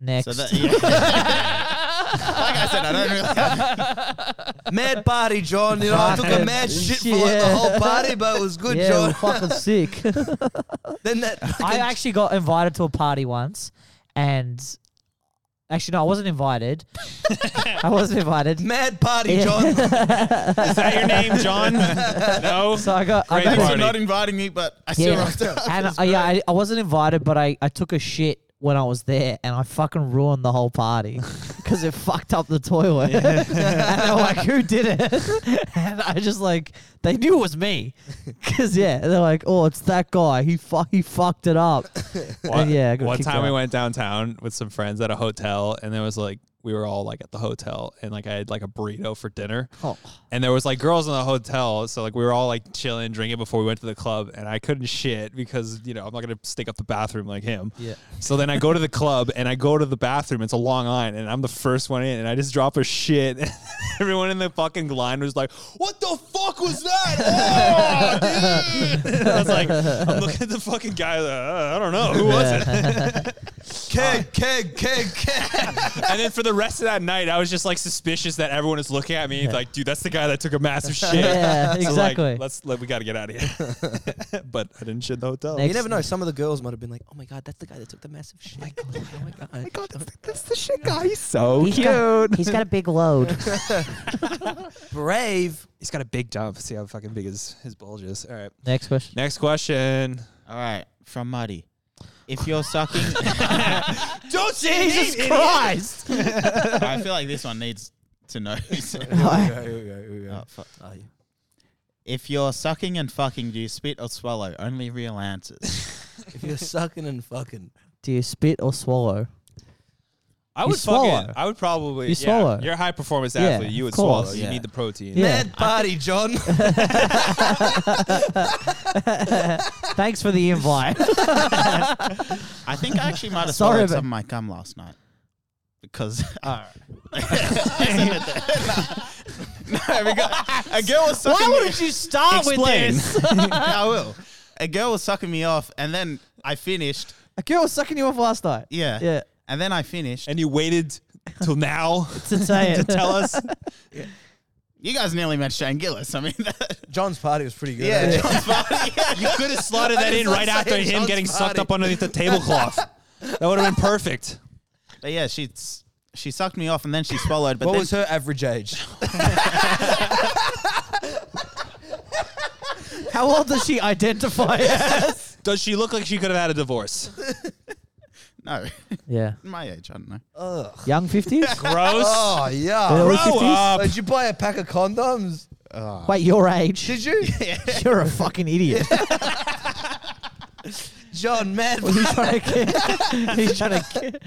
Speaker 2: Next.
Speaker 4: So that, yeah. like I said, I don't really. Have,
Speaker 3: Mad party, John. You know, I took a
Speaker 2: Fucking
Speaker 3: mad shit for like the
Speaker 2: shit.
Speaker 3: whole party, but it was good,
Speaker 2: yeah,
Speaker 3: John.
Speaker 2: we're fucking sick.
Speaker 3: Then that
Speaker 2: I actually got invited to a party once, and actually no, I wasn't invited. I wasn't invited.
Speaker 3: mad party,
Speaker 2: Yeah.
Speaker 3: John.
Speaker 1: Is that your name, John? no.
Speaker 2: So I got, I
Speaker 1: Great
Speaker 2: got
Speaker 4: thanks
Speaker 1: party.
Speaker 4: for not inviting me, but I still
Speaker 2: yeah,
Speaker 4: rocked up.
Speaker 2: and uh, yeah, I, I wasn't invited, but I, I took a shit when I was there, and I fucking ruined the whole party because it fucked up the toilet. and they're like, "Who did it?" and I just like they knew it was me, because yeah, they're like, "Oh, it's that guy. He fu- he fucked it up."
Speaker 1: One,
Speaker 2: yeah, I got
Speaker 1: one
Speaker 2: kicked
Speaker 1: time we
Speaker 2: out.
Speaker 1: went downtown with some friends at a hotel, and there was like we were all like at the hotel, and like I had like a burrito for dinner,
Speaker 2: Oh.
Speaker 1: and there was like girls in the hotel, so like we were all like chilling, drinking before we went to the club, and I couldn't shit because you know I'm not gonna stink up the bathroom like him.
Speaker 2: Yeah.
Speaker 1: So then I go to the club and I go to the bathroom. It's a long line, and I'm the first one in, and I just drop a shit. And everyone in the fucking line was like, "What the fuck was that?" Oh, dude! I was like, I'm looking at the fucking guy. Like, "Uh, I don't know who was it.
Speaker 3: keg, keg, keg, keg.
Speaker 1: and then for the rest of that night, I was just like suspicious that everyone is looking at me like, dude, that's the guy that took a massive shit.
Speaker 2: Yeah,
Speaker 1: So, like,
Speaker 2: exactly.
Speaker 1: let's let, we got to get out of here. but I didn't shit in the hotel.
Speaker 2: Next-
Speaker 3: You never know. Some of the girls might have been like, "Oh my god, that's the guy that took the massive shit." oh my god, oh my god,
Speaker 1: That's the shit guy. He's so
Speaker 2: He's got, he's got a big load.
Speaker 3: brave.
Speaker 1: he's got a big dump. See how fucking big his his bulge is. All right.
Speaker 2: Next question.
Speaker 1: Next question.
Speaker 4: All right, from Muddy. If you're sucking,
Speaker 1: Don't
Speaker 2: Jesus Christ!
Speaker 4: I feel like this one needs to know.
Speaker 3: Here we go, here we go, here we go.
Speaker 4: Oh, fuck. If you're sucking and fucking, do you spit or swallow? Only real answers.
Speaker 3: If you're sucking and fucking,
Speaker 2: Do you spit or swallow?
Speaker 1: I
Speaker 2: You
Speaker 1: would fucking.
Speaker 2: swallow.
Speaker 1: I would probably.
Speaker 2: You
Speaker 1: yeah,
Speaker 2: swallow.
Speaker 1: You're a high performance
Speaker 2: Yeah,
Speaker 1: athlete. you
Speaker 2: of
Speaker 1: would
Speaker 2: course.
Speaker 1: swallow. You
Speaker 4: Yeah.
Speaker 1: need the protein.
Speaker 2: Yeah.
Speaker 3: mad party, John.
Speaker 2: Thanks for the invite.
Speaker 4: I think I actually might have
Speaker 2: Sorry,
Speaker 4: swallowed
Speaker 2: but-
Speaker 4: some of my cum last night because uh, no, because a girl was sucking.
Speaker 2: Why
Speaker 4: me-
Speaker 2: would you start
Speaker 4: Explain.
Speaker 2: with this?
Speaker 4: I will. A girl was sucking me off, and then I finished.
Speaker 2: A girl was sucking you off last night.
Speaker 4: Yeah,
Speaker 2: Yeah.
Speaker 4: And then I finished.
Speaker 1: And you waited till now
Speaker 2: To say
Speaker 1: to
Speaker 2: it.
Speaker 1: tell us.
Speaker 4: You guys nearly met Shane Gillis. I mean, that,
Speaker 3: John's party was pretty good.
Speaker 4: yeah,
Speaker 3: eh?
Speaker 4: John's funny.
Speaker 1: You could have slotted that in
Speaker 3: That's
Speaker 1: right
Speaker 3: what I'm
Speaker 1: after
Speaker 3: saying,
Speaker 1: him
Speaker 3: Sean's
Speaker 1: getting sucked
Speaker 3: body.
Speaker 1: up underneath the tablecloth. That would have been perfect.
Speaker 4: But yeah, she's she sucked me off, and then she swallowed. But
Speaker 3: what
Speaker 4: then
Speaker 3: was her average age?
Speaker 2: How old does she identify as?
Speaker 1: Does she look like she could have had a divorce?
Speaker 4: no,
Speaker 2: Yeah.
Speaker 4: my age. I don't know.
Speaker 3: Ugh.
Speaker 2: Young 50s?
Speaker 1: Gross.
Speaker 3: Oh yeah.
Speaker 2: Early
Speaker 1: Grow
Speaker 2: 50s?
Speaker 1: up.
Speaker 3: Did you buy a pack of condoms?
Speaker 2: Wait, your age.
Speaker 3: Did you,
Speaker 2: You're a fucking idiot.
Speaker 3: John? Mad.
Speaker 2: he's trying to. He's trying to.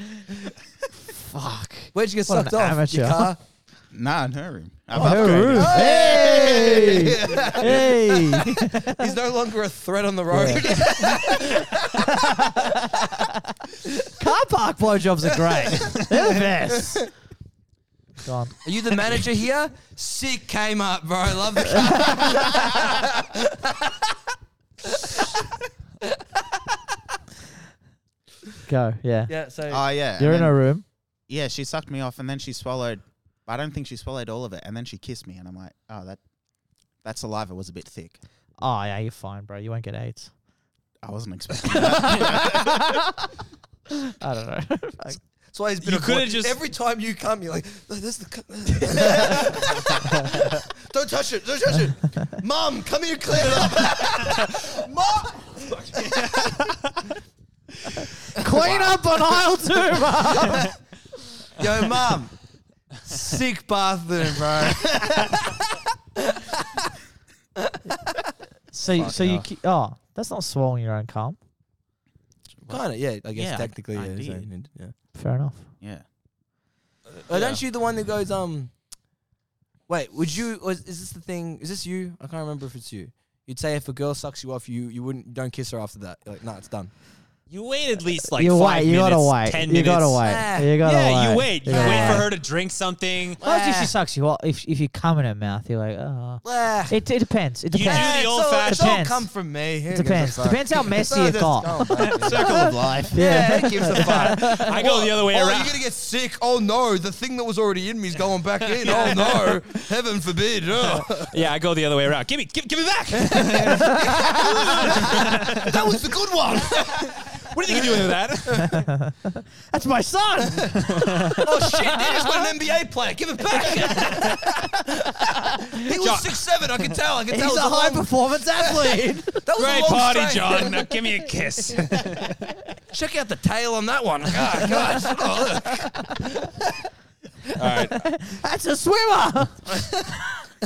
Speaker 2: Fuck.
Speaker 3: Where'd you get
Speaker 2: What an
Speaker 3: sucked off?
Speaker 2: amateur.
Speaker 3: Your car?
Speaker 4: Nah, in her room. I've
Speaker 2: Oh, Her
Speaker 4: upgraded.
Speaker 2: room. Hey! hey!
Speaker 3: He's no longer a threat on the road.
Speaker 2: Car park blowjobs are great. They're the best. Gone.
Speaker 3: Are you the manager here? Sick Kmart, bro. I love the car.
Speaker 2: Go. Yeah.
Speaker 3: Yeah, so
Speaker 4: Oh yeah.
Speaker 2: You're in
Speaker 4: and then-
Speaker 2: a room.
Speaker 4: Yeah, she sucked me off, and then she swallowed. I don't think she swallowed all of it, and then she kissed me, and I'm like, oh, that that saliva was a bit thick.
Speaker 2: Oh, yeah, you're fine, bro. You won't get AIDS.
Speaker 4: I wasn't expecting that.
Speaker 2: I don't know. Fuck.
Speaker 3: that's why he's been
Speaker 1: You
Speaker 3: a
Speaker 1: coulda
Speaker 3: boy.
Speaker 1: just-
Speaker 3: every time you come, you're like, "No, this is the. cu- don't touch it! Don't touch it! Mom, come here, and clean it up. Mom,
Speaker 2: Clean up on aisle two, bro.
Speaker 3: yo, mom, sick bathroom, bro.
Speaker 2: So, you- so you.
Speaker 3: Fuck
Speaker 2: ki- Oh, that's not swallowing your own cum.
Speaker 3: kind of, yeah. I guess
Speaker 4: Yeah, I-
Speaker 3: technically,
Speaker 4: I
Speaker 3: yeah. so,
Speaker 4: did.
Speaker 3: yeah.
Speaker 2: Fair enough.
Speaker 4: yeah.
Speaker 3: Uh, Don't you the one that goes, um, wait, would you, or is is this the thing, is this you? I can't remember if it's you. You'd say if a girl sucks you off, you, you wouldn't, don't kiss her after that. You're like, nah, it's done.
Speaker 1: You wait at least like
Speaker 2: you
Speaker 1: five
Speaker 2: wait. You
Speaker 1: minutes,
Speaker 2: gotta wait.
Speaker 1: ten
Speaker 2: you
Speaker 1: minutes.
Speaker 2: gotta wait.
Speaker 3: Ah,
Speaker 2: you gotta
Speaker 1: yeah,
Speaker 2: wait.
Speaker 1: you wait. You
Speaker 2: gotta
Speaker 1: wait for
Speaker 2: wait.
Speaker 1: her to Ah. drink something.
Speaker 2: Well, if she sucks you off, if if you cum in her mouth, you're like, oh.
Speaker 3: Ah,
Speaker 2: It, it depends. It
Speaker 1: You
Speaker 2: depends.
Speaker 1: do the
Speaker 3: it's
Speaker 1: old
Speaker 3: all- it's all
Speaker 2: fashioned-
Speaker 3: come from me. Here
Speaker 2: It
Speaker 3: gives a
Speaker 2: depends.
Speaker 3: fuck?
Speaker 2: Depends how messy
Speaker 3: So
Speaker 2: you
Speaker 3: just
Speaker 2: got.
Speaker 3: go, man.
Speaker 4: Circle of life.
Speaker 3: yeah, it gives a fuck.
Speaker 1: I go the other way
Speaker 3: oh,
Speaker 1: around.
Speaker 3: you're gonna get sick. Oh no, the thing that was already in me is going back in. Oh no, heaven forbid. Oh.
Speaker 1: yeah, I go the other way around. Give me, give, give me back. what
Speaker 3: that was the good one.
Speaker 1: do you think you're doing with that?
Speaker 2: That's my son.
Speaker 3: Oh shit, they just got an NBA player. Give it back. he was
Speaker 1: John-
Speaker 3: six seven. I can tell. I can
Speaker 2: He's
Speaker 3: tell.
Speaker 2: a
Speaker 3: it was
Speaker 2: high
Speaker 3: long-
Speaker 2: performance athlete.
Speaker 3: that was a
Speaker 1: Great
Speaker 3: long
Speaker 1: party,
Speaker 3: strain.
Speaker 1: John. Now give me a kiss.
Speaker 3: Check out the tail on that one. God, gosh. Oh, look.
Speaker 1: All right.
Speaker 2: That's a swimmer.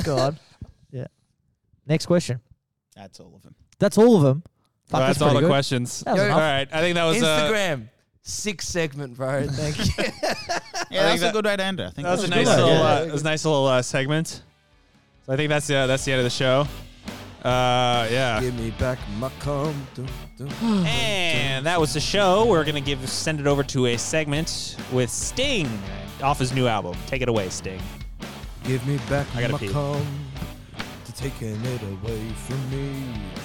Speaker 2: God. Yeah. Next question.
Speaker 4: That's all of them.
Speaker 2: That's all of them. Fuck,
Speaker 1: Well, that's, all
Speaker 2: pretty
Speaker 1: the
Speaker 2: good.
Speaker 1: questions.
Speaker 2: That was
Speaker 1: all
Speaker 2: enough.
Speaker 1: right. I think that was Uh,
Speaker 3: Instagram. Six segment, bro. Thank you.
Speaker 4: Yeah, that's
Speaker 1: that-
Speaker 4: a good way to end it. I think
Speaker 1: that was a
Speaker 4: that's
Speaker 1: nice
Speaker 4: good.
Speaker 1: little,
Speaker 2: idea.
Speaker 1: uh, that was a nice little uh, segment. So I think that's the uh, that's the end of the show. Uh, yeah.
Speaker 3: me back my cum. Dum, dum.
Speaker 1: And that was the show. We're gonna give send it over to a segment with Sting off his new album. Take it away, Sting.
Speaker 3: Give me back
Speaker 1: I gotta pee.
Speaker 3: cum. To taking it away from me.